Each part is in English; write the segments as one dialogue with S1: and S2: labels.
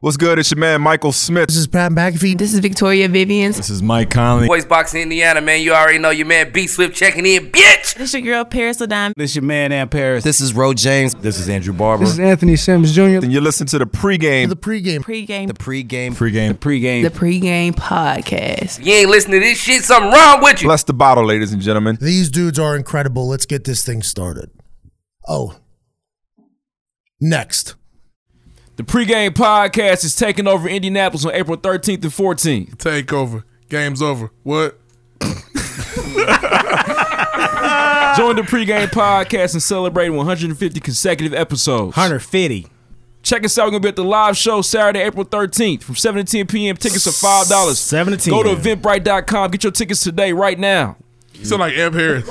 S1: What's good? It's your man Michael Smith.
S2: This is Pat McAfee.
S3: This is Victoria Vivians.
S4: This is Mike Conley.
S5: Voice Boxing Indiana, man. You already know your man B Swift checking in, bitch.
S3: This your girl Paris Ladon.
S6: This your man Ann Paris.
S7: This is Ro James. This is Andrew Barber.
S8: This is Anthony Sims Jr.
S1: And you're listening to the pregame.
S2: The pregame.
S3: Pre-game.
S7: The pregame.
S4: Pre-game.
S6: pregame.
S3: The pre-game podcast.
S5: If you ain't listening to this shit, something wrong with you.
S1: Bless the bottle, ladies and gentlemen.
S2: These dudes are incredible. Let's get this thing started. Oh, next.
S4: The pregame podcast is taking over Indianapolis on April 13th and 14th.
S9: Takeover. Game's over. What?
S4: Join the pregame podcast and celebrate 150 consecutive episodes.
S6: 150.
S4: Check us out. We're going to be at the live show Saturday, April 13th from 7 to 10 p.m. Tickets are $5.
S6: 7 to 10.
S4: Go to eventbrite.com. Get your tickets today, right now.
S9: You sound like Amp Harris.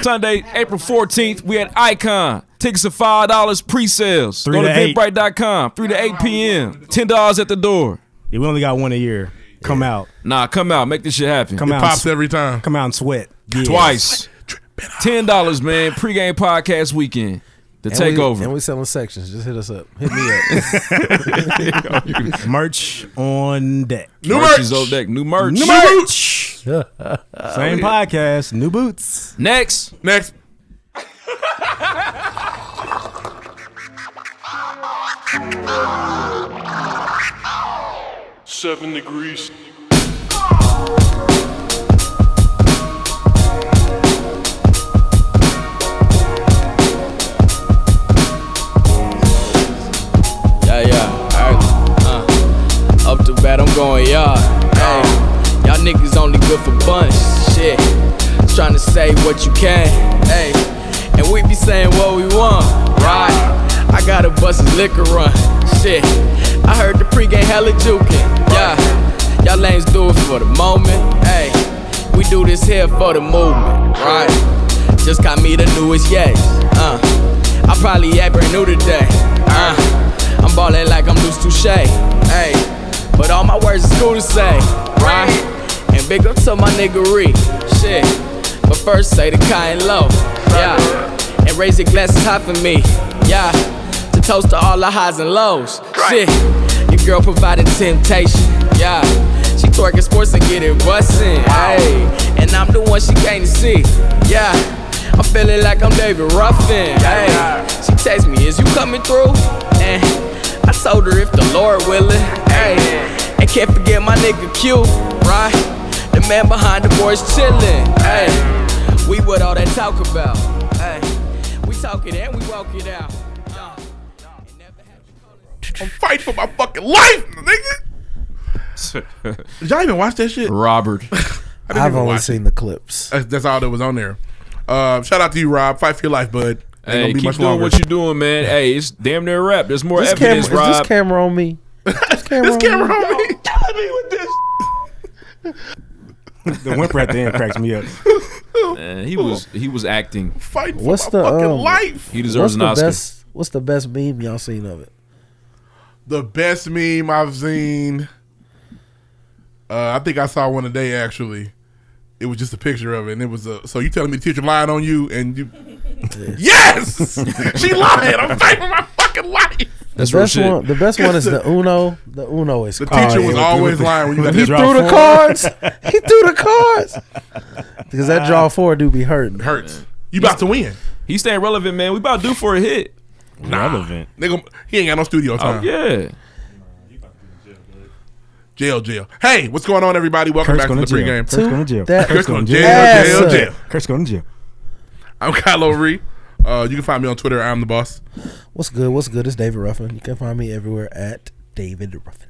S4: Sunday, April 14th, we at Icon. Tickets are $5 pre sales. Go
S6: Three
S4: to
S6: to eight.
S4: eventbrite.com. 3 to 8 p.m. $10 at the door.
S6: Yeah, we only got one a year. Come out.
S4: Nah, come out. Make this shit happen.
S6: Come out.
S9: Pops every time.
S6: Come out and sweat. Yeah.
S4: Twice. Ten dollars, man. Pre-game podcast weekend. The takeover.
S8: and we selling sections. Just hit us up. Hit me up.
S6: Merch on deck.
S9: New
S4: Merch
S9: merch.
S4: is on deck. New merch. New
S9: merch.
S6: Same podcast. New boots.
S4: Next.
S9: Next.
S10: Seven degrees.
S11: Yeah, yeah. Alright. Uh, up to bat, I'm going yard. Hey, y'all niggas only good for bunch. Shit. Trying to say what you can. Hey, and we be saying what we want. Right. I got a busted liquor run. Shit. I heard the pregame hella jukin'. Yeah. Y'all lanes do it for the moment. Hey, we do this here for the movement. Right. Just got me the newest yes. Uh, I probably act brand new today. Uh, I'm ballin' like I'm loose touche. Hey, but all my words is cool to say, right? And big up to my niggery, shit. But first say the kind low, yeah. And raise your glasses high for me, yeah. To toast to all the highs and lows, shit. Your girl provided temptation, yeah. She twerking sports and get it bustin', hey. And I'm the one she came to see, yeah. I'm feeling like I'm David Ruffin. Hey, she text me, is you coming through? And I told her if the Lord willing. Hey, and can't forget my nigga Q, right? The man behind the boys chillin'. Hey, we what all that talk about. Hey, we talk it and we walk it out. Uh, it never happened.
S9: I'm fighting for my fucking life, nigga. Did y'all even watch that shit?
S4: Robert.
S9: I didn't
S8: I've
S9: even
S8: only
S9: watch it.
S8: seen the clips.
S9: That's, that's all that was on there. Uh, shout out to you, Rob. Fight for your life, bud. Ain't
S4: Hey, keep doing what you doing, man. Hey, it's damn near rap. There's more
S8: This camera,
S4: evidence,
S8: is
S4: Rob.
S8: this camera on me? This camera,
S9: This
S8: on
S9: camera
S8: me?
S9: on me. me with this.
S6: The whimper at the end cracks me up.
S4: Man, he was he was acting.
S9: Fighting for
S8: What's
S9: my
S8: the,
S9: fucking
S8: um,
S9: life.
S4: He
S8: What's
S4: deserves
S8: the
S4: an Oscar.
S8: best? What's the best meme y'all seen of it?
S9: The best meme I've seen. Uh, I think I saw one today actually. It was just a picture of it, and it was a. So you telling me the teacher lying on you, and you? yes, she lied. I'm fighting for my fucking life.
S4: That's
S8: the
S4: real
S8: best
S4: shit.
S8: one. The best one is the Uno. The Uno is.
S9: The
S8: crazy.
S9: teacher
S6: yeah,
S9: was
S6: with-
S9: always
S6: with-
S9: lying when you got
S6: with
S9: his
S6: his
S8: threw the
S6: Draw
S8: cards. he threw the cards because that draw four do be hurting.
S9: hurts. You about to win.
S4: He staying relevant, man. We about due for a hit. Oh,
S6: Relevant.
S9: Nigga, he ain't got no studio time.
S4: Yeah.
S9: Jail, jail. Hey, what's going on, everybody? Welcome
S6: Kurt's
S9: back to
S6: going
S9: the
S6: to jail.
S9: pregame.
S6: Kurt's going to jail.
S8: That-
S9: Kurt's going to jail,
S8: jail.
S9: jail,
S8: Ass
S9: jail.
S6: Kurt's going to jail.
S9: I'm Kyle O'Ree. Uh, you can find me on Twitter. I'm the boss.
S8: What's good? What's good? It's David Ruffin. You can find me everywhere at David Ruffin.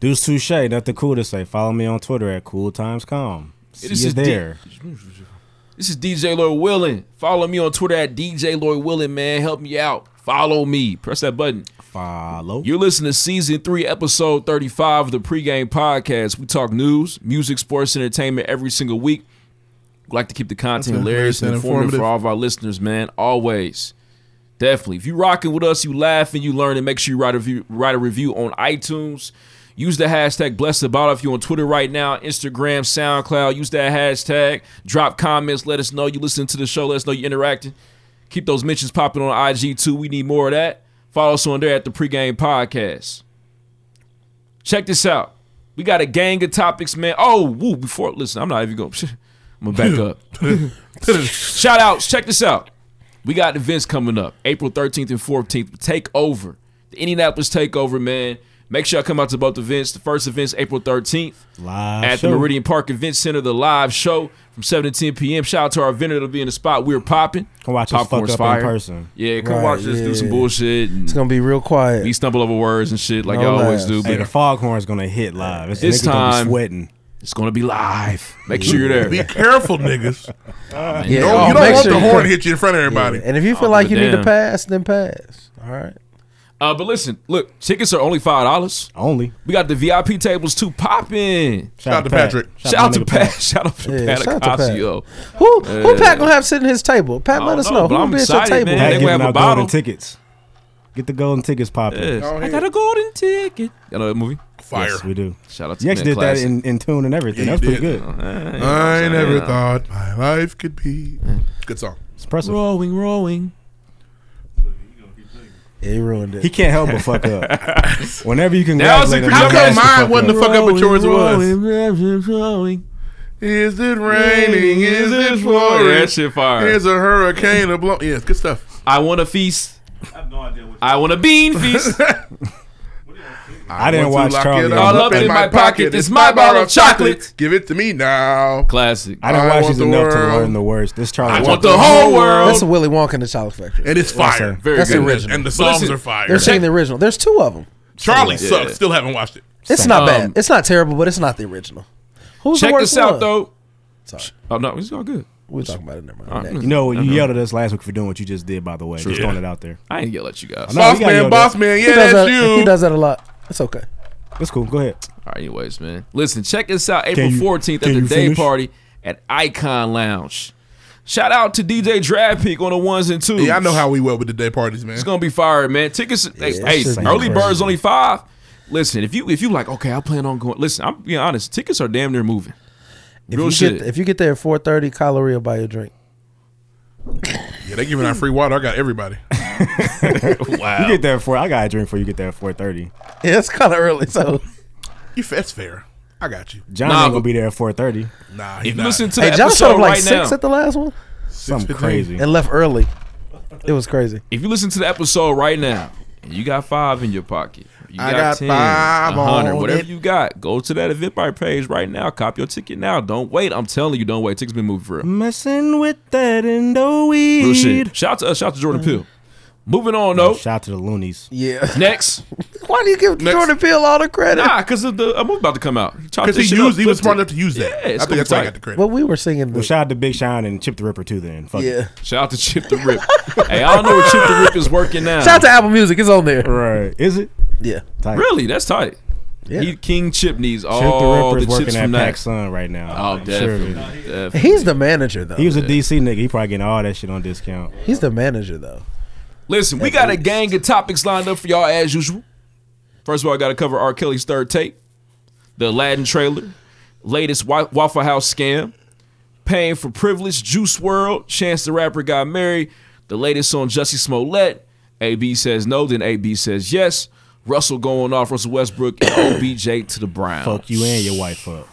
S6: Deuce Touche. Nothing cool to say. Follow me on Twitter at Cool Times Calm. See
S4: This
S6: you
S4: is D-
S6: there.
S4: This is DJ Lloyd Willing. Follow me on Twitter at DJ Lloyd Willing, man. Help me out. Follow me. Press that button.
S6: Follow.
S4: You're listening to season three, episode 35 of the pregame podcast. We talk news, music, sports, entertainment every single week. We like to keep the content hilarious and
S9: and
S4: informative, for
S9: informative.
S4: all of our listeners, man. Always. Definitely. If you rocking with us, you laughing, you learning, make sure you write a review, write a review on iTunes. Use the hashtag blessed about if you're on Twitter right now, Instagram, SoundCloud. Use that hashtag. Drop comments. Let us know you listen to the show. Let us know you're interacting. Keep those mentions popping on IG too. We need more of that. Follow us on there at the pregame podcast. Check this out. We got a gang of topics, man. Oh, woo, before listen, I'm not even going. I'm gonna back up. Shout outs. Check this out. We got events coming up April 13th and 14th. Take over. The Indianapolis Takeover, man. Make sure y'all come out to both events. The first event's April 13th
S6: Live
S4: at
S6: show.
S4: the Meridian Park Event Center, the live show from 7 to 10 p.m. Shout out to our vendor that'll be in the spot. We're popping.
S6: Come watch us
S4: Popcorn's
S6: fuck up
S4: fire.
S6: in person.
S4: Yeah, come
S8: Right,
S4: watch us do
S8: yeah.
S4: some bullshit. And
S8: It's gonna be real quiet.
S4: we stumble over words and shit like
S8: No
S4: y'all always
S8: laughs.
S4: do.
S6: Hey, the
S4: But
S6: foghorn's gonna hit live. It's,
S4: This
S6: niggas gonna be
S4: time-
S6: sweating.
S4: it's going to be live. Make sure you're
S9: Be
S4: there.
S9: careful, niggas.
S8: yeah,
S9: No,
S8: oh,
S9: you don't
S8: make
S9: want
S8: sure you
S9: the horn
S8: come-
S9: to hit you in front of everybody.
S8: Yeah, And if you
S4: Oh,
S8: feel like you need
S4: damn.
S8: to pass, then pass. All right.
S4: Uh, but listen, look, tickets are only $5.
S6: Only.
S4: We got the VIP tables too popping.
S9: Shout out to
S6: Pat.
S9: Patrick.
S4: Shout out to
S6: my nigga
S4: Pat. Shout out to
S8: Yeah,
S4: Pat
S8: shout out to Pat.
S4: Acasio.
S8: Who who Pat gonna have sitting at his table? Pat,
S4: I
S8: let
S4: don't
S8: us
S4: know,
S8: know.
S4: but
S8: Who
S4: I'm
S8: gonna be at your
S4: excited,
S8: table?
S6: Pat
S4: man. They gonna
S6: giving
S4: have a
S6: out
S4: bottle.
S6: golden tickets. Get the golden tickets popping.
S4: Yes.
S9: Go
S4: I
S9: ahead.
S4: got a golden ticket. You know that movie?
S9: Fire.
S6: Yes, we do.
S4: Shout out to
S6: You actually
S4: that
S6: did that
S4: classic.
S6: in, in tune and everything.
S9: Yeah,
S6: That's
S9: you
S6: pretty
S9: did.
S6: good.
S9: I never thought my life could be. Good song.
S6: It's impressive.
S4: Rowing, rowing.
S8: Yeah, he ruined it.
S6: He can't help but fuck up. Whenever you can
S4: That was
S6: congratulate him, he
S4: a good-
S9: How
S4: Dumbass
S9: come
S6: has to
S9: mine
S6: fuck
S9: wasn't the
S6: up.
S9: fuck up, but yours was?
S4: rowing, rowing.
S9: Is it raining? Is it pouring?
S4: Yeah, that shit fire.
S9: Is a hurricane a blow? Yes, good stuff.
S4: I want a feast. I want a bean feast.
S6: I didn't watch
S9: want to lock
S6: Charlie.
S9: it
S4: All
S6: I
S4: up in my pocket. It's my bar of chocolate.
S9: Give it to me now.
S4: Classic. I,
S6: didn't
S9: I
S6: watch
S9: want
S6: these
S9: the
S6: enough to
S9: world.
S6: learn the words. This Charlie.
S4: want
S6: Chocolate-
S4: the whole world.
S8: That's a Willy Wonka in the Chocolate Factory.
S9: And it's fire.
S4: Very
S8: That's
S4: good.
S8: original.
S9: And the songs
S4: listen,
S9: are fire.
S8: They're singing the original. There's two of them.
S9: Charlie
S4: Yeah.
S9: sucks. Still haven't watched it.
S8: It's not
S4: Um,
S8: bad. It's not terrible, but it's not the original. Who's the
S4: Check
S8: worst
S4: this out
S8: one?
S4: though.
S8: Sorry.
S4: Oh no, it's all good.
S8: We'll talk about it. Never mind.
S4: Uh,
S8: Next.
S6: You know, you yelled at us last week for doing what you just did. By the way, just throwing it out there.
S4: I ain't gonna let you guys.
S6: No,
S9: boss
S6: we gotta
S9: man,
S6: yell
S9: boss
S6: that.
S9: man.
S8: He
S9: Yeah,
S8: does,
S9: that's
S8: that,
S9: you.
S8: he does that a lot. It's okay.
S6: That's cool. Go ahead.
S4: All right, anyways, man. Listen, check this out. April
S6: you-
S4: 14th at
S6: can
S4: the
S6: you
S4: day
S6: finish?
S4: party at Icon Lounge. Shout out to DJ Draft Pick on the ones and twos.
S9: yeah, I know how we well with the day parties, man.
S4: It's gonna be fired, man. Tickets, hey, hey,
S8: should be
S4: early
S8: crazy.
S4: birds only five. Listen, if you if you like, okay, I plan on going. Listen, I'm being honest. Tickets are damn near moving.
S8: If
S4: Real
S8: you
S4: shit.
S8: Get, if you get there at 4.30, Kyleria will buy you a drink.
S9: Yeah, they giving out free water. I got everybody.
S6: You get there for I got a drink for you. Get there at four thirty.
S8: Yeah, it's kind of early, so.
S9: You that's fair. I got you.
S6: John
S4: Nah,
S6: ain't gonna
S4: but-
S6: be there at four thirty.
S9: Nah, he
S4: If you
S9: not.
S4: listen to the
S8: Hey, John showed
S4: episode
S8: up like
S4: right
S8: six
S4: now,
S8: at the last one
S6: Something
S9: 6:15.
S6: crazy.
S8: and left early. It was crazy.
S4: if you listen to the episode right now, and you got five in your pocket, you
S9: I
S4: got,
S9: got
S4: 10,
S9: five
S4: 100,
S9: on
S4: whatever
S9: it.
S4: you got, go to that Eventbrite page right now. Cop your ticket now. Don't wait. I'm telling you, don't wait. Tickets been moving for real.
S6: Messing with that and the
S4: Real
S6: weed.
S4: shit. Shout out to us. Shout out to Jordan Peele. Moving on though.
S6: Shout out to the loonies.
S8: Yeah.
S4: Next,
S8: Why do you give
S9: Next.
S8: Jordan Peele all the credit?
S4: nah, because the a movie about to come out.
S9: Because he used, he was smart enough to use that.
S4: Yeah, it's
S9: I
S4: gonna be
S9: think that's why I
S4: tight.
S9: got the credit.
S8: But we were singing
S6: Well,
S8: the.
S6: shout out to Big Shine and Chip the Ripper too. Then fuck it.
S8: Yeah.
S4: Shout out to Chip the Rip. hey, I don't know where Chip the Rip is working now.
S8: Shout out to Apple Music. It's on there.
S6: Right. Is it?
S8: Yeah.
S6: Tight.
S4: Really, that's tight.
S8: Yeah.
S4: He King Chip needs
S6: Chip
S4: all
S9: Oh,
S6: the
S4: the,
S6: Ripper's working
S4: chips
S6: at
S4: from
S6: Pac
S4: that.
S6: Sun right now.
S4: Oh,
S6: I'm sure of
S4: definitely.
S6: it.
S4: definitely.
S8: He's the manager, though.
S6: He was a DC nigga. He probably getting all that shit on discount.
S8: He's the manager, though.
S4: Listen, we got a gang of topics lined up for y'all as usual. First of all, I got to cover R. Kelly's third tape, the Aladdin trailer, latest Wa- Waffle House scam, paying for privilege, Juice World, Chance the Rapper got married, the latest on Jussie Smollett. AB says no, then AB says yes. Russell going off Russell Westbrook and OBJ to the Browns.
S6: Fuck you and your wife up.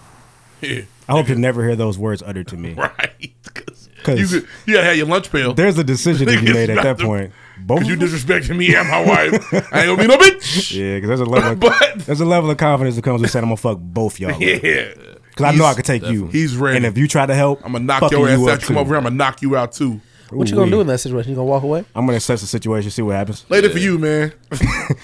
S9: Yeah.
S6: I hope you never hear those words uttered to me.
S9: Right. 'Cause you,
S6: 'Cause-
S9: could, you gotta have your lunch pail.
S6: There's a decision to be
S9: Niggas
S6: made at
S9: not
S6: that
S9: the-
S6: point. Both
S9: Because you
S6: of us?
S9: disrespecting me and my wife. I ain't gonna be no bitch.
S6: Yeah, because there's a level. Of,
S9: But-
S6: there's a level of confidence that comes with saying I'm gonna fuck both y'all. Because
S9: Yeah.
S6: I know I
S9: He's-
S6: could take you.
S9: He's ready.
S6: And if you try to help,
S9: I'm gonna knock
S6: fucking
S9: your ass
S6: you
S9: out.
S6: up
S9: You come
S6: too.
S9: over here, I'm gonna knock you out too.
S8: What you gonna
S6: Ooh-wee.
S8: do in that situation? You gonna walk away?
S6: I'm gonna assess the situation, see what happens.
S9: Later for you, man.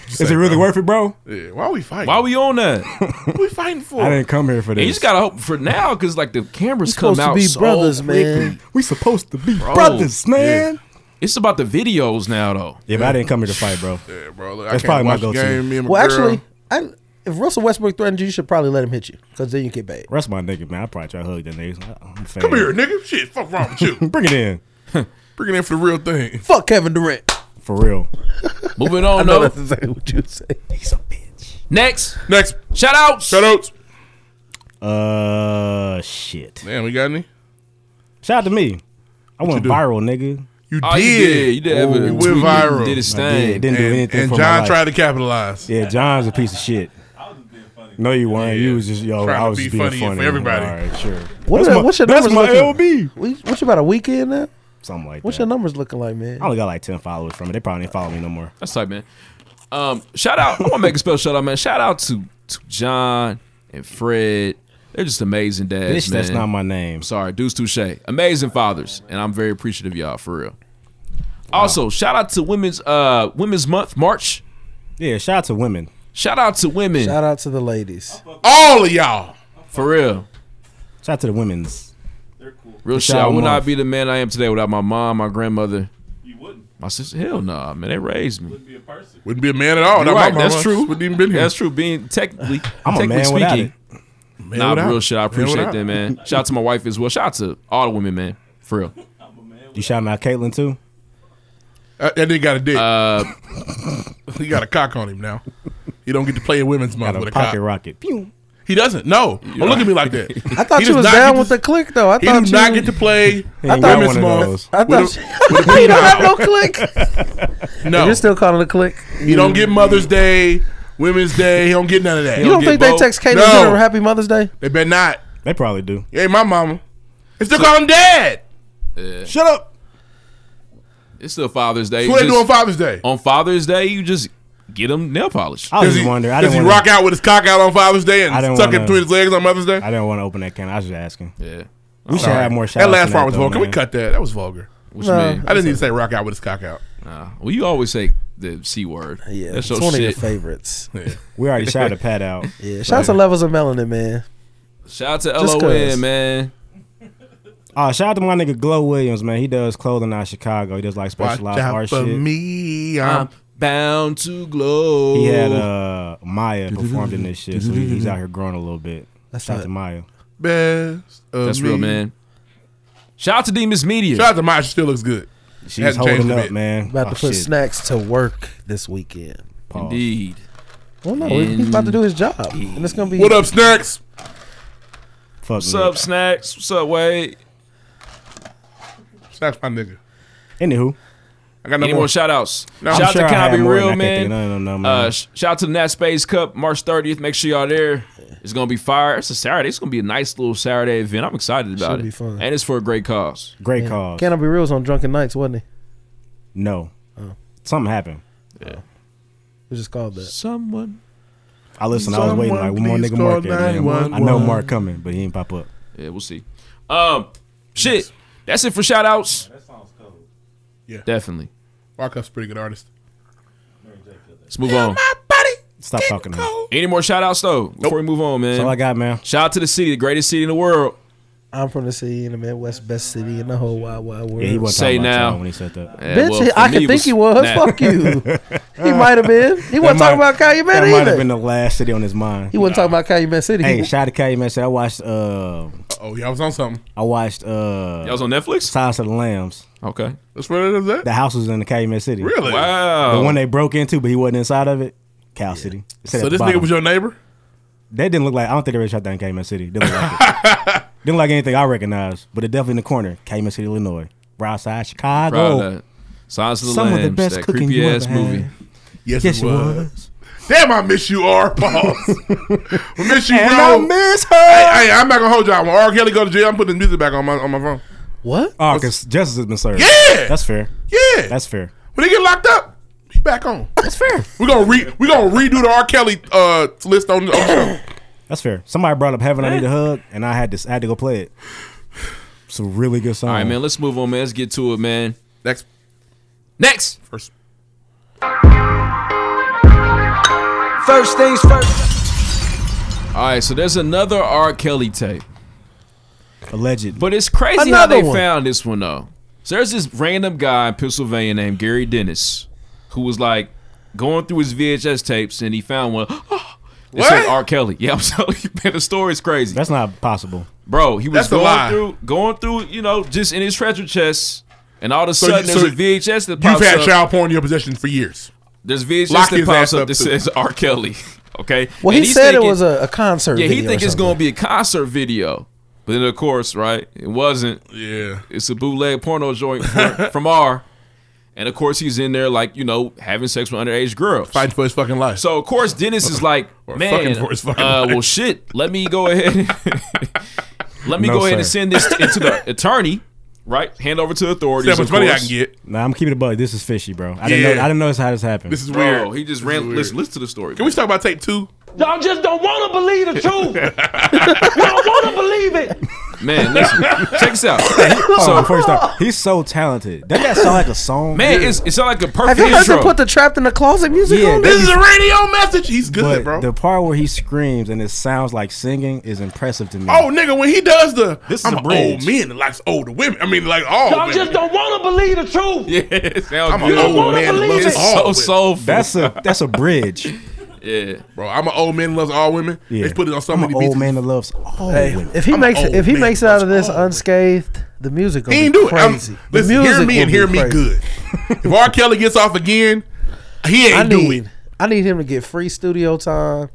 S6: Is it really worth it, bro?
S9: Yeah. Why are we fighting?
S4: Why we on that?
S9: what are we fighting for?
S6: I didn't come here for this.
S4: And you just gotta hope for now, cause like the cameras come
S8: supposed
S4: out.
S8: to be
S4: so
S8: brothers, man.
S6: we supposed to be brothers, man. Yeah.
S4: It's about the videos now, though.
S6: but I didn't come here to fight, bro.
S9: Yeah, bro. Look, I
S6: That's
S9: can't
S6: probably my
S9: watch the
S6: go-to.
S9: game, me and my
S8: Well,
S9: girl.
S8: actually, I, if Russell Westbrook threatened you, you should probably let him hit you because then you get paid.
S6: Rest my nigga, man. I probably try to hug that nigga. I'm a fan.
S9: Come here, nigga. Shit, fuck wrong with you?
S6: Bring it in.
S9: Bring it in for the real thing.
S8: Fuck Kevin Durant.
S6: For real.
S4: Moving on,
S8: No,
S4: though.
S8: that's exactly what you say.
S4: Next,
S9: Next.
S4: shout outs.
S9: Shout outs.
S6: Uh, shit.
S9: Damn, we got any?
S6: Uh, Shout out to me. I went
S9: do?
S6: viral, nigga.
S9: You You
S4: Oh,
S9: did.
S4: you did. You did have a
S9: You
S4: tweet.
S9: went viral.
S4: Did his
S6: I did.
S4: thing.
S6: Didn't do
S9: And,
S6: anything
S9: and
S6: for my
S9: John
S6: life.
S9: tried to capitalize.
S6: Yeah, John's a piece of shit. No, you weren't.
S9: Yeah.
S6: You was just yo.
S9: Trying
S6: I
S9: to
S6: was
S9: be
S6: just being
S9: funny for
S6: funny.
S9: everybody.
S6: All right, sure.
S8: What
S6: That's
S8: are-
S6: my-
S8: what's your
S6: that's
S8: numbers
S6: my
S8: looking-
S6: LB.
S8: What, what you about a weekend now?
S6: Something like
S8: What's
S6: that.
S8: your numbers looking like, man?
S6: I only got like ten followers from it. They probably ain't follow me no more.
S4: That's tight, man. Um, shout out. I want to make a special shout out, man. Shout out to, to John and Fred. They're just amazing dads,
S6: Bitch,
S4: man.
S6: that's not my name.
S4: I'm sorry, Deuce Touche. Amazing fathers, and I'm very appreciative of y'all for real. Also, shout out to women's uh Women's Month March.
S6: Yeah, shout out to women.
S4: Shout out to women
S8: Shout out to the ladies.
S9: All of y'all.
S4: for real.
S6: Shout out to the women's.
S4: Real
S6: Shout
S4: shit. I
S6: out
S4: would
S6: Month.
S4: not be the man I am today without my mom, my grandmother. You wouldn't. My sister. Hell nah, man. They raised me.
S9: Wouldn't be a man at all. without
S4: You're
S9: my
S4: right. That's
S9: mama.
S4: true.
S9: Wouldn't even been here.
S4: That's true. Being technically,
S6: I'm a
S4: technically
S6: man without
S4: speaking,
S6: it.
S9: Man
S4: Nah,
S9: without.
S4: real shit. I
S9: Man
S4: appreciate
S9: without.
S4: that, man. Shout out to my wife as well. Shout out to all the women, man. For real.
S6: You shouting out Caitlin too?
S9: Uh, That nigga got a dick.
S4: Uh,
S9: he got a cock on him now. He don't get to play in women's month
S6: Got
S9: with
S6: a
S9: a cock.
S6: pocket rocket. Pew.
S9: He doesn't. No. Don't look at me like that.
S8: I thought
S9: He
S8: you
S9: does
S8: was
S9: not
S8: down
S9: get
S8: with
S9: to-
S8: the click though. I
S9: He
S8: thought
S9: does
S8: you.
S9: not get to play
S6: I
S8: thought-
S9: women's
S6: One of
S9: month.
S6: those.
S8: I
S9: with
S8: thought
S9: a-
S8: you, you don't have no click.
S9: no.
S8: You're still calling it a click.
S9: He don't get Mother's Day, Women's Day. He don't get none of that.
S8: You don't
S4: get
S8: think they
S4: both.
S8: text Caitlyn
S9: No.
S8: Jenner Happy Mother's Day?
S9: They better not.
S6: They probably do.
S9: Hey, my mama. They still call him dad.
S6: Shut up.
S4: It's still Father's Day.
S9: What they
S4: Just-
S9: do on Father's Day?
S4: on Father's Day, you just get them nail polish.
S6: I was
S9: Does
S6: just
S9: he,
S6: wondering. I
S9: does
S6: didn't
S9: he
S6: wanna,
S9: rock out with his cock out on Father's Day
S6: I
S9: and
S6: didn't
S9: suck it
S6: wanna-
S9: between his legs on Mother's Day?
S6: I didn't want to open that can. I was just asking.
S4: Yeah.
S6: We should have more shout
S9: That last part was vulgar. Can we cut that? That was vulgar.
S4: What
S8: No.
S4: you mean?
S9: I didn't need to say rock out with his cock out.
S4: Nah. Well, you always say the c word.
S8: Yeah,
S4: That's
S8: it's
S4: your
S8: one of your
S4: shit.
S8: favorites.
S6: We already shouted Pat out.
S8: Yeah, shout out to Levels of Melanin, man.
S4: Shout out to
S8: Just
S4: LON,
S8: 'cause.
S4: man.
S6: Oh, shout out to my nigga Glow Williams, man. He does clothing out of Chicago. He does like
S9: Watch
S6: specialized
S9: out
S6: art
S9: for
S6: shit.
S9: me.
S4: I'm
S9: I'm
S4: bound to glow.
S6: He had uh, Maya performed in this shit, so he- he's out here growing a little bit.
S8: That's
S6: Shout out to
S8: not-
S6: Maya.
S9: best of
S4: That's real,
S9: me.
S4: man. Shout out to Demon's Media.
S9: Shout out to Maya. She still looks good.
S6: She's
S9: Hadn't changed
S6: holding
S9: a
S6: up,
S9: bit.
S6: man.
S8: About
S6: Oh,
S8: to put
S6: shit.
S8: snacks to work this weekend.
S6: Pause.
S4: Indeed.
S8: Well, no, he's about to do his job, and it's gonna be
S9: What up, Snacks?
S6: Fuck
S4: What's
S6: me.
S4: up, Snacks? What's up, Wade?
S9: Snacks, my nigga.
S6: Anywho,
S9: I got no
S4: Any
S9: more.
S4: more shout outs?
S9: No, I'm
S4: shout out
S6: sure
S4: to
S6: I
S4: Can I
S6: have
S4: Be
S6: more than I
S4: Real,
S6: can think of. No, no,
S4: man.
S6: no, man.
S4: Uh, sh- shout out to the Nat Space Cup, March 30th. Make sure y'all there. It's going to be fire. It's a Saturday. It's going to be a nice little Saturday event. I'm excited about
S8: Should
S4: it.
S8: be fun.
S4: And it's for a great cause.
S6: great cause.
S8: Can I be real? It was on Drunken Nights, wasn't he?
S6: No.
S8: Oh.
S6: Something happened.
S8: We just called that.
S4: Someone.
S6: I listened. I was waiting like one more
S9: please
S6: nigga
S9: call
S6: Mark. at, man. I
S9: 911.
S6: know Mark coming, but he ain't pop up.
S4: Yeah, we'll see. Um, Shit. That's it for shout outs. That sounds cold.
S9: Yeah.
S4: Definitely.
S9: Markup's a pretty good artist.
S4: Let's move on.
S6: Stop talking to him.
S4: Any more shout outs, though, before we move on, man?
S6: That's all I got, man.
S4: Shout out to the city, the greatest city in the world.
S8: I'm from the city in the Midwest, best city in the whole wide wide world.
S6: Yeah, he wasn't
S4: Say
S6: talking about
S4: now.
S6: John when he said that.
S4: Yeah,
S8: Bitch,
S4: well,
S8: he-
S4: for
S8: I
S4: me,
S8: can
S4: it
S8: think he was.
S4: Nah.
S8: Fuck you. he might have been. He wasn't
S6: might-
S8: talking about Calumet
S6: That might have
S8: either.
S6: been the last city on his mind.
S8: he wasn't talking about Calumet City.
S6: Hey,
S8: He-
S6: shout out to Calumet. City. I watched. Uh,
S9: Oh, yeah, I was on something.
S6: I watched. Uh,
S4: Y'all was on Netflix?
S6: Silence of the Lambs.
S4: Okay.
S9: That's where it is at?
S6: The house was in the Calumet City.
S9: Really? Oh.
S4: Wow.
S6: The one they broke into, but he wasn't inside of it. Cal City. It said at
S9: So
S6: the
S9: this
S6: bottom.
S9: nigga was your neighbor?
S6: That didn't look like. I don't think they really shot that in Calumet City. Didn't look like it. didn't look like anything I recognized. But it definitely in the corner, Calumet City, Illinois, right outside
S4: Proud
S6: Chicago.
S4: of that. Silence of the
S6: Oh, Some of the
S4: Lambs,
S6: best
S4: that
S6: cooking
S4: creepy
S6: you
S4: ass
S6: ever had.
S4: movie.
S9: Yes,
S6: Yes,
S9: it
S6: it
S9: was.
S6: was.
S9: Damn, I miss you, R. Pause. we miss you,
S6: And I
S9: bro.
S6: miss her.
S9: Hey, um, hey, I'm not gonna hold y'all. When R. Kelly go to jail, I'm putting the music back on my on my phone.
S8: what?
S6: Oh, because justice has been served.
S9: Yeah!
S6: That's fair.
S9: Yeah,
S6: That's fair.
S9: when he get locked up, he back on. That's fair. We gonna re we gonna redo the R. Kelly uh list on the on the show.
S6: That's fair. Somebody brought up "Heaven I Need a Hug," and I had to I had to go play it. It's a really good song.
S4: All right, man, let's move on, man. Let's get to it, man.
S9: Next,
S4: Next.
S9: first.
S11: First things first.
S4: All right, so there's another R. Kelly tape.
S6: Alleged.
S4: But it's crazy how
S8: Another
S4: they
S8: one.
S4: found this one, though. So there's this random guy in Pennsylvania named Gary Dennis who was like going through his VHS tapes and he found one. It said
S9: What?
S4: R. Kelly. Yeah, I'm telling you, man, the story's crazy.
S6: That's not possible.
S4: Bro, he was
S9: That's a lie.
S4: going through, going through, you know, just in his treasure chest, and all of a sudden
S9: you-
S4: there's
S9: so
S4: a VHS that
S9: You've
S4: pops
S9: had
S4: up.
S9: child porn in your possession for years.
S4: There's VHS
S9: Lock
S4: that
S9: his
S4: pops
S9: ass
S4: up
S9: up,
S4: that
S9: too.
S4: says R. Kelly. Okay.
S8: Well,
S4: And
S8: he
S4: he's
S8: said it
S4: thinking-
S8: was a, a concert.
S4: Yeah, he
S8: video
S4: think
S8: or
S4: it's
S8: something.
S4: gonna be a concert video. But then of course, right? It wasn't.
S9: Yeah.
S4: It's a bootleg porno joint from- from R. And of course, he's in there like you know having sex with underage girls.
S9: Fight for his fucking life.
S4: So of course, Dennis is like,
S9: Or
S4: man,
S9: fucking for his
S4: uh,
S9: fucking life."
S4: well, shit. Let me go ahead. let me
S6: No,
S4: go ahead and
S6: sir.
S4: send this into the attorney, right? Hand over to
S9: See
S4: authorities.
S9: how much
S4: of
S9: money I
S4: course.
S9: can get.
S6: Nah, I'm keeping it bug. This is fishy, bro. I didn't
S9: Yeah.
S6: know. I didn't know this how this happened.
S9: This is
S4: Bro,
S9: weird.
S4: Oh, he just
S9: This is
S4: ran.
S9: weird.
S4: Listen, listen to the story.
S9: Can we talk about tape two?
S11: Y'all just don't want to believe the truth. Y'all want to believe it.
S4: man, listen. Check this out.
S6: so
S4: So,
S6: before you start, he's so talented. Doesn't that sound like a song?
S4: man, it's, it sounds like a perfect
S8: Have you heard
S4: intro.
S8: them put the trapped in the closet music
S6: Yeah,
S8: on?
S6: that-
S9: This is a radio message. He's
S6: but
S9: good, bro.
S6: the part where he screams and it sounds like singing is impressive to me.
S9: Oh, nigga, when he does the
S4: This is
S9: I'm
S4: a
S9: an
S4: bridge.
S9: old man that likes older women. I mean, like all
S11: Y'all
S9: women.
S11: just don't want to believe the truth.
S4: yeah, it sounds
S9: I'm an
S4: good.
S9: old man that
S4: It's
S9: loves all
S4: so
S9: women.
S4: soulful.
S6: that's a that's a bridge.
S4: yeah.
S9: bro, I'm an old man that loves all women.
S6: Yeah.
S9: They put it on so
S6: I'm
S9: many
S6: an old
S9: beats.
S6: man that loves all
S8: Hey,
S6: women.
S8: if he
S9: I'm
S8: makes
S9: old
S8: if he
S9: man.
S8: makes it out of
S9: That's
S8: this
S9: old.
S8: unscathed, the music gonna
S9: He ain't
S8: be
S9: do it. I'm,
S8: crazy. The
S9: listen, hear
S8: music
S9: me
S8: will
S9: and
S8: be
S9: hear me
S8: crazy.
S9: good. if R. Kelly gets off again, he
S8: I
S9: ain't do it.
S8: need I need him to get free studio time.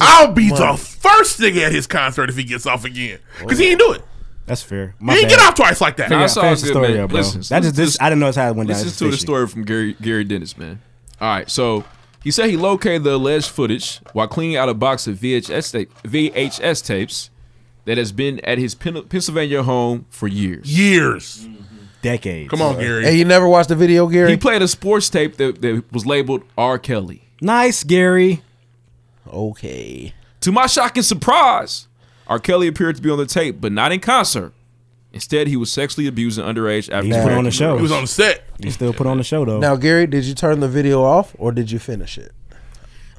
S9: I'll be the
S8: money.
S9: first nigga at his concert if he gets off again. Because he ain't do it.
S6: That's fair.
S9: He
S6: My
S9: ain't
S6: bad.
S9: get off twice like that.
S4: Nah,
S6: Yeah,
S4: That's all
S6: finish the
S4: good,
S6: story
S4: man.
S6: up, bro.
S4: Listen,
S6: that just,
S4: listen-
S6: this, I didn't know this how it went down.
S4: Listen
S6: It's
S4: to the
S6: fishy.
S4: story from Gary Gary Dennis, man. All right, so he said he located the alleged footage while cleaning out a box of VHS tape, VHS tapes that has been at his Pen- Pennsylvania home for years.
S9: Years.
S6: Decades.
S9: Come on, Gary.
S8: Hey, you never watched the video, Gary?
S4: He played a sports tape that, that was labeled R. Kelly.
S6: Nice, Gary.
S8: okay.
S4: To my shock and surprise, R. Kelly appeared to be on the tape, but not in concert. Instead, he was sexually abusing underage after
S6: He's put on the show.
S9: He was on the set.
S6: He still put on the show though.
S8: Now, Gary, did you turn the video off or did you finish it?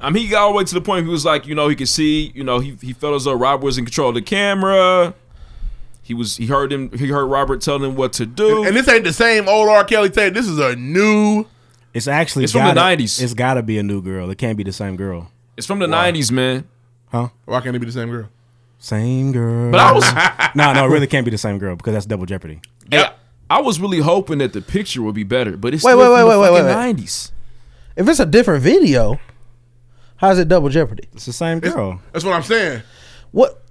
S4: I mean, he got all the way to the point where he was like, you know, he could see, you know, he, he felt as though Robert was in control of the camera. He was he heard him he heard Robert telling him what to do.
S9: And this ain't the same old R. Kelly tape. This is a new.
S6: it's actually
S4: It's from the
S6: gotta-
S4: 90s.
S6: It's gotta be a new girl. It can't be the same girl.
S4: it's from the nineties, man.
S9: Why can't it be the same girl?
S6: Same girl.
S4: But I was
S6: no, no, it really can't be the same girl because that's double jeopardy.
S4: I, I was really hoping that the picture would be better, but it's
S8: Wait,
S4: still
S8: wait, wait,
S4: from
S8: wait, wait,
S4: the
S8: wait, wait.
S4: nineties.
S8: If it's a different video, how's it double jeopardy?
S6: It's the same girl.
S9: That's what I'm saying.
S8: What?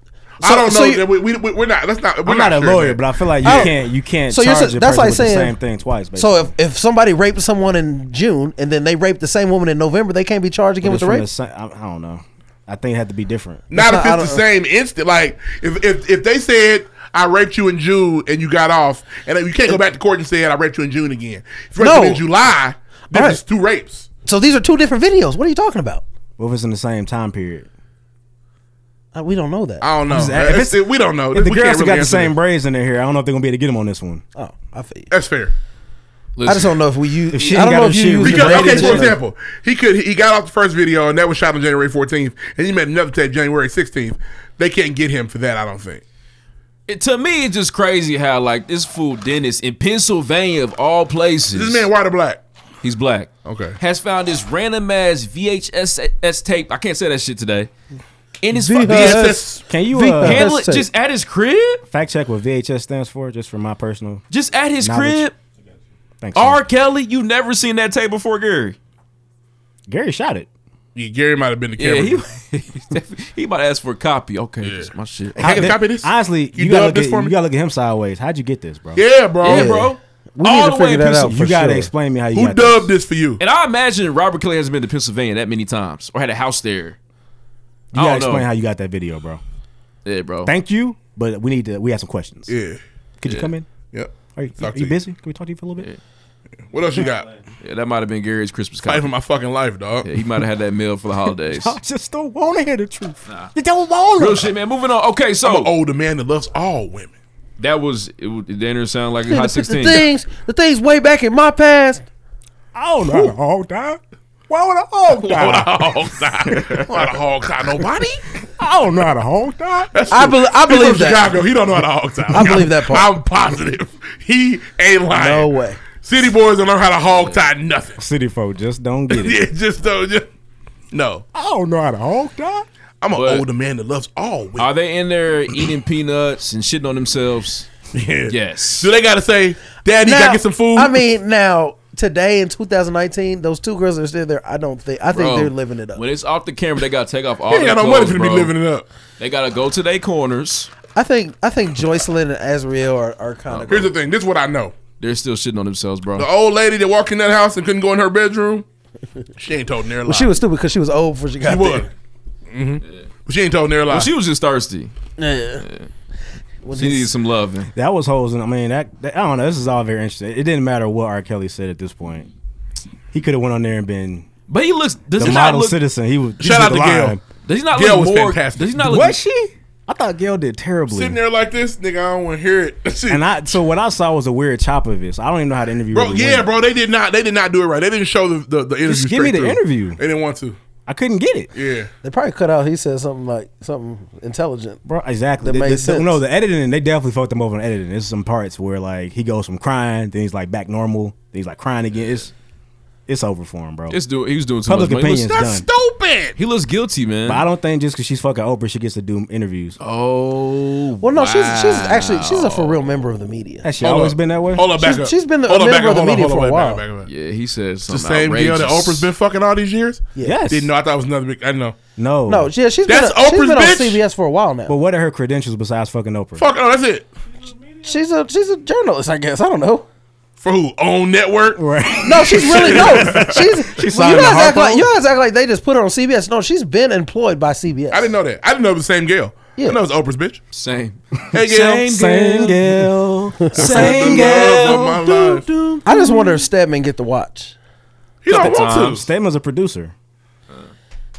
S9: I don't
S8: so
S9: know.
S8: you-
S9: that we, we, we, we're not. That's not. We're
S6: I'm not, a
S9: sure
S6: lawyer,
S9: yet.
S6: but I feel like you
S8: I don't-
S6: can't you can't
S8: Oh. So you're
S6: charge
S8: sa-
S6: a
S8: that's
S6: person
S8: like
S6: with
S8: saying-
S6: the same thing twice. Basically.
S8: so if, if somebody raped someone in June and then they raped the same woman in November, they can't be charged again
S6: But
S8: with
S6: it's
S8: the
S6: from
S8: rape.
S6: the same, I, I don't know. I think it had to be different.
S9: Not if
S8: That's not-
S9: it's the
S8: I don't-
S9: same instant. Like if, if if they said I raped you in June and you got off, and you can't go back to court and say I raped you in June again. If you raped
S8: No.
S9: me in July, then
S8: All
S9: it's two rapes.
S8: So these are two different videos. What are you talking about?
S6: What if it's in the same time period?
S8: Uh, we don't know that.
S9: I don't know.
S6: If
S9: It's-
S6: it's-
S9: it- we don't know.
S6: If the
S9: we
S6: girls
S9: can't
S6: still got
S9: really
S6: the
S9: answer
S6: same
S9: that.
S6: braids in their hair, I don't know if they're gonna be able to get them on this one.
S8: Oh, I feel you.
S9: That's fair.
S8: I just don't know if we use.
S6: If she
S8: I
S6: ain't
S8: don't
S6: got
S8: know
S6: her
S8: if you
S6: shoes,
S8: use.
S6: we
S8: the
S6: got-
S9: Because
S8: rated
S9: okay,
S6: Brandon
S9: for
S8: video.
S6: Jenner.
S9: example, he could he got off the first video and that was shot on January 14th, and he made another tape January 16th. They can't get him for that. I don't think.
S4: It, to me, it's just crazy how like this fool Dennis in Pennsylvania of all places.
S9: This man white or black?
S4: He's black.
S9: Okay.
S4: Has found this random ass VHS s- tape. I can't say that shit today. In his fucking
S9: VHS.
S6: Can you
S8: V-
S6: uh,
S8: Hand-
S4: handle it
S8: tape.
S4: just at his crib.
S6: fact check what VHS stands for, just for my personal?
S4: Just at his
S6: Knowledge.
S4: crib.
S6: Thanks.
S4: R. Kelly, you never seen that tape before, Gary.
S6: Gary shot it.
S9: Yeah, Gary might have been the
S4: Yeah,
S9: camera.
S4: he he might ask for a copy. Okay, this is my shit.
S9: I can
S6: How-
S9: copy this?
S6: Honestly,
S9: You
S6: you, gotta
S9: dubbed
S6: look
S9: this
S6: at,
S9: for me?
S6: you gotta look at him sideways. How'd you get this, bro?
S9: yeah, bro.
S4: Yeah, bro.
S8: We
S4: All
S8: need
S4: the
S8: to
S4: way
S8: figure
S4: in
S8: that out.
S4: Pennsylvania.
S8: for
S6: You gotta
S8: sure.
S6: explain to me how you
S9: Who
S6: got
S9: dubbed this for you?
S4: And I imagine Robert Kelly has been to Pennsylvania that many times or had a house there.
S6: You
S4: I
S6: gotta
S4: don't
S6: explain
S4: know.
S6: how you got that video, bro.
S4: Yeah, bro.
S6: Thank you, but we need to. We have some questions.
S9: Yeah.
S6: Could you come in?
S9: Yep.
S6: Are you,
S9: Talk
S6: are
S9: to
S6: you
S9: you.
S6: busy? Can we talk to you for a little bit?
S9: What else you got?
S4: yeah, that might have been Gary's Christmas
S9: Fight for
S4: copy.
S9: my fucking life, dog.
S4: Yeah, he might have had that meal for the holidays.
S6: I just don't want to hear the truth. You don't want
S4: Real shit, man. Moving on. Okay,
S9: I'm an
S4: so
S9: older man that loves all women.
S4: that was it. w- The internet sound like a
S8: The-
S4: hot
S8: The, the
S4: sixteen.
S8: things, the things way back in my past.
S6: I don't know. Hog die. Why would a hog
S9: Oh, the
S6: die?
S9: hog tie. Not a hog tie, nobody.
S6: I don't know how to hog die.
S8: I, bel I
S9: He
S8: believe
S9: from
S8: that.
S9: Chicago. He don't know how to hog tie.
S8: I believe that part.
S9: I'm positive. He ain't lying.
S8: No way.
S9: City boys don't know how to hog tie nothing.
S6: City folk just don't get it.
S9: Yeah, just don't. Just, no,
S6: I don't know how to hog die.
S9: I'm an
S4: But-
S9: older man that loves all women.
S4: Are they in there eating peanuts and shitting on themselves?
S9: yeah.
S4: Yes.
S9: Do they gotta say, Daddy,
S8: Now,
S9: gotta get some food?
S8: I mean, now today in 2019, those two girls that are still there. I don't think. I think
S4: Bro,
S8: they're living it up.
S4: When it's off the camera, they gotta take off all.
S9: he ain't
S4: their
S9: got no money
S4: clothes,
S9: for them to be
S4: bro.
S9: living it up.
S4: They gotta go to their corners.
S8: I think I think Joycelyn and Azriel are, are kind of
S9: Here's the thing. This is what I know.
S4: They're still shitting on themselves, bro.
S9: The old lady that walked in that house and couldn't go in her bedroom, she ain't told near a lie.
S8: well, she was stupid because she was old before she got
S9: She
S8: there.
S9: was. hmm But she ain't told near a
S4: Mm-hmm.
S9: lie.
S4: Well, she was just thirsty.
S8: Yeah. When
S4: She
S8: his-
S4: needed some love. man.
S6: That was hoes, and I mean that, that- I don't know. This is all very interesting. It didn't matter what R. Kelly said at this point. He could have went on there and been
S4: But he looks. Does
S6: the
S4: he not
S6: model
S4: look?
S6: citizen. He was. he
S9: Shout
S6: was
S9: out to Gail.
S6: lying.
S4: Does he not
S9: Gail
S4: look
S9: was
S4: more?
S9: fantastic.
S4: Does he not look?
S6: Was she? I thought Gail did terribly.
S9: sitting there like this, nigga. I don't want to hear it. She-
S6: And I so what I saw was a weird chop of this. I don't even know how the interview.
S9: bro,
S6: really
S9: yeah,
S6: went.
S9: bro. They did not. They did not do it right. They didn't show the the, the interview.
S6: Just give me
S9: straight
S6: the
S9: through.
S6: interview.
S9: They didn't want to.
S6: I couldn't get it,
S9: Yeah.
S8: They probably cut out. He said something like something intelligent.
S6: bro. Exactly.
S8: That
S6: The-
S8: made
S6: the-
S8: sense.
S6: No, the editing. They definitely fucked him over on editing. There's some parts where like he goes from crying, then he's like back normal, then he's like crying again. It's it's over for him, bro.
S4: It's do. He was doing too
S6: Public
S4: much. man. He
S6: opinion's
S4: looks-
S6: done.
S9: Stupid.
S4: He looks guilty, man.
S6: But I don't think just because she's fucking Oprah, she gets to do interviews.
S4: oh.
S8: Well, no, she's she's actually she's a for real member of the media.
S6: Has she always
S9: up.
S6: been that way?
S9: Hold up, back
S8: She's-
S9: up.
S8: she's been a
S9: Hold up,
S8: member
S9: back up,
S8: of the
S9: hold up,
S8: media
S9: hold
S8: for
S9: up,
S8: a
S9: back
S8: while.
S9: up, back up, back up.
S4: Yeah, he said
S9: The
S4: something
S9: same deal
S4: outrageous.
S9: that Oprah's been fucking all these years.
S6: Yes.
S9: Didn't know. I thought it was another big. I didn't know.
S6: No.
S8: No, yeah, she's
S9: That's
S8: been, a, she's
S9: Oprah's
S8: been
S9: bitch?
S8: on CBS for a while now.
S6: But what are her credentials besides fucking Oprah?
S9: Fuck. Oh, that's it.
S8: she's a she's a journalist, I guess. I don't know.
S9: For who? Own network.
S6: Right.
S8: No, she's really no. She's, well,
S6: signed
S8: you
S6: to
S8: guys act
S6: Harpo?
S8: like you guys act like they just put her on CBS. No, she's been employed by CBS.
S9: I didn't know that. I didn't know it was the same Gail.
S8: Yeah.
S9: I know it was Oprah's bitch.
S4: Same.
S9: Hey, Gail.
S6: Same girl. Same
S9: The
S6: girl.
S9: love of my life.
S8: I just wonder if Stedman get the watch.
S9: He don't
S4: Tom
S9: want to.
S6: Statement's a producer.
S8: Yeah.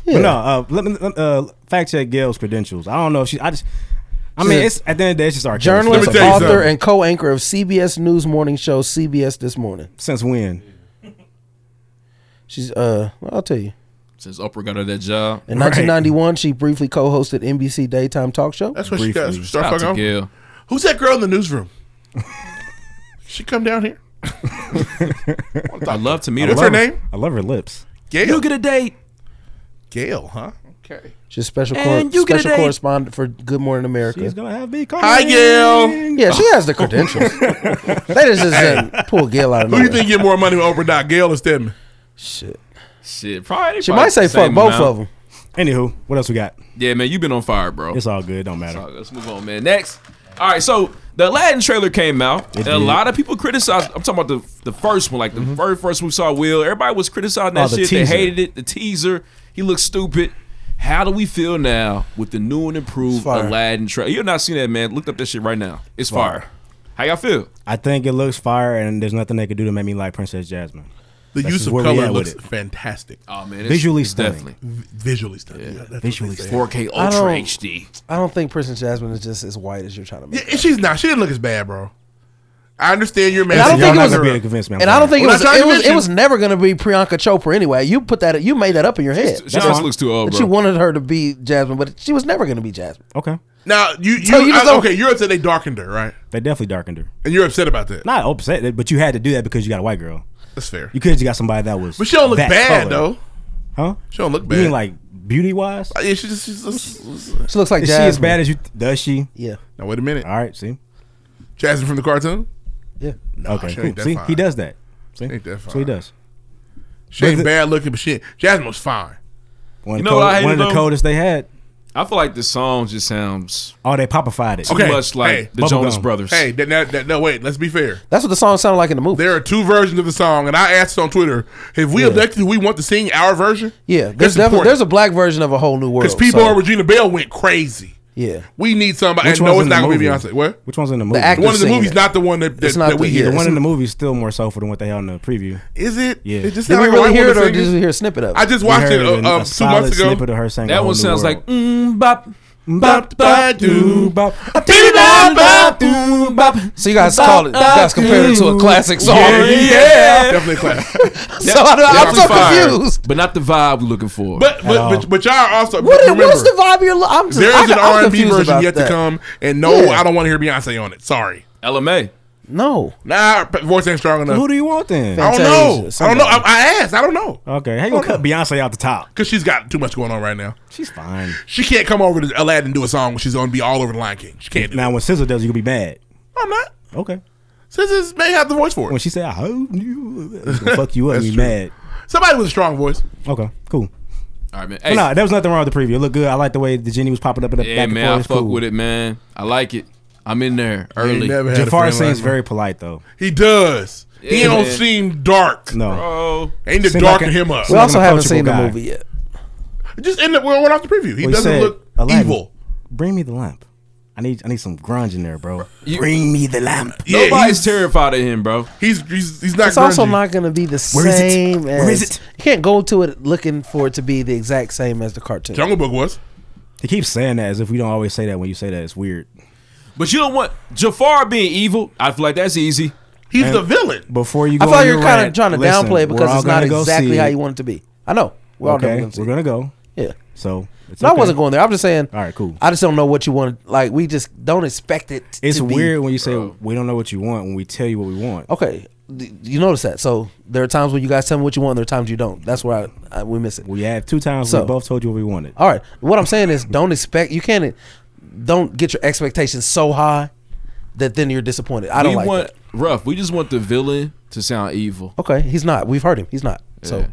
S6: But no, uh, let me let- uh, fact check Gail's credentials. I don't know if she. I just. I mean,
S8: She's
S6: it's at the end of the day, it's just our
S8: Journalist,
S9: Let me tell you
S8: author,
S9: something.
S8: and co-anchor of CBS News morning show CBS This Morning.
S6: Since when?
S8: She's uh, well, I'll tell you.
S4: Since Oprah got her that job.
S8: In 1991, she briefly co-hosted NBC daytime talk show.
S9: That's what she got.
S6: Briefly.
S9: Start
S4: Out
S9: fucking
S4: to
S9: off.
S4: Gail.
S9: Who's that girl in the newsroom? she come down here.
S4: I'd love to meet
S9: What's
S4: her.
S9: her name?
S6: I love her lips.
S9: Gail.
S4: You get a date.
S9: Gail, huh? Okay.
S8: She's special cor-
S4: And you get a
S8: special
S4: date.
S8: correspondent for Good Morning America.
S6: She's gonna have me.
S9: Hi, Gail.
S8: yeah, she has the credentials. that is just didn't pull Gail out of
S9: Who
S8: nowhere.
S9: you think get more money with Oprah Doc Gail or Stedman?
S8: Shit.
S4: Shit, probably.
S8: She might say fuck both of them.
S6: Anywho, what else we got?
S4: Yeah, man, you've been on fire, bro.
S6: It's all good. Don't matter.
S4: All right, let's move on, man. Next. All right, so the Aladdin trailer came out, and a
S6: did.
S4: lot of people criticized. I'm talking about the the first one, like the very first we saw. Will everybody was criticizing that
S6: Oh, the
S4: shit?
S6: teaser.
S4: They hated it. The teaser. He looked stupid. How do we feel now with the new and improved
S8: fire.
S4: Aladdin trailer? You've not seen that, man. Look up that shit right now. It's fire. How y'all feel?
S6: I think it looks fire, and there's nothing they could do to make me like Princess Jasmine.
S9: The
S6: That's
S9: use
S6: just
S9: of
S6: where we
S9: color
S6: at with
S9: looks
S6: it.
S9: fantastic.
S4: Oh man,
S6: Visually stunning.
S4: definitely
S9: Visually stunning. Yeah, that's what
S6: Visually
S9: they say.
S4: 4K
S8: I
S4: Ultra
S8: don't-
S4: HD.
S8: I don't think Princess Jasmine is just as white as you're trying to make.
S9: Yeah, and she's not. She didn't look as bad, bro. I understand your man.
S8: I don't
S6: Y'all
S8: think it
S6: not
S8: was-
S6: gonna be able to convince me. I'm
S8: And I don't
S6: sorry.
S8: think it
S9: Well,
S8: was,
S9: that's how you
S8: it was. It
S9: mentioned-
S8: was never going to be Priyanka Chopra anyway. You put that. You made that up in your head.
S4: She
S6: fine.
S4: just looks too old,
S8: That
S4: bro.
S8: you wanted her to be Jasmine, but she was never going to be Jasmine.
S6: Okay,
S9: Now you, you,
S8: So you just
S9: I-
S8: don't-
S9: okay? You're upset they darkened her, right?
S6: they definitely darkened her.
S9: And you're upset about that.
S6: Not upset, but you had to do that because you got a white girl.
S9: That's fair.
S6: You could have just got somebody that was.
S9: But she don't look
S6: that color.
S9: bad though.
S6: huh?
S9: She don't look bad.
S6: You mean like beauty wise?
S9: Yeah, she just, she's just.
S8: She looks like
S6: Is she
S8: Jasmine.
S6: as bad as you? Does she?
S8: yeah,
S9: Now wait a minute,
S6: All right, see.
S9: Jasmine from the cartoon.
S8: yeah.
S6: Okay,
S9: she
S6: cool.
S9: ain't that
S6: See,
S9: fine.
S6: he does that. See,
S9: Ain't that
S6: so he
S9: fine.
S6: does.
S9: She ain't
S6: the-
S9: bad looking, but shit, Jasmine was fine.
S6: One,
S4: You
S6: of the
S4: know what I
S6: cold-
S4: hated
S6: one of the
S4: though?
S6: coldest they had.
S4: I feel like the song just sounds
S6: Oh, they popified it.
S4: too
S9: Okay,
S4: much like
S9: hey,
S4: the
S6: bubblegum.
S4: Jonas Brothers.
S9: Hey, that, that, that, no, wait. Let's be fair.
S8: That's what the song sounded like in the movie.
S9: There are two versions of the song, and I asked on Twitter, "Have we objected? Do we want to sing our version?"
S8: yeah, there's definitely there's a black version of a whole new world.
S9: because people
S8: so,
S9: on Regina Bell went crazy.
S8: yeah,
S9: We need somebody.
S6: Which
S9: and no,
S6: one's
S9: it's
S6: in the
S9: not gonna be
S6: movie?
S9: Beyonce. What?
S6: Which one's in the movie?
S8: actor-
S9: One of the
S8: singing
S9: movies,
S8: it.
S9: not the one that, that,
S8: It's not
S9: that we
S8: the-
S9: hear.
S8: yeah,
S6: the one
S8: it's-
S6: in the movie is still more soulful than what they had in the preview.
S9: Is it?
S6: Yeah.
S9: It just
S8: did
S9: sound
S8: we
S9: like a
S8: really
S9: white
S8: hear it
S9: woman
S8: or did
S9: singing.
S8: you hear a snippet of it?
S9: I just
S6: We
S9: watched
S6: heard
S9: it uh,
S6: an-
S9: uh,
S6: a
S9: two
S6: solid
S9: months ago.
S6: Snippet of her saying
S4: That one sounds like mm, bop,
S6: bop bop doo
S9: mm,
S6: bop bop bop doo bop.
S8: so you guys called it. You guys compared it to a classic song.
S4: Yeah, yeah.
S9: Definitely a class.
S8: so I, I'm
S4: Definitely
S8: so
S4: fire,
S8: confused.
S4: But not the vibe we're looking for.
S9: But but, but but y'all also
S8: What is,
S9: remember
S8: what's the vibe you're? lo- I'm just,
S9: there is
S8: I,
S9: an
S8: I'm
S9: R and B
S8: confused
S9: version
S8: about
S9: yet
S8: that.
S9: to come, and no,
S8: Yeah.
S9: I don't want to hear Beyonce on it. Sorry,
S4: LMA.
S8: No,
S9: nah, her voice ain't strong enough.
S6: Who do you want then?
S9: I don't know.
S8: Fantasia,
S9: I don't know. I, I asked. I don't know
S6: Okay, how you gonna cut Beyonce out the top?
S9: because she's got too much going on right now.
S6: She's fine.
S9: She can't come over to Aladdin and do a song when she's going to be all over the Lion King. She can't do
S6: Now
S9: that.
S6: when SZA does, it, you'll be mad.
S9: I'm not.
S6: Okay.
S9: Scissors may have the voice for
S6: When
S9: it.
S6: she say I hope you, it's gonna fuck you up.
S9: That's
S6: You
S9: true.
S6: mad?
S9: Somebody with a strong voice.
S6: Okay, cool.
S4: All right, man.
S6: But
S4: Hey,
S6: nah, there was nothing wrong with the preview. It looked good. I like the way the Jenny was popping up in the
S4: yeah,
S6: back and
S4: man,
S6: forth.
S4: I
S6: It's
S4: fuck
S6: cool.
S4: with it, man. I like it. I'm in there early.
S9: never had a
S6: Jafar
S9: friend like
S6: seems
S9: that.
S6: very polite though.
S9: He does. he
S4: Yeah,
S9: don't
S4: man.
S9: seem dark.
S6: No,
S4: Bro,
S9: Ain't to
S6: Seem like
S9: darken
S6: a-
S9: him up.
S6: Seem
S8: We
S6: like
S8: also
S6: an
S8: haven't
S6: approachable
S8: seen the
S6: guy.
S8: movie yet.
S9: Just end up. We went off the preview.
S6: Well, he
S9: He doesn't
S6: said,
S9: look
S6: "Aladdin."
S9: evil.
S6: bring me the lamp. I need I need some grunge in there, bro.
S4: You-
S6: bring me the lamp.
S9: Yeah,
S4: nobody's
S9: he's,
S4: terrified of him, bro.
S9: he's he's he's not.
S8: It's also
S9: grungy.
S8: not going to be the
S6: Where is it?
S8: same. As,
S6: Where is it?
S8: You can't go to it looking for it to be the exact same as the cartoon.
S9: Jungle Book was.
S6: He keeps saying that as if we don't always say that when you say that. It's weird.
S4: But you don't want Jafar being evil. I feel like that's easy.
S9: He's the villain.
S6: Before you,
S8: I
S6: go
S8: thought
S6: on
S8: you
S6: your
S8: were kind of
S6: rant,
S8: trying to
S6: listen,
S8: downplay it
S6: we're all
S8: because it's not
S6: gonna go see
S8: exactly how
S6: it.
S8: you want it to be. I know. We're all
S6: okay,
S8: going to
S6: we're gonna go.
S8: Yeah.
S6: So it's
S8: No, I
S6: okay.
S8: wasn't going there. I'm just saying.
S6: All right, cool.
S8: I just don't know what you want. Like, we just don't expect it. t-
S6: It's
S8: to be-
S6: weird when you say we don't know what you want when we tell you what we want.
S8: Okay, d- you notice that. So there are times when you guys tell me what you want, and there are times you don't. That's where I, I we miss it.
S6: We had two times
S8: So-
S6: we both told you what we wanted. Uh,
S8: All right. What I'm saying is, don't expect. You can't. Don't get your expectations so high that then you're disappointed. I don't
S4: we
S8: like
S4: want
S8: that.
S4: rough. We just want the villain to sound evil.
S8: Okay, he's not. We've heard him. He's not. So
S4: Yeah.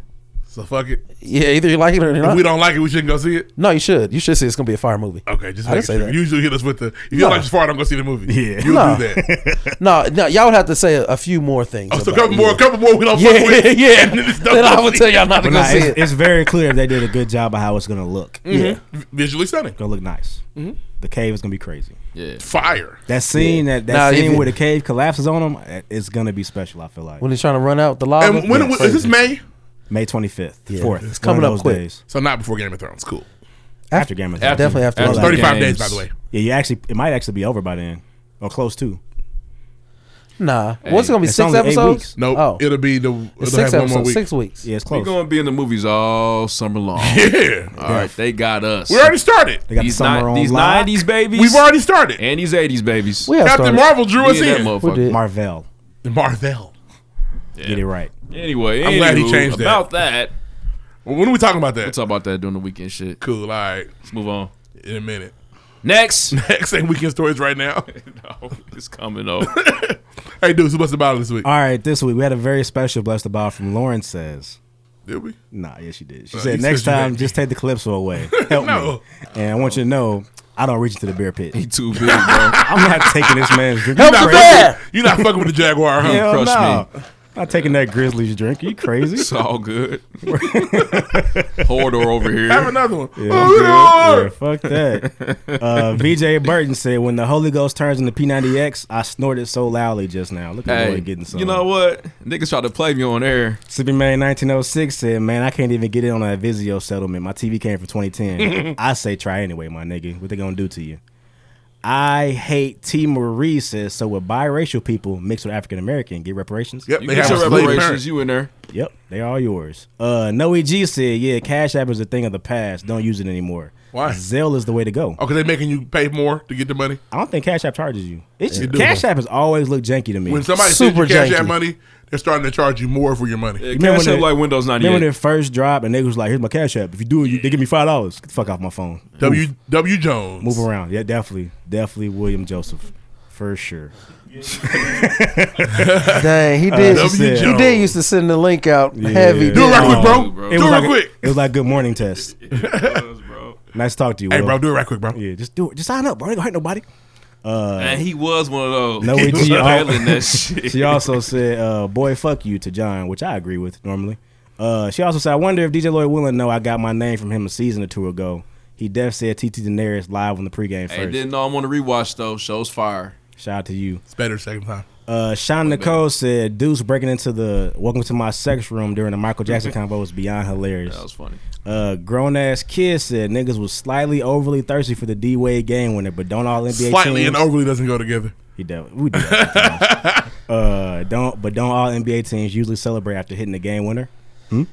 S9: So fuck it.
S8: yeah, either you like it or
S9: If
S8: not.
S9: we don't like it, we shouldn't go see it.
S8: no, you should. You should see it's gonna be a fire movie.
S9: Okay, just
S8: I
S9: make
S8: didn't say
S9: sure.
S8: that.
S9: You usually hit us with the. If you don't
S8: No.
S9: like Jafar, don't go see the movie.
S6: Yeah.
S9: you'll
S8: No.
S9: do that.
S8: No, no, y'all would have to say a, a few more things.
S9: Oh, so a
S8: about
S9: couple
S8: it.
S9: more, a couple more. We don't
S8: Yeah,
S9: fuck with.
S8: yeah. yeah.
S9: And it's
S8: then I would tell y'all not to
S6: But
S8: go
S6: nah,
S8: see
S6: it's,
S8: it. Mm-hmm.
S6: it's very clear they did a good job of how it's gonna look.
S8: Yeah.
S9: Visually stunning.
S6: Gonna look nice.
S8: Mm-hmm.
S6: The cave is gonna be crazy.
S4: Yeah.
S9: Fire.
S6: That scene that
S8: Nah,
S6: that
S8: if
S6: scene
S8: it-
S6: where the cave collapses on them, it's gonna be special. I feel like
S8: When he's trying to run out the lava.
S9: And when
S8: Yeah.
S9: when- is this May?
S6: May twenty fifth, fourth.
S8: It's
S6: one of
S8: coming up
S6: those
S8: quick.
S6: days.
S9: So not before Game of Thrones. Cool.
S6: after Game of Thrones.
S4: After-
S8: Definitely after
S4: after
S8: Love.
S9: Thirty-five
S4: Games.
S9: days, by the way.
S6: Yeah, you actually it might actually be over by then or close to.
S8: Nah. What's it gonna be?
S6: It's
S8: Six
S6: only eight
S8: episodes?
S6: weeks.
S9: Nope.
S8: Oh.
S9: It'll be the. It'll
S8: It's
S9: have
S8: six
S9: one more
S8: episodes.
S9: week.
S8: Six weeks.
S6: Yeah, it's
S4: We're
S6: close.
S4: gonna be in the movies all summer long.
S9: Yeah.
S4: All right, they got us.
S9: We already started.
S6: they got
S4: these
S6: the summer
S4: ni-
S6: on
S4: these
S6: lock.
S4: '90s babies.
S9: We've already started.
S4: and these '80s babies.
S8: We have
S9: Captain
S8: started.
S9: Marvel drew
S4: We
S9: us
S4: in that
S9: in.
S8: We
S4: motherfucker.
S8: did.
S6: Marvel.
S9: Marvel.
S6: Get it right.
S4: Anyway,
S9: I'm glad he
S4: anywho,
S9: changed that.
S4: about that.
S9: Well, when are we talking about that?
S4: We'll talk about that during the weekend. Shit.
S9: cool. All right.
S4: Let's move on.
S9: In a minute.
S4: Next.
S9: Next ain't weekend stories right now.
S4: no, it's coming up.
S9: hey, dudes, who busted bottle this week?
S6: All right, this week we had a very special blessed about from Lauren says.
S9: Did we?
S6: Nah, yeah, she did. She
S9: Uh,
S6: said
S9: you
S6: next
S9: said you
S6: time
S9: had-
S6: just take the calypso away. Help
S9: No.
S6: me. And I want you to know I don't reach into the beer
S4: He
S6: pit.
S4: too big, bro.
S6: I'm not taking this man's drink.
S8: Help
S6: You
S8: the
S6: crazy?
S8: bear.
S9: You're not fucking with the Jaguar, huh?
S6: Hell
S4: Crush
S6: no. Not taking that Grizzlies drink. Are you
S4: It's
S6: crazy?
S4: all good. Hoarder over
S9: Have
S4: here.
S9: another one.
S6: I'm
S9: Oh,
S6: good.
S9: Lord.
S6: Yeah, fuck that. Uh, VJ Burton said, "When the Holy Ghost turns into P90X, I snorted so loudly just now. Look at the
S4: Hey,
S6: boy getting some.
S4: you know what? Niggas tried to play me on air.
S6: Sleepy Man 1906 said, "Man, I can't even get in on that Vizio settlement. My TV came from 2010. I say try anyway, my nigga. What they gonna do to you?" I hate T. Marie says, "So with biracial people mixed with African American get reparations."
S9: Yep,
S4: You
S9: they
S4: get
S9: have
S4: your
S9: a slave
S4: reparations.
S9: parent.
S4: You in there?
S6: Yep, they are yours. Uh, Noe G said, "Yeah, Cash App is a thing of the past. Don't use it anymore.
S9: Why?
S6: Zelle is the way to go.
S9: Oh, because they making you pay more to get the money?
S6: I don't think Cash App charges you. It's
S9: It do.
S6: Cash App has always looked janky to me.
S9: When somebody
S8: Super
S9: Super says you
S8: janky.
S9: cash that money, they're starting to charge you more for your money.
S4: Yeah,
S6: remember
S4: Cash
S6: when
S4: App
S6: they-
S4: like Windows
S6: Remember when
S4: 98.
S6: it first dropped and they was like, "Here's my Cash App. If you do it, you, they give me five dollars. Get the fuck off my phone."
S9: W W Jones.
S6: Move around. Yeah, definitely. Definitely William Joseph. For sure.
S8: Dang, he did.
S9: W
S6: said-
S9: Jones.
S6: He
S8: He did used to send the link out heavy.
S6: Do
S9: Do
S8: didn't
S9: it right
S8: he?
S9: quick, bro.
S4: Oh, bro.
S9: Do it
S6: was
S9: right
S6: like
S9: quick.
S6: Um, It was like good morning test. nice to talk to you.
S9: Hey,
S6: Will.
S9: bro, do it right quick, bro.
S6: Yeah, just do it. Just sign up, bro. Ain't gonna hurt nobody.
S4: And he was one of those.
S6: Uh, No,
S4: he
S6: we
S4: was
S6: G-
S4: failing that shit.
S6: She also said, uh, boy, fuck you to John, which I agree with normally. Uh, she also said, I wonder if DJ Lloyd Willing know I got my name from him a season or two ago. He def said TT Daenerys live on the pregame first.
S4: Hey, didn't know I'm on the rewatch though. Show's fire.
S6: Shout out to you.
S9: It's better second time.
S6: Uh, Sean Nicole said, Deuce breaking into the Welcome to My Sex Room during the Michael Jackson convo was beyond hilarious.
S4: That was funny.
S6: Uh, grown ass kid said niggas was slightly overly thirsty for the D Wade game winner, but don't all NBA
S9: Slightly
S6: teams
S9: and overly doesn't go together.
S6: He def- we do that sometimes. uh, don't but don't all NBA teams usually celebrate after hitting the game winner? Hmm?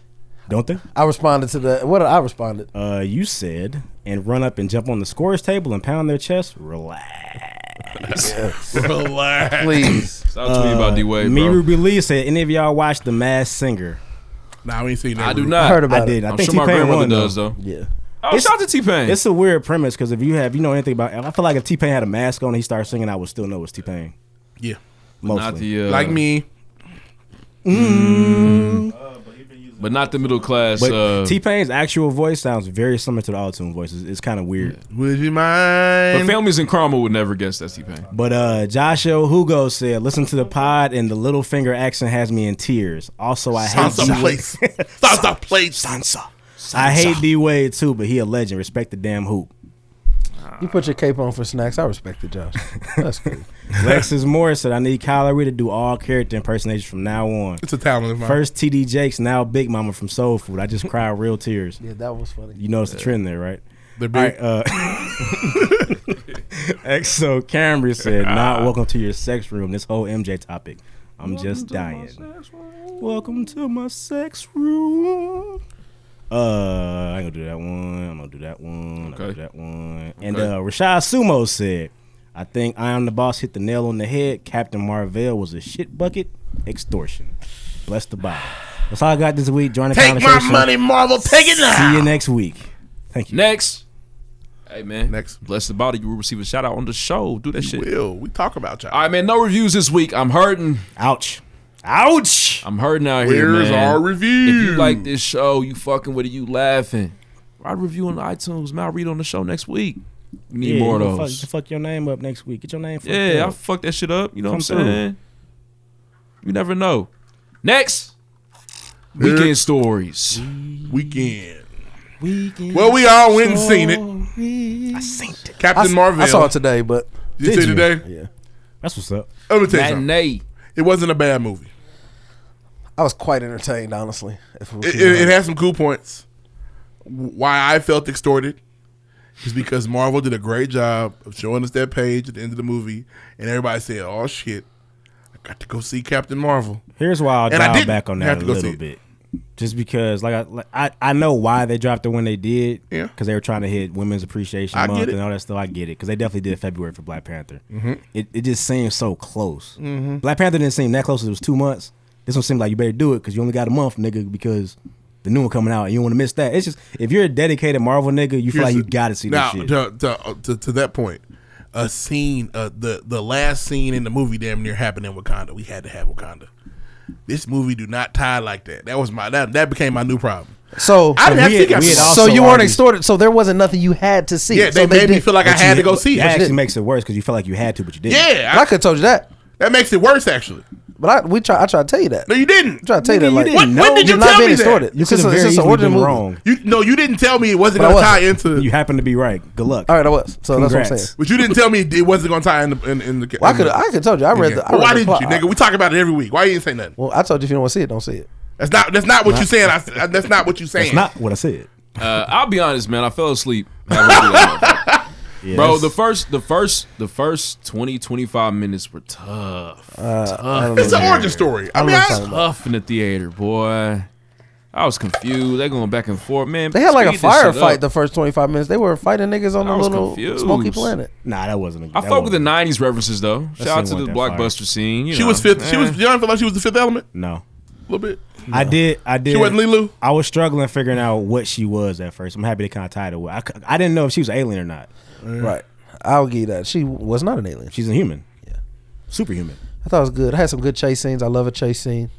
S6: Don't they?
S8: I responded to the. What did I responded?
S6: Uh, you said and run up and jump on the scores table and pound their chest. Relax.
S9: Relax.
S8: Please.
S4: Stop tweeting
S6: Uh,
S4: about D Wade, bro.
S6: Miru Belize said, any of y'all watch The Masked Singer?
S9: Nah, we ain't seen that.
S4: I do
S9: Rudy.
S4: not.
S8: I heard about
S6: I
S8: it.
S6: did. I
S4: I'm
S6: think
S4: sure my
S6: T-Pain
S4: grandmother
S6: won,
S4: does though.
S8: Yeah.
S4: Oh, shout out to T Pain.
S6: It's a weird premise because if you have you know anything about, I feel like if T Pain had a mask on and he started singing, I would still know it's T Pain.
S9: Yeah.
S6: Mostly.
S4: Not the uh,
S9: Like me.
S4: but not the middle class.
S6: But
S4: uh,
S6: T Pain's actual voice sounds very similar to the autotune voice. It's, it's kind of weird.
S9: Would you
S4: but
S9: mind?
S4: families in Carmel would never guess that's T Pain.
S6: But uh Joshua Hugo said, "Listen to the pod, and the little finger accent has me in tears." Also, I hate
S9: Sansa
S6: D-
S9: place. Sansa place.
S6: Sansa. I hate D Wade too, but he a legend. Respect the damn hoop.
S8: You put your cape on for snacks. I respect it, Josh. That's cool.
S6: Lexus Morris said, "I need Kyler to do all character impersonations from now on."
S9: It's a talent of mine.
S6: First TD Jakes, now Big Mama from Soul Food. I just cried real tears.
S8: Yeah, that was funny.
S6: You notice the trend there, right?
S9: They're big.
S6: All right, uh, Exo Camry said,
S4: Ah.
S6: "Not welcome to your sex room. This whole MJ topic. I'm just dying. Welcome to my sex room. Uh, I'm gonna do that one. I'm gonna do that one. I'm gonna
S4: Okay.
S6: do that one. And
S4: Okay.
S6: uh, Rashad Sumo said, "I think I am the boss hit the nail on the head. Captain Marvell was a shit bucket. Extortion. Bless the Bible. That's all I got this week. Join the
S9: Take my
S6: conversation.
S9: money, Marvel. Take it
S6: See you
S9: now.
S6: next week. Thank you.
S4: Next, hey man,
S9: Next.
S4: bless the body. You will receive a shout out on the show. Do that shit.
S9: Will we talk about y'all?
S4: All right, man. No reviews this week. I'm hurting.
S6: Ouch. Ouch."
S4: I'm hurting out here,
S9: Where's
S4: man.
S9: our
S4: If
S9: review?
S4: you like this show, you fucking with it. You laughing. Write a review on iTunes. Man, I'll read it on the show next week. We need
S6: Yeah,
S4: more of
S6: you can Fuck,
S4: those.
S6: you can fuck your name up next week. Get your name. fucked
S4: Yeah, I
S6: up.
S4: fucked that shit up. You know what
S6: Come
S4: I'm
S6: through.
S4: saying? You never know. Next, weekend stories.
S9: weekend. Weekend. Well, we all went and seen it.
S6: I synced it.
S8: I,
S9: Captain
S8: s-
S9: Marvel.
S8: I saw it today, but
S9: Did you see today?
S8: yeah,
S6: That's what's up.
S9: Let me tell you something.
S4: Matinee.
S9: It wasn't a bad movie.
S8: I was quite entertained, honestly. If we're
S9: It,
S8: being
S9: it, it
S8: honest.
S9: had some cool points. Why I felt extorted is because Marvel did a great job of showing us that page at the end of the movie, and everybody said, "Oh shit, I got to go see Captain Marvel."
S6: Here's why I'll
S9: And I
S6: dial
S9: didn't
S6: back on
S9: have
S6: that a
S9: to go see
S6: little
S9: it.
S6: bit. Just because, like I, like, I, I know why they dropped it when they did.
S9: Yeah.
S6: Because they were trying to hit Women's Appreciation
S9: I get
S6: Month
S9: it. Mm-hmm.
S6: and all that stuff. I get it. Because they definitely did February for Black Panther. It, it just seemed so close. Black Panther didn't seem that close. It was two months. This one seemed like you better do it because you only got a month, nigga. Because the new one coming out, and you want to miss that. It's just if you're a dedicated Marvel nigga, you feel
S9: Here's
S6: like you
S9: the-
S6: got to see
S9: now,
S6: this shit.
S9: To, to, to, to that point, a scene, uh, the the last scene in the movie damn near happened in Wakanda. We had to have Wakanda. This movie do not tie like that. That was my that that became my new problem.
S8: so.
S9: I didn't have
S6: we
S9: to
S6: had-
S9: think I
S6: we had
S9: saw-
S6: all-
S8: so
S6: also
S8: you weren't
S6: already-
S8: extorted. So there wasn't nothing you had to see.
S9: Yeah, they
S8: so
S9: made me
S8: did-
S9: feel like I
S6: But you
S9: had to
S6: didn't-
S9: go see
S6: That
S9: it.
S6: actually makes it worse because you felt like you had to, but you didn't.
S9: Yeah,
S8: I could have told you that,
S9: That makes it worse, actually.
S8: but I we try. I tried to tell you that.
S9: No, you didn't.
S8: I tried to tell you that.
S6: Nigga, you
S8: Like,
S6: didn't What-
S9: know. when did
S8: You're
S9: you
S8: not
S9: tell
S8: being
S9: me that?
S8: extorted.
S6: You
S8: It's
S6: could
S8: just
S6: have
S8: a- it's
S6: very
S8: just an
S6: easily
S8: ordinary
S6: been
S8: movie.
S6: wrong.
S9: You no, you didn't tell me it wasn't
S8: But I
S9: going to tie
S8: wasn't.
S9: into.
S6: You happen to be right. Good luck.
S8: All right, I was. So that's what I'm
S6: Congrats.
S8: saying.
S9: but you didn't tell me it wasn't going to tie in the in, in the.
S8: Well, I could. I could told you. I read the. I read
S9: why
S8: the
S9: didn't
S8: plot.
S9: you, nigga? We talk about it every week. Why you didn't say nothing?
S8: Well, I told you if you don't want to see it, don't see it.
S9: That's not. That's not what you saying. I, said- that's not what you saying.
S6: That's not what I said.
S4: Uh, I'll be honest, man. I fell asleep. halfway through that motherfucker.
S6: Yeah,
S4: Bro,
S6: that's-
S4: the first, the first, the first 20, 25 minutes were tough.
S9: Uh-huh. It's an origin story. I mean,
S8: know
S9: I-
S8: what I'm talking
S4: tough in the theater, boy. I was confused. They going back and forth, man.
S8: They had like a
S4: speed this shit
S8: firefight
S4: up.
S8: the first 25 minutes. They were fighting niggas on
S4: I
S8: a
S4: was
S8: little
S4: confused.
S8: smoky planet.
S6: Nah, that wasn't. A,
S4: I
S6: that
S4: fuck with the
S6: wasn't-
S4: '90s references though. Shout out
S6: shit
S4: to the
S6: wasn't that fire.
S4: blockbuster scene. you
S9: she
S4: know.
S9: was fifth. She
S4: Eh.
S9: was. Y'all feel like she was the fifth element
S6: No,
S9: a little bit.
S6: I did. I did.
S9: She wasn't Lulu.
S6: I was struggling figuring out what she was at first. I'm happy they kind of tied it away. I, c- I didn't know if she was an alien or not.
S8: Right. I'll give you that. She was not an alien.
S6: She's a human. Yeah, superhuman.
S8: I thought it was good. I had some good chase scenes. I love a chase scene.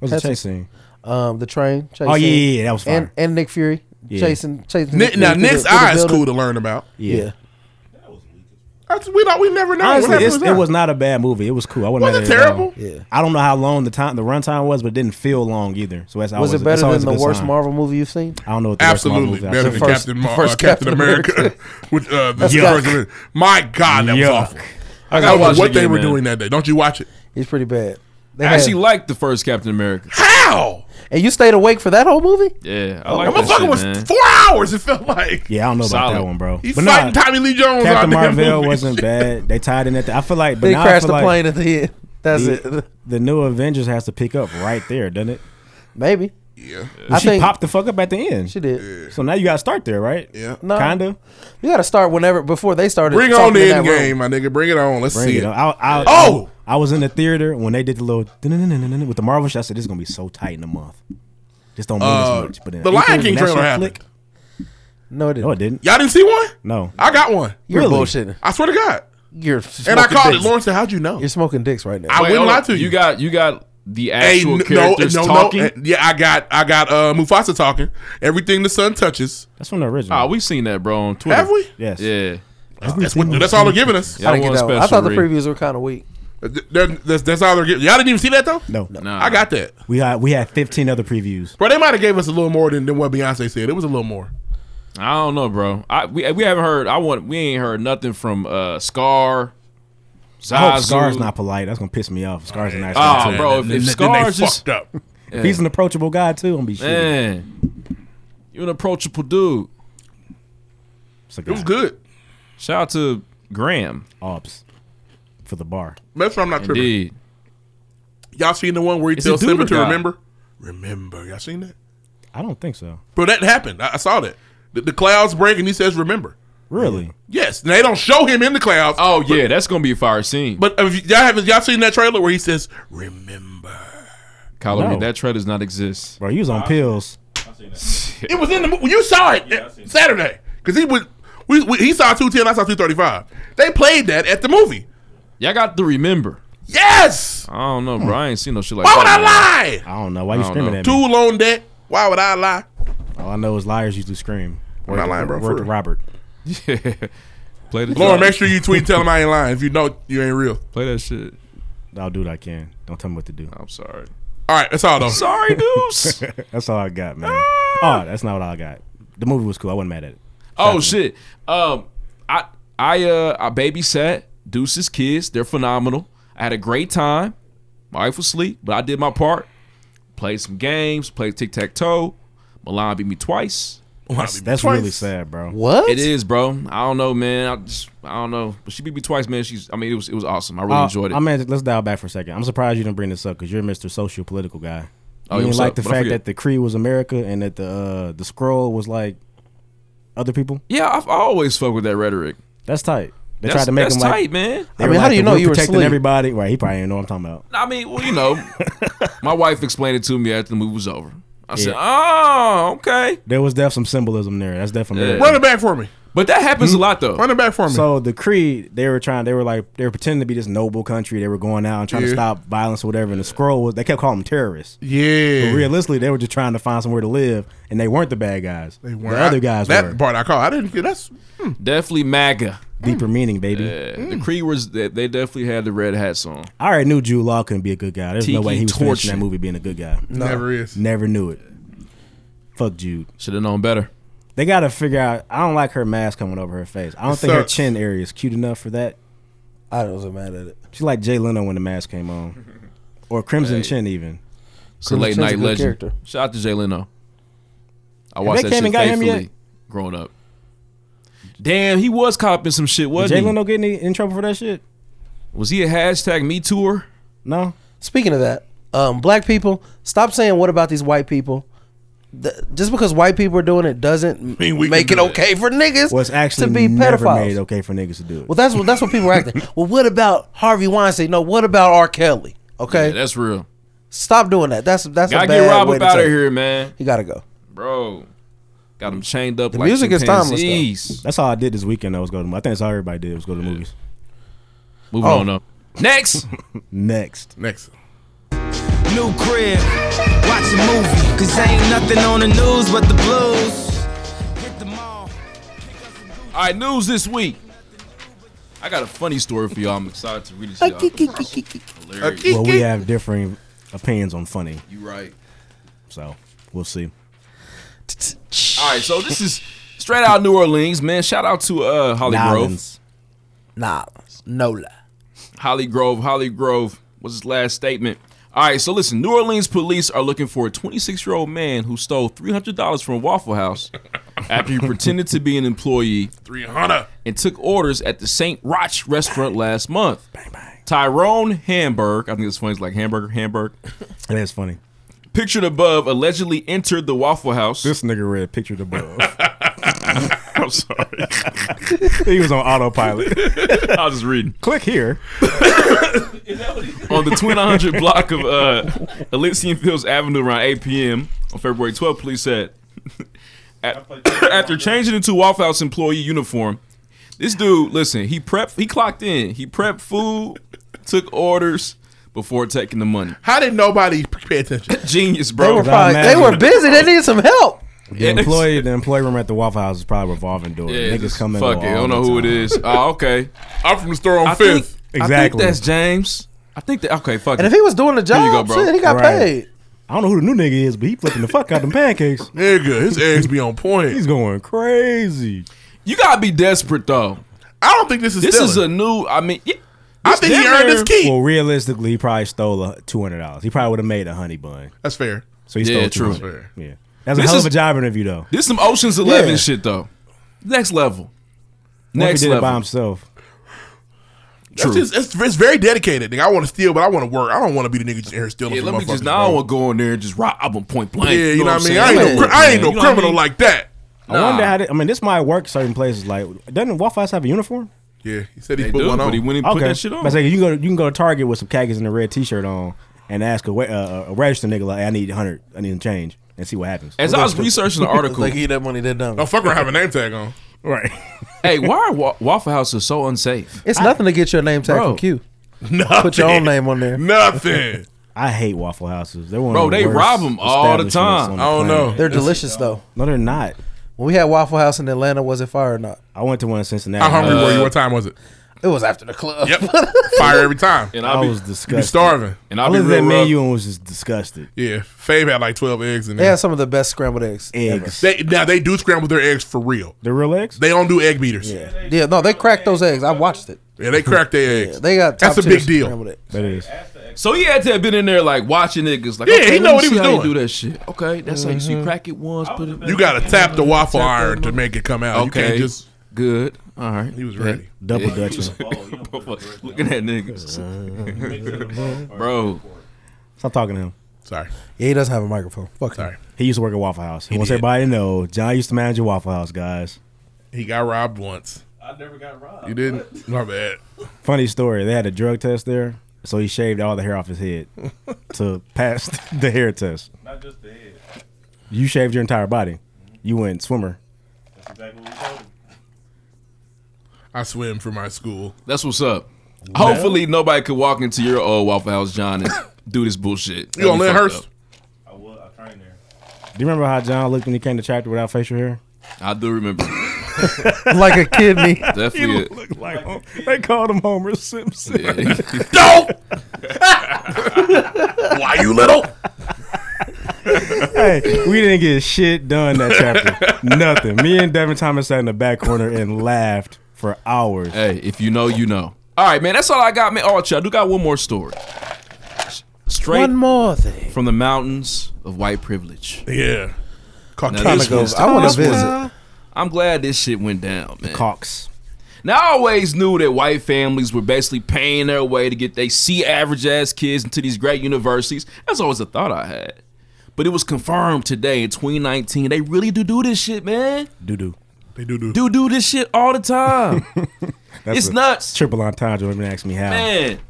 S6: What was the
S8: That's-
S6: chase scene?
S8: Um, the train. Chase
S6: Oh, yeah,
S8: scene.
S6: yeah, yeah, that was fire.
S8: And, and Nick Fury
S6: Yeah.
S8: chasing, chasing.
S9: Nick, now
S8: Fury through
S9: Nick's
S8: the- through the
S9: eye is
S8: building.
S9: cool to learn about.
S8: Yeah.
S9: That's, we don't. We never know.
S6: Honestly,
S9: What
S6: it's,
S9: happened
S6: it was
S9: with
S6: not a bad movie. It was cool. I
S9: that?
S6: wasn't
S9: Was
S6: mad
S9: it
S6: at all.
S9: terrible?
S8: Yeah.
S6: I don't know how long the time, the runtime was, but it didn't feel long either. So that's
S8: Was
S6: always,
S8: it
S6: that's
S8: better
S6: always
S8: than
S6: a
S8: the
S6: good
S8: worst
S6: sign.
S8: Marvel movie you've seen?
S6: I don't know what the
S9: Absolutely
S6: worst Marvel movie I've
S9: better
S6: seen.
S9: than
S8: first-
S9: Captain,
S8: the
S9: Mar-
S8: first
S9: uh,
S8: Captain
S9: Captain America.
S8: America.
S9: With uh, the
S8: Yuck.
S9: first- my God, that was
S6: Yuck.
S9: awful.
S4: I
S9: I
S4: gotta
S9: don't know
S4: watch it
S9: what they
S4: again,
S9: were
S4: man.
S9: doing that day. Don't you watch it?
S8: It's pretty bad. They
S4: I actually
S8: had-
S4: liked the first Captain America.
S9: How?
S8: and you stayed awake for that whole movie?
S4: Yeah, I
S9: That
S4: like that
S9: Oh, motherfucker
S4: shit,
S9: was
S4: man.
S9: four hours. It felt like
S6: Yeah, I don't know about
S4: Solid.
S6: that one, bro.
S9: he's
S6: But nah,
S9: fighting Tommy Lee Jones.
S6: Captain
S9: out there in that
S6: Marvel
S9: movie.
S6: wasn't bad. They tied in at the. I feel like, but
S8: They
S6: now I
S8: crashed
S6: feel
S8: the
S6: like
S8: plane at the end. That's
S6: the,
S8: it.
S6: the new Avengers has to pick up right there, doesn't it?
S8: Maybe.
S9: Yeah,
S8: I
S6: she
S8: think
S6: popped the fuck up at the end.
S8: she did.
S6: So now you gotta start there, right?
S9: yeah.
S8: No.
S6: Kinda.
S8: You got to start whenever before they started.
S9: Bring
S8: talking
S9: on the
S8: in
S9: end
S8: that room.
S9: game, my nigga. Bring it on. Let's
S6: Bring
S9: see
S6: it.
S9: it.
S6: on. I, I,
S9: Oh!
S6: I, was in the theater when they did the little dun-dun-dun-dun-dun with the Marvel shit. I said this is gonna be so tight in a month. This don't mean
S9: Uh,
S6: as much. But in
S9: the Lion
S6: April,
S9: King
S6: that
S9: trailer
S6: shit
S9: happened.
S6: flick-
S8: No, it didn't.
S6: No, it didn't.
S9: Y'all didn't see one?
S6: No.
S9: I got one.
S8: You're
S6: Oh, Really?
S8: bullshitting.
S9: I swear to God.
S8: You're
S9: And I
S8: smoking
S9: called it.
S8: dicks.
S9: Lauren said, "How'd you know?"
S8: You're smoking dicks right now.
S9: I
S4: Wait,
S9: wouldn't
S4: hold
S9: lie
S4: on.
S9: to you.
S4: You got you got the
S9: Hey,
S4: actual
S9: n- no,
S4: characters
S9: no,
S4: talking.
S9: no. Yeah, I got, I got uh, Mufasa talking. Everything the sun touches.
S6: That's from the original.
S9: Oh,
S4: Ah, we've seen that, bro, on Twitter.
S9: Have we?
S6: yes.
S4: Yeah.
S9: That's what. That's all they're giving us.
S4: Yeah,
S8: I didn't get that one. I
S4: special
S8: thought the
S4: read.
S8: previews were kind of weak.
S9: Th- th- That's, that's all they're giving. Y'all didn't even see that though.
S6: No.
S4: Nah.
S9: I got that,
S6: We had we had 15 other previews.
S9: bro. They might have gave us a little more than, than what Beyonce said. It was a little more.
S4: I don't know, bro. I we, we haven't heard. I want. We ain't heard nothing from uh Scar. Zazu.
S6: I hope Scar's not polite. That's gonna piss me off. Scar's a nice guy.
S4: Oh,
S9: Man,
S4: bro,
S9: then-
S4: if- if
S9: then they
S4: Scar's just-
S9: fucked up.
S6: If He's an approachable guy too. I'm gonna be sure.
S4: man. You an approachable dude.
S9: It was good.
S4: Shout out to Graham.
S6: Ops for the bar.
S9: That's why I'm not tripping.
S4: Indeed.
S9: Y'all seen the one where he
S4: It's a
S9: tells
S4: dude
S9: Simba
S4: or
S9: to
S4: guy?
S9: remember? Remember. Y'all seen that?
S6: I don't think so.
S9: Bro, that happened. I, I saw that. The, the clouds break and he says, remember.
S6: Really?
S9: Yes. And they don't show him in the clouds.
S4: Oh yeah, that's gonna be a fire scene.
S9: But if y'all have y'all seen that trailer where he says, remember?
S4: Kylo Ren,
S6: No.
S4: that trailer does not exist.
S6: Bro, he was on pills.
S9: It was in the movie. You saw it Saturday. Because he was. We, we, he saw 210, I saw 235. They played that at the movie.
S4: Y'all got to remember. Oh
S9: Yes!
S4: I don't know, bro. I ain't seen no shit like
S9: Why would
S4: that.
S9: I lie?
S6: I don't know. Why you
S4: don't
S6: screaming
S4: know.
S6: at me?
S9: Two on deck. Why would I lie?
S6: All I know is liars usually scream. Word
S9: not
S6: to-
S9: lying, bro, for
S6: Word to
S9: real.
S6: Robert.
S4: Yeah. Play the
S9: Lauren,
S4: joint.
S9: make sure you tweet and tell him I ain't lying. If you know, you ain't real.
S4: Play that shit.
S6: I'll do what I can. Don't tell me what to do.
S4: I'm sorry.
S9: All right, that's all though.
S4: Sorry, Deuce.
S6: That's all I got, man. Oh, that's not what I got. The movie was cool. I wasn't mad at it.
S4: Oh shit. Um, I I uh I babysat Deuce's kids. They're phenomenal. I had a great time. My wife was asleep, but I did my part. Played some games. Played tic tac toe. Milan beat me twice.
S6: That's, that's really sad, bro.
S8: What?
S4: It is, bro. I don't know, man. I just I don't know. But she beat me twice, man. She's. I mean, it was it was awesome. I really
S6: Uh,
S4: enjoyed it.
S6: I mean, let's dial back for a second. I'm surprised you didn't bring this up because you're Mr. Social Political guy.
S4: Oh,
S6: you
S4: yeah,
S6: didn't
S4: what's
S6: like
S4: up?
S6: the
S4: What'd I
S6: fact
S4: forget?
S6: that the Cree was America and that the uh, the scroll was like other people.
S4: yeah, I've always fucked with that rhetoric.
S6: That's tight. They
S4: That's,
S6: tried to make
S4: that's
S6: him
S4: tight,
S6: like.
S4: man.
S6: they
S8: I
S6: were
S8: mean, how
S6: like
S8: do you
S6: the
S8: know
S6: group
S8: you were
S6: protecting
S8: asleep?
S6: everybody? Right, he probably didn't know what I'm talking about.
S4: I mean, well, you know, my wife explained it to me after the movie was over. I said,
S6: Yeah.
S4: "Oh, okay."
S6: There was definitely some symbolism there. That's definitely
S4: Yeah.
S9: Run it back for me.
S4: But that happens a lot, though.
S9: Run it back for me.
S6: So the Cree, they were trying, they were like, they were pretending to be this noble country. They were going out and trying
S9: Yeah.
S6: to stop violence or whatever. And the scroll was, they kept calling them terrorists.
S9: yeah.
S6: But realistically, they were just trying to find somewhere to live, and they weren't the bad guys.
S9: They weren't.
S6: The other
S9: I-
S6: guys
S9: that
S6: were
S9: part I caught. I didn't. That's
S4: Definitely MAGA. Mm.
S6: deeper meaning, baby.
S4: Yeah, The Cree was they, they definitely had the red hats on.
S6: I already knew Jude Law couldn't be a good guy. There's no
S4: Tiki
S6: way he was
S4: torture.
S6: finishing that movie being a good guy.
S9: never is.
S6: Never knew it. Fuck Jude.
S4: Should have known better.
S6: They got to figure out. I don't like her mask coming over her face. I don't
S9: It
S6: think her
S9: sucks.
S6: chin area is cute enough for that.
S2: I wasn't mad at it.
S6: She's like Jay Leno when the mask came on, or Crimson Chin even.
S4: It's a late
S8: Chin's a
S4: night
S8: good
S4: legend.
S8: character.
S4: Shout out to Jay Leno. I watched
S6: they
S4: that
S6: came
S4: shit
S6: and got him
S4: faithfully
S6: yet?
S4: growing up. Damn, he was caught up in some shit,
S6: Did
S4: wasn't
S6: Jay
S4: he?
S6: Leno get any, in trouble for that shit?
S4: Was he a hashtag Me Tour?
S6: No.
S8: Speaking of that, um, black people, stop saying what about these white people. Th- just because white people are doing it doesn't
S9: mean we
S8: make
S9: can
S8: it
S9: do it.
S8: okay for niggas
S6: Well, it's actually
S8: to be
S6: never
S8: pedophiles.
S6: made okay for niggas to do it.
S8: Well, that's what that's what people are acting. Well, what about Harvey Weinstein? No, what about R. Kelly? Okay,
S4: Yeah, that's real.
S8: stop doing that. That's that's a
S4: Gotta
S8: bad
S4: get Rob
S8: way
S4: up
S8: to
S4: out of
S8: take it.
S4: here, man.
S8: You gotta go.
S4: Bro, got him chained up. The like
S8: music is timeless, though.
S4: chimpanzees.
S6: That's all I did this weekend. I was going to. I think that's all everybody did was go to the movies.
S4: Moving
S8: Oh.
S4: on up. Next,
S6: Next,
S9: Next.
S10: New crib, watch a movie, cause ain't nothing on the news but the blues. Hit the mall.
S4: all right, news this week. I got a funny story for y'all. I'm excited to read it. To y'all. Hilarious.
S6: well, we have differing opinions on funny,
S4: You right.
S6: so we'll see.
S4: All right, so this is straight out of New Orleans, man. Shout out to uh, Holly Grove.
S6: Dobbins.
S8: Nah, Nola.
S4: Holly Grove, Holly Grove was his last statement. All right, so listen, New Orleans police are looking for a 26 year old man who stole $300 from Waffle House after he pretended to be an employee
S9: 300.
S4: and took orders at the St. Roch restaurant last month. Tyrone Hamburg, I think it's funny, it's like hamburger, Hamburg,
S6: That is funny.
S4: pictured above, allegedly entered the Waffle House.
S6: This nigga read picture the book.
S4: I'm sorry,
S6: he was on autopilot.
S4: I was just reading.
S6: Click here.
S4: on the 2900 block of uh, Elysian Fields Avenue around 8 p.m. on February 12th, police said, at- after changing into Waffle House employee uniform, this dude, listen, he prepped, he clocked in, he prepped food, took orders, before taking the money.
S9: How did nobody pay attention?
S4: Genius, bro.
S8: They were probably they were busy. They needed some help.
S6: The employee, the employee room at the Waffle House is probably a revolving door.
S4: Yeah,
S6: Niggas
S4: just
S6: come in.
S4: Fuck it. I don't know who it is. Oh, okay.
S9: I'm from the store on
S4: I think,
S9: Fifth.
S4: I think
S6: Exactly.
S4: that's James. I think that. Okay, fuck
S8: And if
S4: it.
S8: he was doing the
S4: Here you go,
S8: job,
S4: bro.
S8: shit, he got
S6: Right.
S8: paid.
S6: I don't know who the new nigga is, but he flipping the fuck out them pancakes.
S9: Nigga, his eggs be on point.
S6: He's going crazy.
S4: you gotta be desperate though.
S9: I don't think this is.
S4: This is
S9: stealing.
S4: a new. I mean, yeah,
S9: I think he
S4: damn
S9: earned
S4: near-
S9: his keep.
S6: Well, realistically, he probably stole two hundred dollars. He probably would have made a honey bun.
S9: That's fair.
S6: So he
S4: Yeah,
S6: stole
S4: true.
S6: two hundred.
S9: Fair.
S6: Yeah, that's a
S4: This
S6: hell
S4: is-
S6: of a job interview though.
S4: This some Ocean's Eleven
S6: Yeah.
S4: shit though. Next level.
S6: What if
S4: Next
S6: he did it by
S4: level.
S6: himself.
S9: That's
S4: True.
S9: just, it's, it's very dedicated. Nigga, I want to steal, but I want to work. I don't want to be the nigga just in here stealing.
S4: Yeah,
S9: from
S4: let me just.
S9: motherfuckers,
S4: Now I
S9: bro.
S4: don't want to go in there and just rob them point blank.
S9: Yeah, you know what I mean.
S4: I'm
S9: I
S4: saying?
S9: ain't no,
S4: Yeah,
S9: cri- I
S4: man.
S9: ain't no
S4: You know what
S9: criminal
S4: mean?
S9: like that.
S6: I
S4: Nah.
S6: wonder how. They, I mean, this might work certain places. Like, doesn't Waffle House have a uniform?
S9: Yeah, he said he
S4: They
S9: put
S4: do,
S9: one on.
S4: but he went and put that shit on.
S6: But say you can go. To, you can go to Target with some khakis and a red T-shirt on, and ask a, wa- uh, a register nigga like, "I need hundred. I need a change," and see what happens.
S4: As I was researching the article,
S8: Like he that money that dumb.
S9: Don't fuck around have a name tag on.
S6: right.
S4: hey, why are wa- Waffle Houses so unsafe?
S8: It's nothing to get your name tag
S4: Bro.
S8: from Q.
S9: Nothing.
S8: Put your own name on there.
S9: Nothing.
S6: I hate Waffle Houses. They're one
S4: Bro,
S6: of the
S4: they
S6: worst
S4: rob 'em all the time.
S6: establishments on
S9: I don't
S6: planet.
S9: know.
S8: They're delicious though.
S6: No, they're not.
S8: When we had Waffle House in Atlanta, was it fire or not?
S6: I went to one in Cincinnati. uh,
S9: How hungry
S4: Uh,
S9: were you? What time was it?
S8: It was after the club.
S9: Yep. Fire every time.
S4: And
S6: I
S4: I'll be
S6: was disgusted.
S9: You starving.
S4: and
S6: I
S4: I'll be
S6: looked at that
S4: real rough.
S6: menu and was just disgusted.
S9: Yeah. Fave had like twelve eggs in
S8: They
S9: there.
S8: had some of the best scrambled eggs.
S6: Eggs.
S9: They now they do scramble their eggs for real.
S6: The real eggs?
S9: They don't do egg beaters. Yeah,
S8: ever. Yeah, no, they cracked those eggs. I watched it.
S9: they crack their eggs.
S8: They got top
S9: That's a
S8: tier
S9: big deal.
S8: scrambled eggs.
S6: That is.
S4: So he had to have been in there like watching niggas. Like,
S9: Yeah,
S4: okay,
S9: he
S4: let
S9: know
S4: me
S9: what he
S4: see
S9: was
S4: how you
S9: doing.
S4: Do that shit. Okay, that's how you
S6: Mm-hmm.
S4: see crack it once. Put it.
S9: You gotta tap the waffle iron to make it come out. You
S4: Okay,
S9: can't just
S4: good. All right.
S9: he was ready.
S6: Double Dutchman.
S4: Looking at niggas, bro.
S6: Stop talking to him.
S9: Sorry.
S8: Yeah, he doesn't have a microphone. Fuck
S9: Sorry.
S8: him.
S6: He used to work at Waffle House. He wants
S9: did.
S6: everybody to know John used to manage a Waffle House, guys.
S9: He got robbed once. I never got robbed. You didn't? My bad.
S6: Funny story. They had a drug test there, so he shaved all the hair off his head to pass the hair test. Not just the head. Mm-hmm. You shaved your entire body. You went swimmer.
S9: I swim for my school.
S4: That's what's up. Hopefully nobody could walk into your old Waffle House, John, and do this bullshit.
S9: You on
S4: That'd be
S9: Lyndhurst?
S4: fucked
S6: Do you remember how John looked when he came to chapter without facial hair?
S4: up. I do remember.
S8: Like a kidney.
S4: Definitely. it.
S6: Looked like they called him Homer Simpson.
S4: Yeah.
S9: No! Why you little?
S6: hey, we didn't get shit done that chapter. Nothing. Me and Devin Thomas sat in the back corner and laughed for hours.
S4: hey, if you know, you know. All right, man. That's all I got, man. Oh, I do got one more story. S- Straight
S8: One more thing.
S4: from the mountains of white privilege.
S9: Yeah.
S4: Now,
S9: Caucasian.
S4: this one's-
S8: I want
S4: this
S8: to
S4: one-
S8: visit.
S4: I'm glad this shit went down, man.
S6: Cox.
S4: Now I always knew that white families were basically paying their way to get they C average ass kids into these great universities. That's always a thought I had. But it was confirmed today in 2019. They really do do this shit, man.
S6: Doo doo.
S9: They do do.
S4: Do do this shit all the time. it's
S6: a-
S4: nuts,
S6: Triple entendre. Don't even ask me how.
S4: man.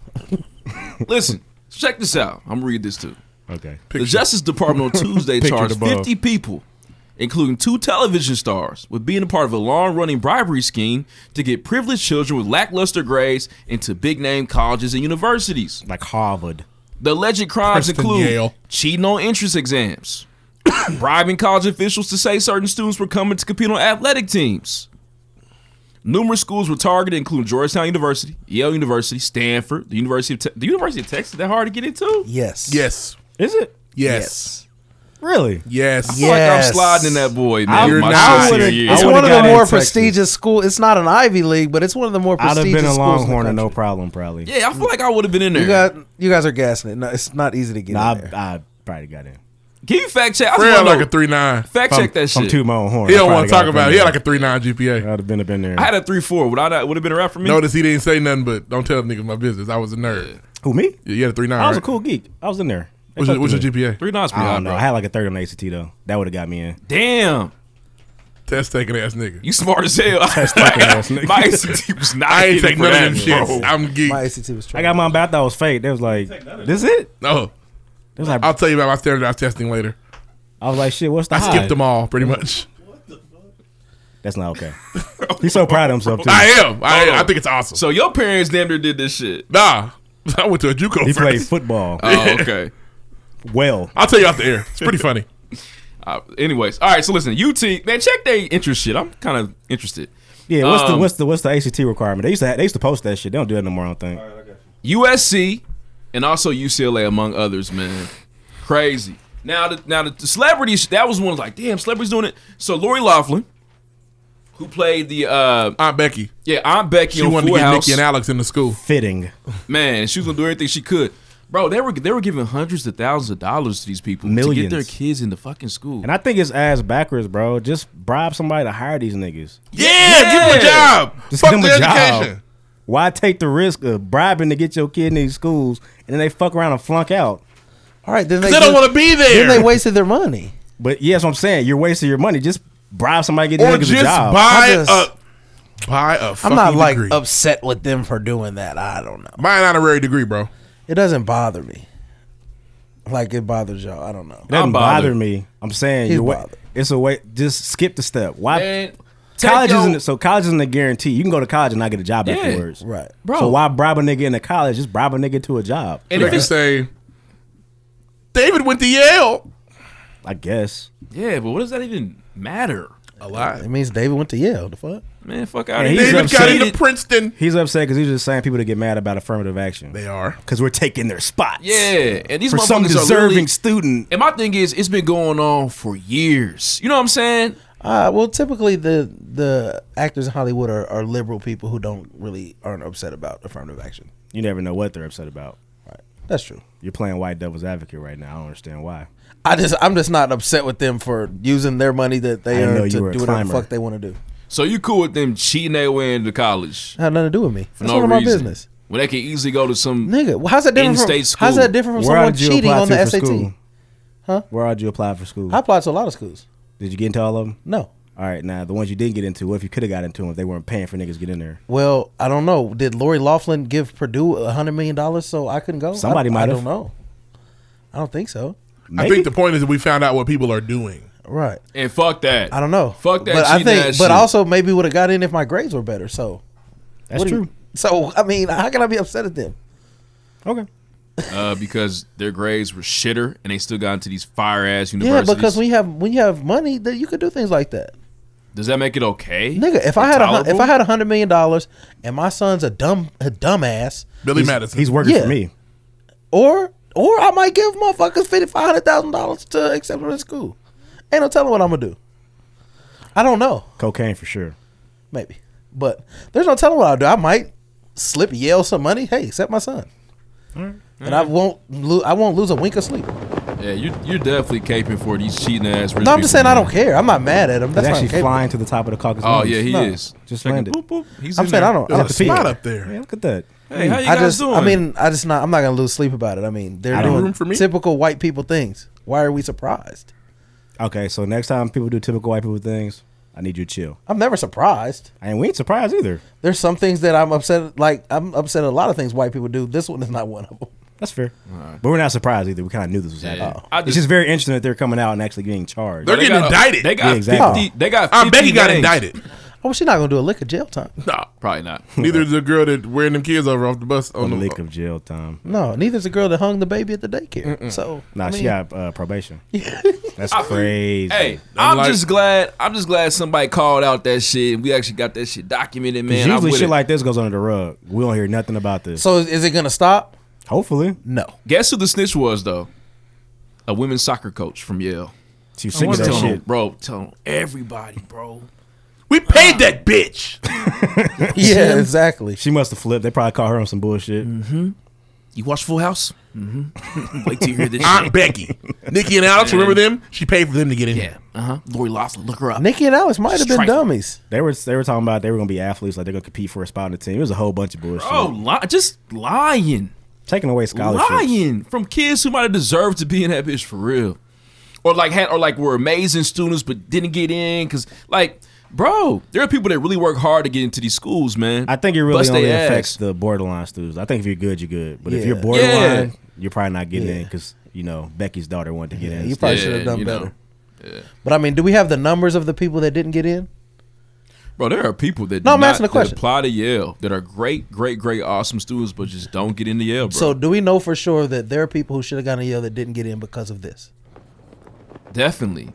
S4: Listen, check this out. I'm gonna read this too.
S6: Okay.
S4: The Justice Department on Tuesday
S6: Picture
S4: charged
S6: above.
S4: 50 people, including two television stars, with being a part of a long running bribery scheme to get privileged children with lackluster grades into big name colleges and universities.
S6: Like Harvard.
S4: The alleged crimes
S9: Princeton,
S4: include
S9: Yale.
S4: cheating on entrance exams, bribing college officials to say certain students were coming to compete on athletic teams. Numerous schools were targeted, including Georgetown University, Yale University, Stanford, the University of Te- the University of Texas. That hard to get into?
S8: Yes.
S9: Yes.
S6: Is it?
S9: Yes.
S6: Really?
S9: Yes.
S4: Like I'm
S8: Yes.
S4: sliding in that boy,
S6: I-
S4: man.
S6: You're
S4: my
S6: not.
S4: senior
S6: I would've-
S4: year.
S6: I
S8: It's
S6: would've
S8: one of the
S6: got in
S8: more
S6: Texas.
S8: prestigious schools. It's not an Ivy League, but it's one of the more
S6: I'd have
S8: prestigious
S6: been a
S8: schools.
S6: Longhorn
S8: in
S6: and
S8: the
S6: no
S8: country.
S6: problem, probably.
S4: Yeah, I feel like I would have been in there.
S8: You got you guys are gassing it. No, it's not easy to get
S6: Nah,
S8: in there.
S6: I, I probably got in.
S4: Can you fact check? I just
S9: Fred
S4: want
S9: like
S4: to
S9: a three nine.
S6: If
S4: fact
S6: I'm-
S4: check that
S6: if I'm
S4: shit.
S6: too my own horn.
S9: He
S6: I
S9: don't
S6: probably
S9: want to
S6: got
S9: talk
S6: up in
S9: about it. He
S6: there.
S9: had like a three nine GPA.
S6: I'd have been up in there.
S4: I had a three four. Would I not? Would have been a rap for me?
S9: Notice he didn't say nothing, but don't tell niggas my business. I was a nerd.
S6: Who me?
S9: Yeah, you had a three nine.
S6: I was a cool geek. I was in there. They
S9: What's your,
S6: fucked
S9: what's your
S6: with me.
S9: GPA?
S4: three nines.
S6: I
S4: high,
S6: don't know.
S4: bro.
S6: I had like a third on the ACT though. That would have got me in.
S4: Damn,
S9: Test taking ass nigga.
S4: you smart as hell.
S6: fucking ass nigga.
S4: my ACT was not.
S9: I ain't
S4: hitting
S9: take
S4: for
S9: none
S4: that,
S9: of them shits.
S4: bro.
S9: I'm geek.
S8: My ACT was trash.
S6: I got mine back. That was fake. They was like, "This it?"
S9: No,
S6: They was like,
S9: I'll tell you about my standardized testing later.
S6: "I was like, shit, what's the
S9: I
S6: high?
S9: skipped them all pretty much.
S6: That's not okay. He's so proud of himself too.
S9: I am. I,
S4: Hold on.
S9: I think it's awesome.
S4: So your parents damn near did this shit.
S9: nah, I went to a JUCO.
S6: He
S9: first.
S6: played football.
S4: Oh, okay.
S6: Well,
S9: I'll tell you off the air. It's pretty funny.
S4: Uh, anyways, all right. So listen, UT man, check their interest shit. I'm kind of interested.
S6: yeah. What's the
S4: Um,
S6: what's the what's the ACT requirement? They used to have, they used to post that shit. They don't do that no more. I don't think.
S4: USC and also UCLA among others, man. Crazy. Now the now the, the celebrities that was one like damn celebrities doing it. So Lori Laughlin, who played the uh
S9: Aunt Becky.
S4: yeah Aunt Becky
S9: She
S4: on
S9: wanted
S4: Full
S9: to get
S4: House,
S9: Nikki and Alex into school.
S6: Fitting.
S4: man, she was gonna do everything she could. Bro, they were they were giving hundreds of thousands of dollars to these people to get
S6: Millions.
S4: their kids into fucking school.
S6: And I think it's ass backwards, bro. Just bribe somebody to hire these niggas.
S9: Yeah, give him a job.
S6: Just
S9: Fuck
S6: give
S9: the
S6: them a job.
S9: education.
S6: Why take the risk of bribing to get your kid in these schools and then they fuck around and flunk out?
S8: All right, then they,
S9: They don't
S8: just-
S9: want to be there.
S8: Then they wasted their money.
S6: But yes, I'm saying you're wasting your money. Just bribe somebody to get
S9: or
S6: these niggas a
S9: just
S6: job.
S9: buy
S8: I just-
S9: a buy a fucking
S8: I'm not like
S9: degree.
S8: upset with them for doing that. I don't know.
S9: buy an honorary degree, bro.
S8: It doesn't bother me. Like it bothers y'all. I don't know.
S6: It doesn't
S4: I'm bothered.
S6: bother me. I'm saying
S8: He's
S6: you're wa-
S8: bothered.
S6: it's a way. Just skip the step. Why?
S4: Man, take
S6: college
S4: your-
S6: isn't so college isn't a guarantee. You can go to college and not get a job
S4: Yeah.
S6: afterwards.
S8: Right.
S4: Bro.
S6: So why bribe a nigga into college? Just bribe a nigga to a job.
S4: and
S9: They
S4: if
S9: can
S4: it's,
S9: say David went to Yale.
S6: I guess.
S4: yeah, but what does that even matter,
S9: A lot.
S8: It means David went to Yale. The fuck?
S4: man? Fuck
S6: And
S4: out of
S6: he's
S4: here.
S9: David got
S6: upset.
S9: into Princeton.
S6: He's upset because he's just saying people to get mad about affirmative action
S9: They are.
S6: because we're taking their spots.
S4: Yeah, and these
S6: For some
S4: motherfuckers are
S6: deserving
S4: really-
S6: student.
S4: And my thing is, it's been going on for years. You know what I'm saying?
S8: Uh, well, typically the the actors in Hollywood are, are liberal people who don't really aren't upset about affirmative action.
S6: You never know what they're upset about.
S8: That's true.
S6: You're playing white devil's advocate right now. I don't understand why.
S8: I just I'm just not upset with them for using their money that
S6: I
S8: they
S6: know
S8: earn
S6: you
S8: to do
S6: were a
S8: whatever
S6: climber.
S8: the fuck they want to do.
S4: So you cool with them cheating their way into college?
S8: It had nothing to do with me.
S4: For
S8: That's
S4: no
S8: none of
S4: reason.
S8: my business.
S4: When they can easily go to some.
S8: Nigga, well, how's that different? From,
S4: In-state
S8: How's
S4: school.
S8: that different from
S6: Where
S8: someone
S6: did you
S8: cheating
S6: apply
S8: on
S6: to
S8: the
S6: for
S8: SAT?
S6: school?
S8: Huh?
S6: Where did you apply for school?
S8: I applied to a lot of schools.
S6: Did you get into all of them?
S8: No.
S6: All right, now the ones you didn't get into, what if you could have got into them if they weren't paying for niggas to get in there?
S8: Well, I don't know. Did Lori Laughlin give Purdue a hundred million dollars so I couldn't go? I-
S6: Somebody might
S8: I
S6: have.
S8: don't know. I don't think so.
S9: I think the point is that we found out what people are doing.
S8: Right.
S4: And fuck that.
S8: I don't know.
S4: Fuck that
S8: But I
S4: cheating
S8: think.
S4: ass
S8: but
S4: shit.
S8: also maybe would have got in if my grades were better. So
S6: that's
S8: what do
S6: true.
S8: you- so I mean, how can I be upset at them?
S6: okay.
S4: Uh, because their grades were shitter and they still got into these fire ass
S8: Yeah,
S4: universities.
S8: because when you have when you have money, that you could do things like that.
S4: Does that make it okay?
S8: Nigga, if
S4: Or
S8: I had a, hun- if
S4: tolerable?
S8: I had a hundred million dollars and my son's a dumb a dumbass,
S9: Billy Madison.
S6: He's working
S8: Yeah.
S6: for me.
S8: or or I might give motherfuckers fifty five hundred thousand dollars to accept him in school. Ain't no telling what I'm gonna do. I don't know,
S6: Cocaine for sure.
S8: maybe, but there's no telling what I'll do. I might slip Yale some money. Hey, accept my son, and I won't lo- I won't lose a wink of sleep.
S4: Yeah, you're, you're definitely caping for these cheating ass.
S8: No, I'm just saying I don't care. I'm not mad at him. That's
S6: He's
S8: not
S6: actually
S8: okay.
S6: flying to the top of the caucus.
S4: Oh
S6: Mountains.
S4: yeah, he
S8: No.
S4: is.
S6: Just
S4: Like,
S6: landed.
S4: boop, boop, he's
S8: I'm
S4: in
S8: saying
S4: there.
S8: I don't. I
S9: There's
S8: don't
S9: a
S8: feel
S9: spot
S8: it.
S9: up there.
S6: Man, look at that.
S4: Hey, how you
S8: I
S4: guys
S8: just.
S4: doing?
S8: I mean, I just not. I'm not gonna lose sleep about it. I mean, they're
S6: don't-
S8: doing
S9: Room for me?
S8: typical white people things. Why are we surprised?
S6: Okay, so next time people do typical white people things, I need you to chill.
S8: I'm never surprised.
S6: And we ain't surprised either.
S8: There's some things that I'm upset. Like I'm upset at a lot of things white people do. This one is not one of them.
S6: That's fair. But we're not surprised either. We kind of knew this was
S4: Yeah.
S6: happening.
S4: I
S6: it's
S4: just-
S6: just very interesting that they're coming out and actually getting charged.
S9: They're
S4: They
S9: getting
S4: got a-
S9: indicted.
S4: They got
S6: Yeah, exactly.
S4: 50. They got. 50
S9: Aunt Becky got
S4: gangs.
S9: indicted.
S8: Oh, she's not gonna do a lick of jail time.
S9: Nah.
S4: Probably not.
S9: Neither is the girl that wearing them kids over off the bus
S6: A
S9: on the
S6: leak of jail time.
S8: No, neither's the girl that hung the baby at the daycare. So
S6: Nah,
S8: I
S6: she
S8: mean,
S6: got uh, probation. That's crazy.
S4: Hey,
S9: I'm
S4: I'm
S9: like-
S4: just glad. I'm just glad somebody called out that shit. We actually got that shit documented,
S6: 'Cause
S4: man. I'm
S6: usually
S4: with
S6: shit
S4: it.
S6: like this goes under the rug. We don't hear nothing about this.
S8: So is, is it gonna stop?
S6: Hopefully.
S8: No.
S4: Guess who the snitch was though? A women's soccer coach from Yale.
S6: She was sick of
S4: Telling
S6: that
S4: them,
S6: shit.
S4: bro, telling everybody, bro.
S9: We paid that bitch.
S8: Yeah, exactly.
S6: She must have flipped. They probably caught her on some bullshit.
S8: Mm.
S4: You watch Full House? Mm-hmm. Wait till you hear this. shit.
S9: Aunt Becky. Nikki and Alex, remember them? She paid for them to get in
S4: Yeah.
S9: here.
S4: Uh huh. Lori Laughlin, look her up.
S8: Nikki and Alex might have been
S4: Strike.
S8: dummies.
S6: They were they were talking about they were gonna be athletes, like they're gonna compete for a spot on the team. It was a whole bunch of bullshit.
S4: Bro, Oh, li- just lying,
S6: Taking away scholarships.
S4: lying from kids who might have deserved to be in that bitch for real, or like had or like were amazing students but didn't get in because like. Bro, there are people that really work hard to get into these schools, man.
S6: I think it really
S4: Bust they
S6: only
S4: ass.
S6: affects the borderline students. I think if you're good, you're good. But if
S8: Yeah.
S6: you're borderline,
S4: Yeah.
S6: you're probably not getting in
S8: Yeah.
S6: because you know Becky's daughter wanted to get in.
S8: you probably
S4: Yeah,
S8: should have done
S4: you know.
S8: better. But I mean, do we have the numbers of the people that didn't get in?
S4: Bro, there are people that
S8: No,
S4: do
S8: I'm
S4: not-
S8: asking a
S4: that
S8: question.
S4: apply to Yale that are great, great, great, awesome students, but just don't get into Yale, bro.
S8: So do we know for sure that there are people who should have gone to Yale that didn't get in because of this?
S4: Definitely.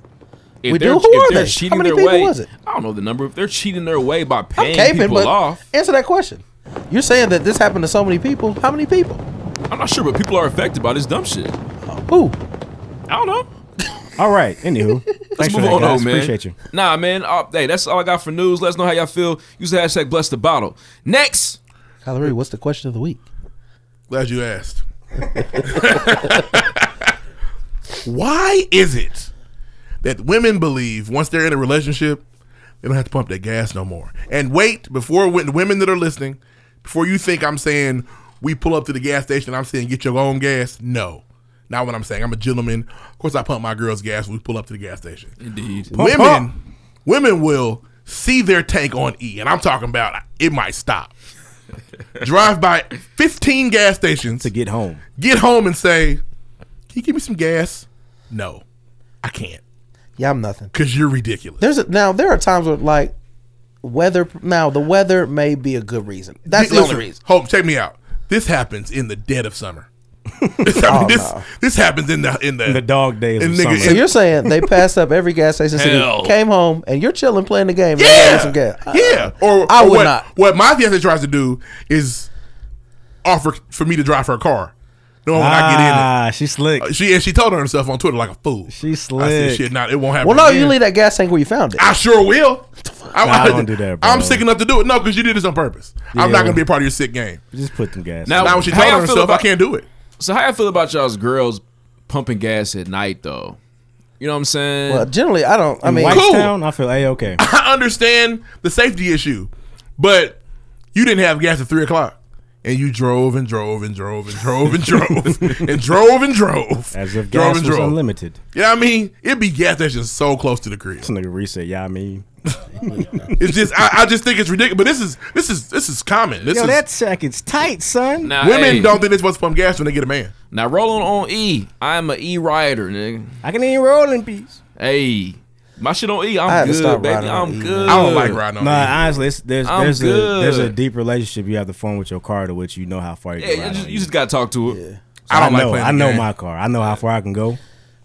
S8: We do?
S4: they're-
S8: Who are
S4: they're
S8: they? How
S4: cheating
S8: many
S4: their
S8: people
S4: way,
S8: was it?
S4: I don't know the number. If they're cheating their way by paying
S8: caping,
S4: people
S8: but-
S4: off,
S8: Answer that question. You're saying that this happened to so many people. How many people?
S4: I'm not sure, but people are affected by this dumb shit.
S8: Who?
S4: I don't know.
S6: All right. Anywho, thanks
S4: Let's
S6: for
S4: move
S6: that,
S4: on,
S6: guys.
S4: though, man.
S6: Appreciate you.
S4: Nah, man. Uh, hey, that's all I got for news. Let us know how y'all feel. Use the hashtag bless the bottle. Next.
S8: Kyler, Murray, what's the question of the week?
S9: Glad you asked. Why is it that women believe once they're in a relationship, they don't have to pump that gas no more? And wait, before when- women that are listening, before you think I'm saying we pull up to the gas station, I'm saying get your own gas. No, not what I'm saying. I'm a gentleman. Of course, I pump my girl's gas when we pull up to the gas station.
S4: Indeed.
S9: women, women will see their tank on E, and I'm talking about it might stop. Drive by 15 gas stations to
S6: get home.
S9: Get home and say, "Can you give me some gas?" No, I can't
S8: Yeah, I'm nothing.
S9: because you're ridiculous.
S8: There's a, now there are times where like weather. Now the weather may be a good reason. That's
S9: Di-
S8: the
S9: listen,
S8: only reason.
S9: Hope, check me out. This happens in the dead of summer. this, I mean, this, this happens in the in the,
S6: In the dog days
S9: and
S6: of
S9: nigga-
S6: summer.
S8: So Oh, you're saying they passed up every gas station,
S9: Hell.
S8: city, came home, and you're chilling playing the game. and they gave you
S9: Yeah,
S8: some gas. I-
S9: yeah. Or
S8: I
S9: or
S8: would
S9: what,
S8: not.
S9: What my fiance tries to do is offer for me to drive her car. No, when I get in it.
S6: Ah, she slick.
S9: Uh, She and she told on herself on Twitter like a fool.
S6: She
S9: I said
S6: slick.
S9: shit, not it won't happen.
S8: Well, no, you
S9: again."
S8: leave that gas tank where you found it.
S9: I sure will. I,
S6: Nah, don't do that, bro.
S9: I'm sick enough to do it. No, because you did this on purpose. I'm
S6: Yeah.
S9: not gonna be a part of your sick game.
S6: Just put them gas.
S4: Now-
S9: Now when she
S4: How
S9: told
S4: y'all
S9: on
S4: feel
S9: herself,
S4: about-
S9: I can't do it.
S4: So how y'all feel about y'all's girls pumping gas at night though? You know what I'm saying?
S8: Well, generally, I don't. I
S6: in
S8: mean,
S9: cool.
S6: Whitestown, I feel a okay.
S9: I understand the safety issue, but you didn't have gas at three o'clock. And you drove and drove and drove and drove and drove and drove and drove.
S6: As if
S9: drove
S6: gas was unlimited.
S9: You know what I mean? It'd be gas stations so close to the crib.
S6: This nigga reset. Yeah, I mean,
S9: It's just I, I just think it's ridiculous. But this is this is this is common. This
S6: yo,
S9: is,
S6: that jacket's tight, son.
S4: now,
S9: Women
S4: hey,
S9: don't think they're supposed to pump gas when they get a man.
S4: Now rolling on E. I'm an E rider, nigga.
S6: I can even roll in peace.
S4: Hey, my shit on E. I'm
S8: I had to
S4: good,
S8: stop
S4: baby.
S8: riding on
S4: I'm
S8: E,
S4: good.
S9: I don't like riding on
S6: No,
S9: E.
S6: honestly, it's, there's
S4: I'm
S6: there's a there's a
S4: good.
S6: deep relationship you have to form with your car to which you know how far you
S4: Yeah,
S6: can
S4: you
S6: ride.
S4: just,
S6: on.
S4: you just gotta talk to it.
S9: I don't
S6: I
S9: like
S6: know,
S9: playing.
S6: I
S9: the
S6: know
S9: game.
S6: my car. I know how far I can go.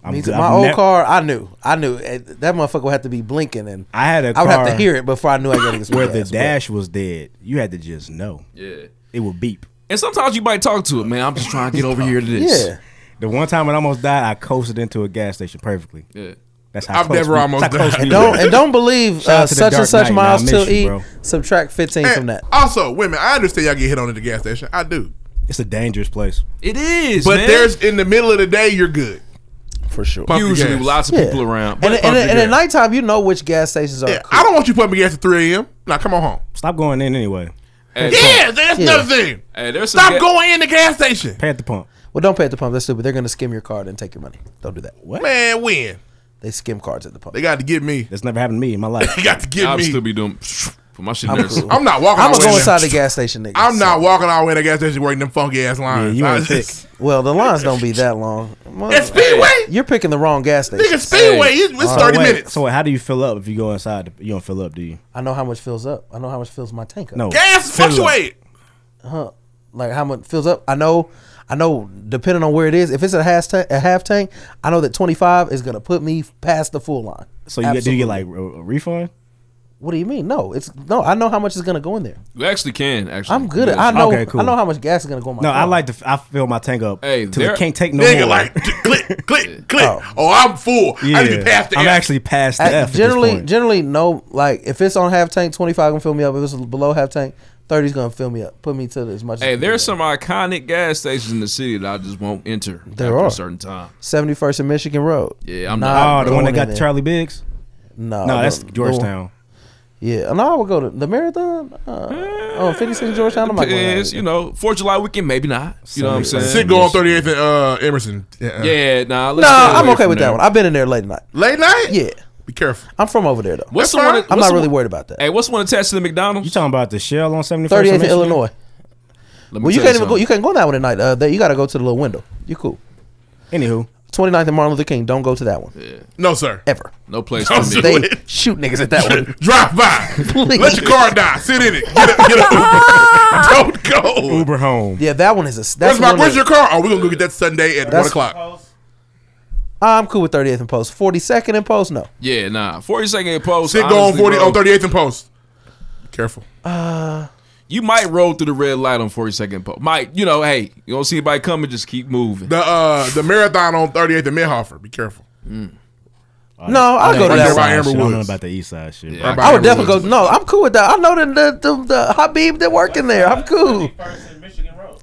S6: I'm
S8: Me too.
S6: good.
S8: My
S6: I've
S8: old
S6: nev-
S8: car, I knew, I knew and that motherfucker would have to be blinking, and
S6: I had a
S8: I would have to
S6: car
S8: hear it before I knew I got to
S6: where the dash was dead. You had to just know.
S4: Yeah.
S6: It would beep.
S4: And sometimes you might talk to it, man. I'm just trying to get over here to this.
S8: Yeah,
S6: The one time it almost died, I coasted into a gas station perfectly.
S4: Yeah.
S6: That's how
S9: I've
S6: close
S9: never
S6: we-
S9: almost
S6: that's how close
S9: died.
S6: we
S8: don't
S6: were.
S8: and don't believe
S6: Shout
S8: uh,
S6: out to the
S8: such and
S6: Dark
S8: such
S6: Knight, man. I
S8: miles
S6: miss
S8: till
S6: you,
S8: E.
S6: bro.
S8: Subtract fifteen
S9: Eh,
S8: from that.
S9: Also, women, I understand y'all get hit on at the gas station. I do.
S6: It's a dangerous place.
S4: It is,
S9: But
S4: man.
S9: there's in the middle of the day, you're good.
S8: for sure.
S9: Pump the
S4: usually
S9: gas.
S4: lots of people around.
S8: and,
S4: But
S8: and, and,
S9: the
S8: at
S9: gas.
S8: nighttime, you know which gas stations are.
S9: Yeah,
S8: cool.
S9: I don't want you pumping gas at 3 a.m. Now come on home.
S6: Stop going in anyway.
S4: hey,
S9: Yeah, that's
S8: Yeah.
S9: another thing.
S4: Hey, there's some
S9: Stop
S4: ga-
S9: going in the gas station.
S6: Pay at the pump.
S8: Well, don't pay at the pump. That's stupid. They're gonna skim your card and take your money. Don't do that.
S9: Man, when
S8: They skim cards at the pump.
S9: they got to get me,
S6: That's never happened to me in my
S9: they
S6: life.
S9: got to get
S4: I'll
S9: me.
S4: still be doing put my shit in there.
S8: cool.
S9: I'm not walking.
S8: I'm gonna
S9: all the way
S8: go
S9: in
S8: inside
S9: there.
S8: the gas station, nigga.
S9: I'm
S8: So-
S9: not walking all the way in the gas station waiting them funky ass
S6: Yeah,
S9: lines.
S6: you
S9: I
S6: ain't thick.
S9: just-
S8: Well, the lines don't be that long.
S9: At Speedway,
S8: You're picking the wrong gas
S9: nigga,
S8: station.
S9: Speedway, it's it's 30
S6: Wait,
S9: minutes.
S6: So how do you fill up if you go inside? You don't fill up, do you?
S8: I know how much fills up. I know how much fills my tank up.
S6: No.
S9: Gas
S6: Fill up.
S9: fluctuate.
S8: like how much fills up. I know, I know. Depending on where it is, if it's a half tank, a half tank, I know that twenty five is gonna put me past the full line.
S6: So you get, do you
S8: Absolutely.
S6: get like a, a refund?
S8: What do you mean? No, it's no. I know how much is gonna go in there.
S4: You actually can, actually.
S8: I'm good. at I
S4: Yes.
S8: know.
S6: Okay, cool.
S8: I know how much gas is gonna go in my.
S6: No, I
S8: car.
S6: like to. f- I fill my tank up.
S4: Hey,
S6: till
S4: there-
S6: it can't take no
S9: Uh-uh. Nigga,
S6: more.
S9: like click, click, click.
S8: Oh.
S9: Oh. I'm full. I need to pass the
S6: I'm
S9: F.
S6: actually past the
S8: I-
S6: F.
S8: generally,
S6: at this point.
S8: generally, no. Like if it's on half tank, twenty five gonna fill me up. If it's below half tank, 30's gonna fill me up. Put me to as much.
S4: Hey, there's some iconic gas stations in the city that I just won't enter
S8: There
S4: after
S8: are.
S4: a certain time.
S8: seventy first and Michigan Road.
S4: Yeah, I'm
S8: Nah,
S4: not.
S6: oh, the one that
S8: going in
S6: got
S8: there. Oh,
S6: Charlie Biggs.
S8: No,
S6: No, that's
S8: the- the one-
S6: Georgetown.
S8: Yeah, no, I would go to the marathon. Uh, oh, 56 Georgetown. I'm not going.
S4: Depends, you know, Fourth of July weekend, maybe not. You know what I'm
S6: Some-
S4: saying?
S9: Sit go on 38th and uh, Emerson. Yeah.
S4: Yeah, nah. Let's
S8: No,
S4: stay
S8: I'm
S4: away
S8: okay
S4: from
S8: with
S4: there.
S8: that one. I've been in there late night.
S9: Late night?
S8: Yeah,
S9: Be careful.
S8: I'm from over there though.
S4: What's the one?
S9: That's fine.
S4: that-
S8: I'm
S4: what's
S8: not
S4: the
S8: really
S4: one-
S8: worried about that.
S4: Hey, what's the one attached to the
S6: You
S4: McDonald's?
S6: talking about the shell on 71st?
S8: 38th
S6: and
S8: in
S6: Michigan?
S8: Illinois.
S4: Let me
S8: Well, you can't
S4: tell
S8: even
S4: something.
S8: go. You can't go on that one at night. Uh, there, you got to go to the little window. You cool.
S6: Anywho,
S8: 29th and Martin Luther King. Don't go to that one.
S9: No, sir.
S8: Ever.
S4: No place
S9: Don't
S4: for me.
S8: They shoot niggas at that one.
S9: Drive by.
S8: Please.
S9: Let your car die. Sit in it. Get a, get a Uber. Don't go.
S6: Uber home.
S8: Yeah, that one is a. That's
S9: Where's,
S8: the
S9: my,
S8: one
S9: where's
S8: that-
S9: your car? Oh, we're going to go get that Sunday at 1
S8: That's-
S9: o'clock.
S8: Ah, I'm cool with 30th and post. 42nd and post, no.
S4: Yeah, nah. 40 second post.
S9: Sit go on, oh,
S4: honestly,
S9: 40,
S4: bro,
S9: on 38th and Post. Careful.
S4: You might roll through the red light on 40 second post. Might, you know, hey, you don't see anybody coming, just keep moving.
S9: The uh, the marathon on 38th and Midhoffer. Be careful.
S8: No, I'll go to
S9: Right
S8: that
S9: there by
S8: one.
S9: Amber
S6: I don't know
S9: Woods.
S6: about the east side shit.
S4: Yeah,
S6: bro.
S9: by
S8: I would
S9: Amber
S8: definitely go.
S9: Woods.
S8: No, I'm cool with that. I know the the, the, the Habib that work in there. I'm cool.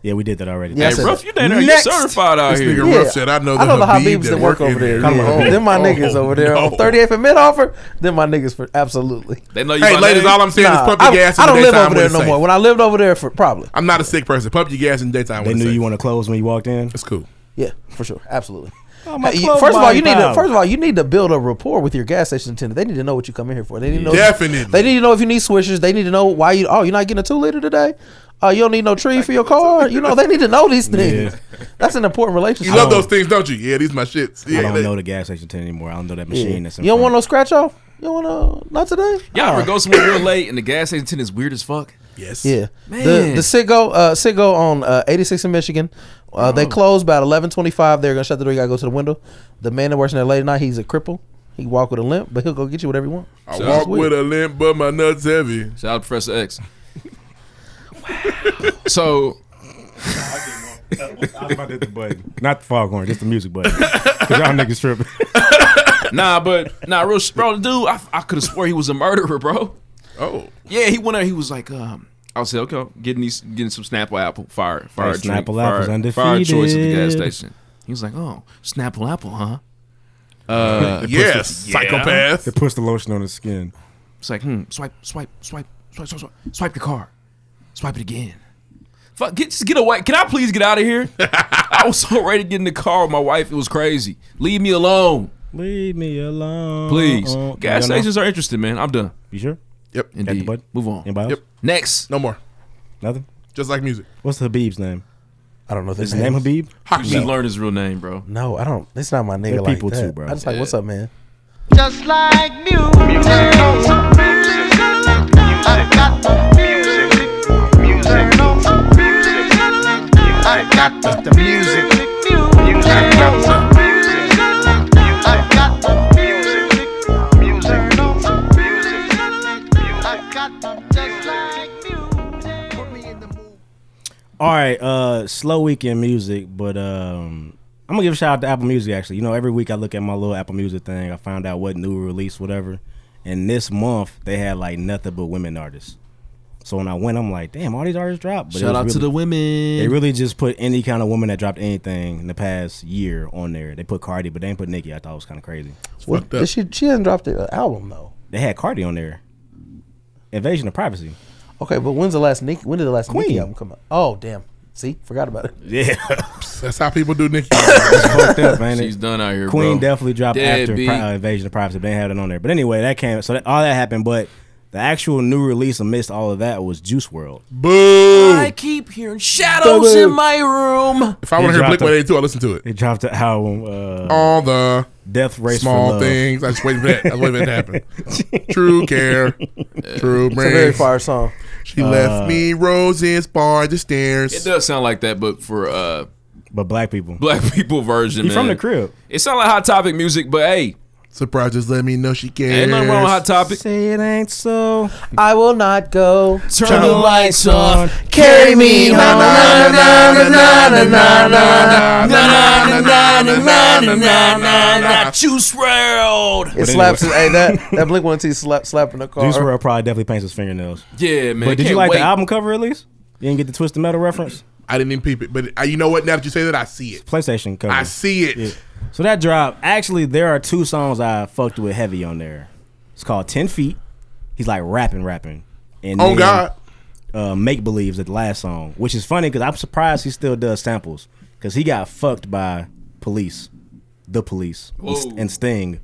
S6: Yeah, we did that already.
S8: Yeah, I
S4: Hey,
S8: said
S4: rough,
S8: that.
S4: you done you
S8: Next.
S4: certified out
S9: This
S4: here.
S9: nigga Ruff said, I know the,
S8: I know the
S9: Habibs,
S8: Habibs that work over there. Yeah.
S9: Oh,
S8: Them my niggas
S9: oh,
S8: over there on
S9: no.
S8: 38th and mid offer. Them my niggas for absolutely.
S4: They know you
S9: Hey,
S4: by
S9: ladies,
S4: name.
S9: all I'm saying
S8: Nah,
S9: is pump your
S8: I,
S9: gas.
S8: I
S9: in the
S8: don't live
S9: daytime
S8: over
S9: when
S8: there
S9: it's
S8: no
S9: safe.
S8: more. When I lived over there for probably.
S9: I'm not a sick person. Pump your gas in the daytime.
S6: They
S9: when it's
S6: knew
S9: safe.
S6: you want to close when you walked in. Oh,
S9: It's cool.
S8: Yeah, for sure. Absolutely.
S9: Oh,
S6: my
S8: Hey, you-
S6: club
S8: first of all,
S6: body
S8: you need to
S6: power.
S8: first of all you need to build a rapport with your gas station attendant. They need to know what you come in here for. They need to know
S9: Definitely.
S8: They need to know if you need swishers. They need to know why you. Oh, you're not getting a two liter today. Uh, you don't need no tree for your car. You know they need to know these things. That's an important relationship.
S9: You love those things, don't you? Yeah, these my shits. Yeah,
S6: I don't
S9: they-
S6: know the gas station ten anymore. I don't know that machine. That's in
S8: You don't want
S6: front.
S8: no scratch off. You don't want to not today.
S4: Y'all ever go somewhere real late and the gas station attendant is weird as fuck?
S9: Yes.
S8: Yeah,
S4: Man.
S8: the the Citgo uh, Citgo on uh, 86 in Michigan. Uh,
S9: Oh.
S8: They closed about 11:25. They're gonna shut the door. You gotta go to the window. The man that works in there late at night, he's a cripple. He walk with a limp, but he'll go get you whatever you want.
S9: I walk with a limp, but my nuts heavy.
S4: Shout out to Professor X. So
S6: I was about to hit the button. Not the foghorn, just the music button. Cause y'all niggas tripping.
S4: nah, but nah, real sh- bro, the dude, I, I could have swore he was a murderer, bro.
S9: Oh,
S4: Yeah, he went out. He was like, um, I was like, okay, I'm getting these, getting some Snapple apple fire, fire
S6: Hey,
S4: drink,
S6: Snapple
S4: fire,
S6: apple's
S4: fire choice at the gas
S6: undefeated.
S4: station. He was like, oh, Snapple apple, huh? Uh,
S9: yes, psychopath.
S6: They push the lotion on his skin.
S4: it's like, hmm, swipe, swipe, swipe, swipe, swipe, swipe, swipe your car, swipe it again. Fuck, get just get away. Can I please get out of here? I was so ready to get in the car with my wife. It was crazy. Leave me
S6: Uh,
S4: alone,
S6: Leave me alone.
S4: please.
S6: Oh,
S4: gas
S6: y'all know?
S4: stations are interested, man. I'm done.
S6: You sure?
S9: Yep.
S6: At the
S4: Indeed.
S6: button?
S4: Move on.
S6: Anybody else?
S9: Yep.
S4: Next.
S9: No more.
S6: Nothing.
S9: Just like music.
S6: What's Habib's name?
S8: I don't know this
S6: His name Habib.
S4: You should learn his real name, bro.
S8: No, I don't. It's not my nigga
S6: They're
S8: like
S6: people
S8: that.
S6: too, bro.
S8: I just like, what's up, man?
S12: Just like music. I got the music. Music. Music. I got the music. Music. I got the music. I got the music. Music. I got the just like music. Put me in the mood.
S6: All right, uh, slow weekend music, but um, I'm gonna give a shout out to Apple Music. Actually, you know, every week I look at my little Apple Music thing. I find out what new release, whatever. And this month they had like nothing but women artists. So when I went, I'm like, damn, all these artists dropped. But it
S4: Shout
S6: was
S4: out to
S6: really-
S4: the women.
S6: They really just put any kind of woman that dropped anything in the past year on there. They put Cardi, but they didn't put Nicki. I thought it was kind of crazy.
S8: What,
S9: fucked up.
S8: she she hasn't dropped the uh, album though.
S6: They had Cardi on there. Invasion of Privacy.
S8: Okay, but when's the last Nick? When did the last Nicki
S6: Queen.
S8: album come out? Oh damn! See, forgot about it.
S6: Yeah,
S9: That's how people do Nicki.
S6: fucked up, ain't it?
S4: She's done out here,
S6: Queen
S4: bro.
S6: definitely dropped
S4: Dead
S6: after
S4: beat.
S6: Pri- uh, Invasion of Privacy. but They had it on there, but anyway, that came. So that, all that happened, but the actual new release amidst all of that was Juice World.
S9: Boo!
S4: I keep hearing shadows
S6: Boo-boo.
S4: in my room.
S9: If I want
S6: He
S9: to hear
S6: dropped
S9: Blink
S6: a-
S9: 182, I listen to it.
S6: They dropped the album uh,
S9: All the
S6: Death Race for
S9: small
S6: Love.
S9: things. I just wait for that. I was waiting for that to happen. True care. True
S8: It's a very Uh,
S9: brings.
S8: fire song.
S9: She left me roses by the stairs.
S4: It does sound like that, but for uh
S6: But black people,
S4: black people version.
S6: you from the
S4: man.
S6: crib?
S4: It sounds like hot topic music, but hey,
S9: Surprise, just let me know she cares.
S4: ain't nothing wrong with hot topic.
S6: Say it ain't so.
S8: I will not go.
S4: Turn the lights off.
S8: Carry me home.
S9: Na, na, na, na, na, na, na, na, na, na, na, na, na, na, na, na, na.
S4: Juice World.
S8: It
S6: But
S8: slaps. Hey, that that Blink One T slap slapping the car.
S6: Juice World probably definitely paints his fingernails.
S4: Yeah, man.
S6: But did you
S4: can't
S6: like
S4: wait.
S6: the album cover release? You didn't get the Twisted Metal reference?
S9: I didn't even peep it, but uh, you know what? Now that you say that, I see it.
S6: PlayStation cover.
S9: I see it.
S6: So that drop, actually, there are two songs I fucked with heavy on there. It's called Ten Feet. He's like rapping, rapping. And
S9: Oh
S6: then,
S9: God,
S6: uh, Make Believes at the last song, which is funny because I'm surprised he still does samples because he got fucked by Police, the Police, and,
S4: Whoa.
S6: St- and Sting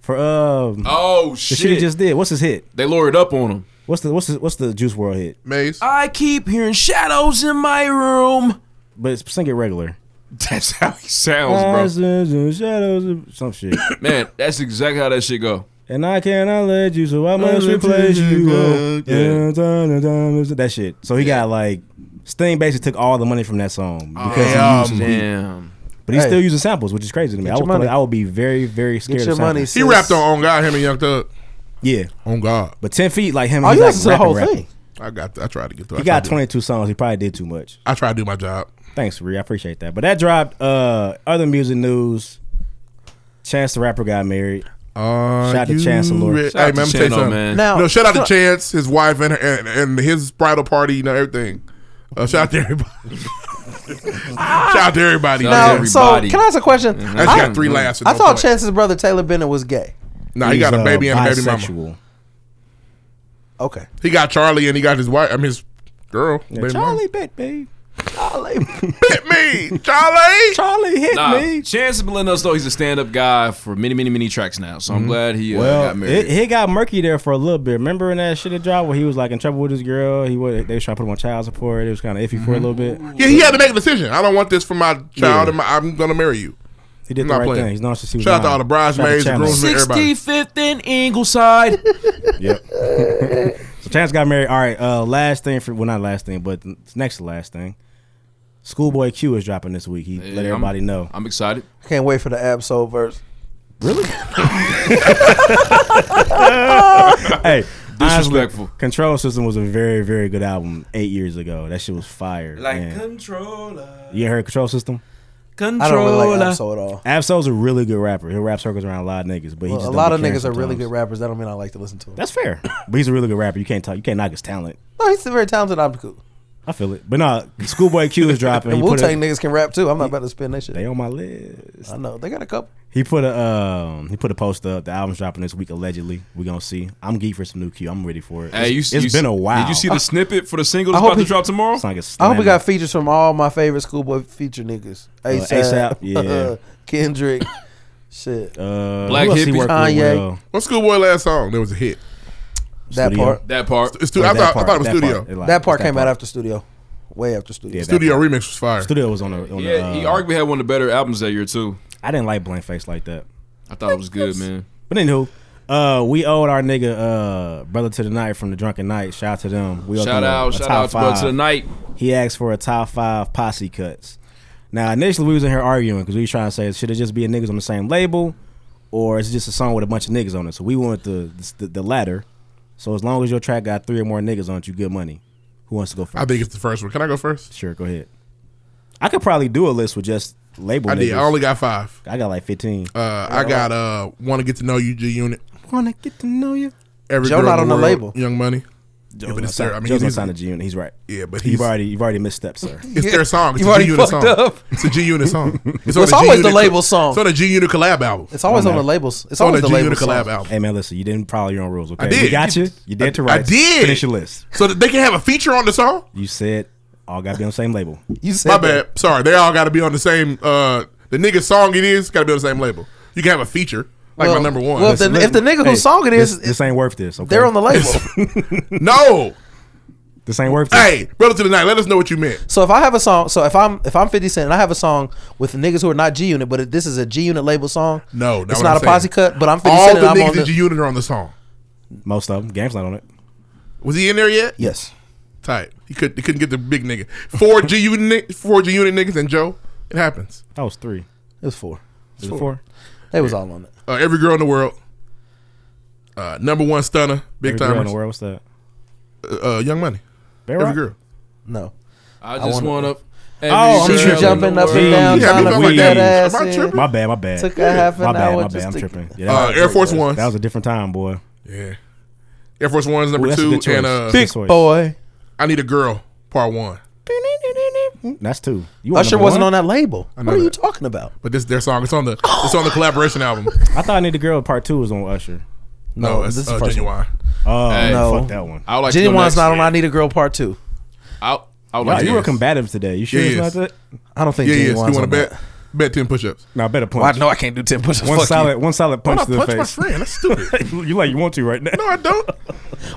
S6: for um
S4: Oh
S6: the shit he
S4: shit!
S6: just did. What's his hit?
S4: they lowered up on him.
S6: What's the what's the, what's the Juice World hit?
S9: Maze.
S4: I keep hearing shadows in my room.
S6: But it's sing it regular.
S4: That's how he sounds, bro.
S6: Ashes and shadows of- some shit.
S4: Man, that's exactly how that shit go.
S6: and I cannot let you, so I must replace you. oh.
S4: Yeah.
S6: That shit. So he got like Sting basically took all the money from that song
S9: damn.
S6: because he used it.
S4: Damn.
S6: But he's
S8: Hey.
S6: still using samples, which is crazy to me.
S8: Get
S6: I
S8: your
S6: would,
S8: money.
S6: I would be very, very scared.
S8: your
S6: of
S8: money,
S6: samples.
S8: sis.
S9: He rapped on On God, him and Young Thug.
S6: Yeah,
S9: On God.
S6: but ten feet like him.
S8: Oh,
S6: he's
S8: you
S6: like
S8: listened to the
S6: rapping,
S8: whole
S6: rapping.
S8: thing.
S9: I got. I tried to get through.
S6: He
S9: I tried
S6: got
S9: to-
S6: twenty two songs. He probably did too much.
S9: I tried to do my job.
S6: Thanks, Ree. I appreciate that. But that dropped. Uh, other music news. Chance the Rapper got married.
S9: Uh,
S6: Shout out to Chance and Lord.
S9: Hey,
S4: Shout out
S9: man,
S4: to
S9: I'm tell you
S4: Chano,
S9: something.
S4: man.
S8: Now-
S9: no, shout out to Chance, his wife, and, her, and and his bridal party, you know everything. Uh, shout out to everybody. shout out to everybody.
S4: Shout out
S9: man.
S4: to
S8: Now, so
S4: everybody.
S8: can I ask a question?
S9: I just
S8: I,
S9: got three laughs. at
S8: I
S9: no
S8: thought
S9: point.
S8: Chance's brother Taylor Bennett was gay.
S9: Nah, he
S6: He's,
S9: got a
S6: uh,
S9: baby and a baby mama.
S6: bisexual.
S8: Okay.
S9: He got Charlie and he got his wife. I mean, his girl. baby
S6: Charlie bit me. Charlie,
S9: mama. hit me, Charlie.
S6: Charlie hit
S4: Nah,
S6: me.
S4: Chance has been letting us know he's a stand-up guy for many, many, many tracks now. So I'm glad he uh, got
S6: Mm-hmm. Well,
S4: married.
S6: it, it got murky there for a little bit. Remember in that shit that dropped where he was like in trouble with his girl. He was, they was trying to put him on child support. It was kind of iffy for a little bit.
S9: Yeah, he had to make a decision. I don't want this for my child.
S6: Yeah.
S9: And my, I'm gonna marry you.
S6: He did
S9: I'm
S6: the
S9: not
S6: right
S9: playing.
S6: thing. He's not supposed to
S9: Shout out to all the bridesmaids, the groomsmen, everybody.
S4: 65th and Ingleside.
S6: Yep. so Chance got married. All right. Uh, last thing for well, not last thing, but next to last thing. Schoolboy Q is dropping this week. He
S4: Yeah,
S6: let
S4: I'm-
S6: everybody know.
S4: I'm excited.
S8: I can't wait for the ab soul verse.
S6: hey, honestly,
S4: Disrespectful.
S6: Control System was a very, very good album eight years ago. That shit was fire. man.
S4: controller,
S6: you heard Control System?
S8: I don't really like
S4: controller.
S8: ab soul at all.
S6: Absol's a really good rapper. He'll rap circles around a lot of niggas, but he
S8: Well,
S6: just
S8: a
S6: don't
S8: lot
S6: be
S8: of
S6: caring
S8: niggas are really
S6: sometimes.
S8: good rappers. That don't mean I like to listen to them.
S6: That's fair, but he's a really good rapper. You can't talk. You can't knock his talent.
S8: No, he's very talented. I'm cool.
S6: I feel it. But no, Schoolboy Q is dropping.
S8: And
S6: He put
S8: Wu
S6: a-
S8: Tang niggas can rap too. I'm not about to spin that
S6: They
S8: shit.
S6: on my list.
S8: I know they got a couple.
S6: He put a um, he put a post up. The album's dropping this week allegedly. We gonna see. I'm geek for some new Q. I'm ready for it.
S4: Hey, you,
S6: it's
S4: you,
S6: it's been a while.
S4: Did you see the snippet for the single that's
S8: hope
S4: about to
S8: he-
S4: drop tomorrow?
S6: Song is
S8: I hope we
S6: slamming.
S8: got features from all my favorite schoolboy feature niggas. ASAP,
S6: A$AP, yeah.
S8: Kendrick, shit,
S6: uh,
S4: Black
S6: who else he
S4: Hippie.
S6: worked
S8: Kanye.
S6: With, uh,
S9: What schoolboy last song? There was a hit.
S8: that
S6: Studio.
S8: part.
S4: That part.
S9: It's stu- I,
S6: Oh, that
S9: thought, I
S6: part,
S9: thought it was
S6: that
S9: studio.
S6: part. It like-
S8: That part
S6: it's
S8: came out after studio, way after studio.
S6: Yeah, that
S9: Studio
S6: part.
S9: remix was fire.
S6: Studio was on the. On
S4: Yeah,
S6: the,
S4: he
S6: uh,
S4: arguably had one of the better albums that year too.
S6: I didn't like blank face like that.
S4: I thought it was good, man.
S6: But anywho, uh, we owed our nigga uh, brother to the night from the drunken night. Shout out to them. We owed
S4: Shout
S6: them a- a
S4: out, shout
S6: top
S4: out to,
S6: five.
S4: to the night.
S6: He asked for a top five posse cuts. Now initially we was in here arguing because we was trying to say should it just be a niggas on the same label, or is it just a song with a bunch of niggas on it? So we wanted the the, the latter. So as long as your track got three or more niggas on it, you good money. Who wants to go first?
S9: I think it's the first one. Can I go first?
S6: sure. Go ahead. I could probably do a list with just label.
S9: I
S6: niggas.
S9: did. I only got five.
S6: I got like fifteen.
S9: Uh, I got uh, want to get to know you, G Unit.
S6: wanna get to know you.
S9: Every
S8: Joe
S9: girl
S8: not
S9: in
S8: on the
S9: world,
S8: label.
S9: Young Money. Yeah, but it's
S6: Joe's
S9: their. I mean,
S6: gonna
S9: he's,
S6: sign a G unit. He's right.
S9: yeah, but he's
S6: You've already you've already misstepped, sir.
S9: It's their song. It's
S8: You
S9: a
S8: already
S9: G Unit
S8: fucked
S9: song.
S8: up.
S9: It's a G Unit song. It's,
S8: It's always the label song.
S9: It's on a G Unit collab album. It's
S8: It's always on the
S6: Whatever.
S8: labels. It's
S9: on
S8: always
S9: a
S8: the
S9: G Unit
S8: labels.
S9: collab
S8: songs.
S9: album.
S6: Hey man, listen, you didn't follow your own rules. Okay,
S9: I did.
S6: we got you. You did to
S9: I- I
S6: rights.
S9: did.
S6: Finish your list.
S9: So that they can have a feature on the song.
S6: You said all got to be on the same label.
S8: You said
S9: My
S8: that.
S9: bad. Sorry, they all got to be on the same. Uh, the nigga song it is got to be on the same label. You can have a feature like
S8: Well,
S9: my number one.
S8: well, if the-
S6: Listen,
S8: nigga whose song it is-
S6: this, this ain't worth this. Okay,
S8: They're on the label.
S9: no,
S6: This ain't worth this.
S9: hey, brother to the night. Let us know what you meant.
S8: so if I have a song, so if I'm if I'm 50 Cent and I have a song with niggas who are not G Unit, but if this is a G Unit label song,
S9: No,
S8: it's
S9: what
S8: not
S9: I'm
S8: a
S9: saying.
S8: posse cut. But I'm 50
S9: All
S8: Cent
S9: the
S8: and I'm on
S9: niggas in G
S8: the
S9: Unit are on the song.
S6: Most of them. Game's not on it.
S9: Was he in there yet?
S8: yes.
S9: Tight. He could. He couldn't get the big nigga. Four G unit. Four G unit niggas and Joe. It happens.
S6: That was three.
S8: It was four.
S6: Is it four?
S8: They was all on it.
S9: Uh, every girl in the world. Uh, number one stunner. Big
S6: Every girl in the
S9: time.
S6: world. What's that?
S9: Uh, young money.
S6: Bear
S9: Every
S6: Rock?
S9: girl.
S8: no.
S4: I just want
S8: wanna-
S4: to.
S6: Oh,
S8: She
S6: I'm
S8: was
S6: tripping.
S8: jumping up and down,
S9: Yeah,
S8: trying to
S9: because
S8: put
S9: we-
S8: that
S9: Am
S8: ass
S9: I
S8: in.
S9: tripping?
S6: My bad. My bad.
S8: Took a half an
S6: my bad.
S8: hour
S6: My bad.
S8: just
S6: I'm
S8: to-
S6: tripping. Yeah,
S9: Uh,
S6: that,
S9: Air Force
S6: was-
S9: Ones.
S6: that was a different time, boy.
S9: yeah. Air Force One's number
S6: Ooh, that's a
S9: two
S6: good choice.
S9: and uh,
S6: Big
S8: Big boy.
S9: I need a girl. Part one.
S6: That's two. You want
S8: Usher
S6: number
S8: wasn't
S6: one?
S8: on that label.
S9: know
S8: What are you
S9: that.
S8: talking about?
S9: But this their song. It's on the. It's on the collaboration album.
S6: I thought I Need a Girl Part Two was on Usher.
S9: No,
S8: this is
S9: it's uh,
S8: first one.
S9: genuine.
S6: Oh,
S4: Hey.
S6: no.
S8: No.
S6: fuck that one.
S4: I would like to
S8: Jenny
S4: go
S8: Wan's
S4: next.
S8: not on I Need a Girl Part Two.
S4: I, I would
S6: Wow,
S4: like to
S6: you
S4: go
S6: were
S4: next.
S6: combative today. You sure
S9: Yeah,
S6: it's
S9: yes.
S6: not that?
S8: I don't think
S9: Yeah,
S8: Jenny
S9: yes. You
S8: Wan's
S9: want to
S8: on
S9: bet?
S8: that.
S9: Bet ten push-ups.
S6: No, better
S8: Well,
S6: punch.
S8: I know I can't do ten push-ups.
S6: one
S8: Fuck you.
S6: solid, one solid punch
S9: I
S6: to the
S9: punch my
S6: face.
S9: friend. That's stupid.
S6: you like you want to right now.
S9: no, I don't.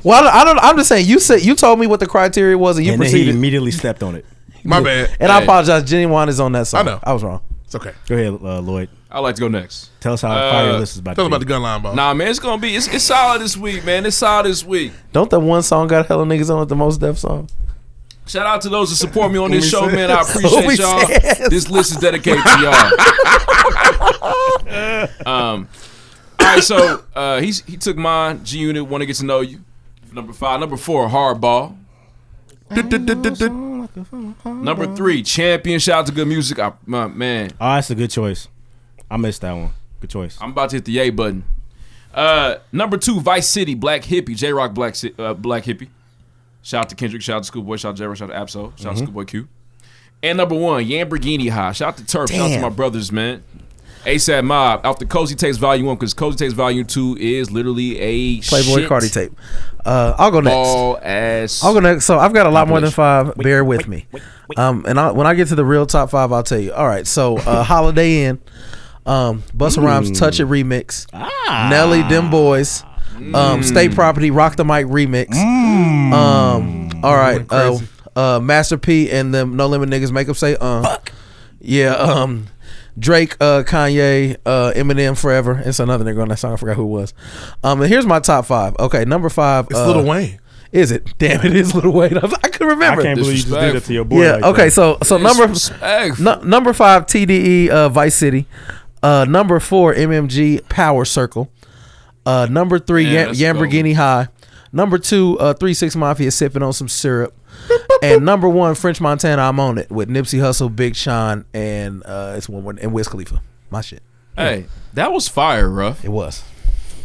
S8: Well, I don't, I don't. I'm just saying. You said you told me what the criteria was, and you
S6: and then he
S8: proceeded.
S6: immediately stepped on it.
S9: My bad.
S8: And I
S9: Hey.
S8: apologize. Jenny Wan is on that song.
S9: I know.
S8: I was wrong.
S9: It's okay.
S6: Go ahead, uh, Lloyd.
S4: I'd like to go next.
S6: Tell us how fire this is about. to be.
S4: Nah, man, it's gonna be it's, it's solid this week, man. It's solid this week.
S8: Don't that one song got hella niggas on it? The most deaf song.
S4: Shout out to those that support me on this
S8: What
S4: show,
S8: we
S4: man. I
S8: said. What we
S4: appreciate y'all.
S8: said.
S4: This list is dedicated to y'all. um, all right, so uh, he's he took mine. G Unit, want to get to know you. Number five, number four, Hardball. Number three, Champion. Shout out to good music. I, my, man,
S6: Oh, that's a good choice. I missed that one. Good choice.
S4: I'm about to hit the yay button. Uh, number two, Vice City, Black Hippie, J Rock, Black Ci- uh, Black Hippie. Shout out to Kendrick, shout out to Schoolboy, shout out to J Rock, shout out to Abso, shout
S8: Mm-hmm.
S4: out to
S6: Mhm.
S4: Schoolboy Q. And number one, Lamborghini High. Shout out to Turf, shout out to
S6: Damn.
S4: my brothers, man. ASAP Mob out the Cozy Takes Volume One because Cozy Takes Volume Two is literally a
S8: Playboy
S4: shit
S8: Cardi tape. Uh, I'll go next.
S4: Ball ass.
S8: I'll go next. So I've got a lot more than five. Bear with me. Um, and I, when I get to the real top five, I'll tell you. All right. So uh, Holiday Inn, um, Busta Rhymes,
S2: Mm.
S8: Touch It remix, Nelly, Dem Boys, um, State Property, Rock the Mic remix. Um, all right. Uh, uh, Master P and them No Limit niggas make up say uh. Fuck. Yeah. Um, Drake, uh, Kanye, uh, Eminem, Forever. It's another nigga on that song. I forgot who it was. Um, and here's my top five. Okay, number five.
S9: It's
S8: uh,
S9: Lil Wayne.
S8: Is it? Damn, it is Lil Wayne. I, was- I could remember.
S6: I can't believe you just did that to your boy.
S8: Yeah.
S6: like
S8: okay.
S6: that.
S8: So so number nu- number five TDE uh, Vice City, uh, number four MMG Power Circle, uh, number three
S2: Yeah,
S8: Yam-
S2: let's go.
S8: Lamborghini High, number two uh, Three Six Mafia sipping on some syrup, and number one French Montana I'm on it with Nipsey Hussle, Big Sean, and uh, it's one more and Wiz Khalifa. My shit.
S4: Hey, that was fire, rough.
S8: It was.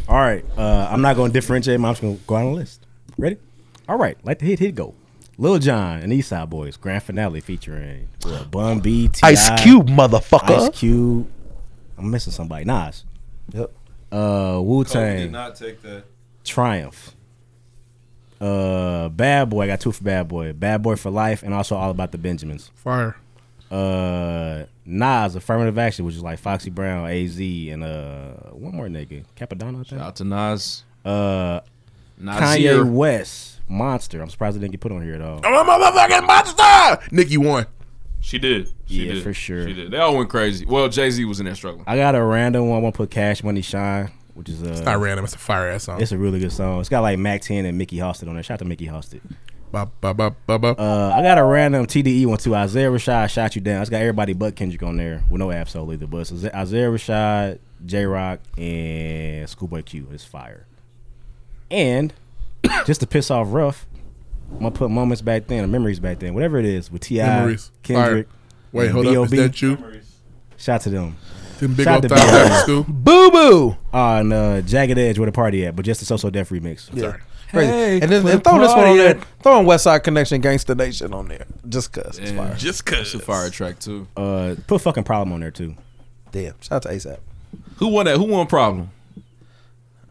S6: All right. Uh, I'm not going to differentiate. but I'm just going to go on the list. Ready? All right. Like the hit, hit go. Lil John and East Side Boys grand finale featuring uh, Bun B, T.I.,
S8: Ice Cube, motherfucker.
S9: Uh-huh.
S6: Ice Cube. I'm missing somebody. Nas.
S8: Yep.
S6: Uh, Wu Tang.
S4: not take that.
S6: Triumph. Uh, Bad Boy. I got two for Bad Boy. Bad Boy for Life, and also All About the Benjamins.
S9: Fire.
S6: Uh, Nas, Affirmative Action, which is like Foxy Brown, AZ, and uh, one more nigga, Capadonna. I think. Shout
S4: out to Nas.
S6: Uh,
S4: Nasir.
S6: Kanye West, Monster. I'm surprised it didn't get put on here at all.
S9: I'm a motherfucking monster. Nikki won.
S4: She did. She
S6: Yeah,
S4: did.
S6: for sure.
S4: She did. They all went crazy. Well, Jay Z was in there struggling.
S6: I got a random one. I'm gonna put Cash Money Shine, which is uh,
S9: It's not random. It's a fire ass song.
S6: It's a really good song. It's got like Mac 10 and Mickey Hosted on it. Shout out to Mickey Hosted.
S9: Bop, bop, bop, bop, bop.
S6: Uh, I got a random TDE one too. Isaiah Rashad shot you down. It's got everybody but Kendrick on there with no absol either. But it's Isa- Isaiah Rashad, J Rock, and Schoolboy Q is fire. And just to piss off Ruff, I'm gonna put moments back then, or memories back then, whatever it is with Ti,
S9: Memories.
S6: Kendrick.
S9: Fire. Wait,
S6: and
S9: hold up. Is
S6: B.O.B..
S9: that you?
S6: Shout out to them.
S9: Them big
S6: Shout
S9: old
S6: out to
S9: thighs
S6: B.O.B..
S9: after school.
S8: Boo boo.
S6: On uh, Jagged Edge, where the party at, but just the So So Def remix.
S8: Yeah.
S6: Sorry.
S8: Crazy. and then and throw this one on there. Throwing West Side Connection, Gangsta Nation on there, just cause it's fire.
S4: Just cause. It's a fire track too.
S6: Uh, put fucking problem on there too.
S8: Damn. Shout out to ASAP.
S4: Who won that? Who won problem?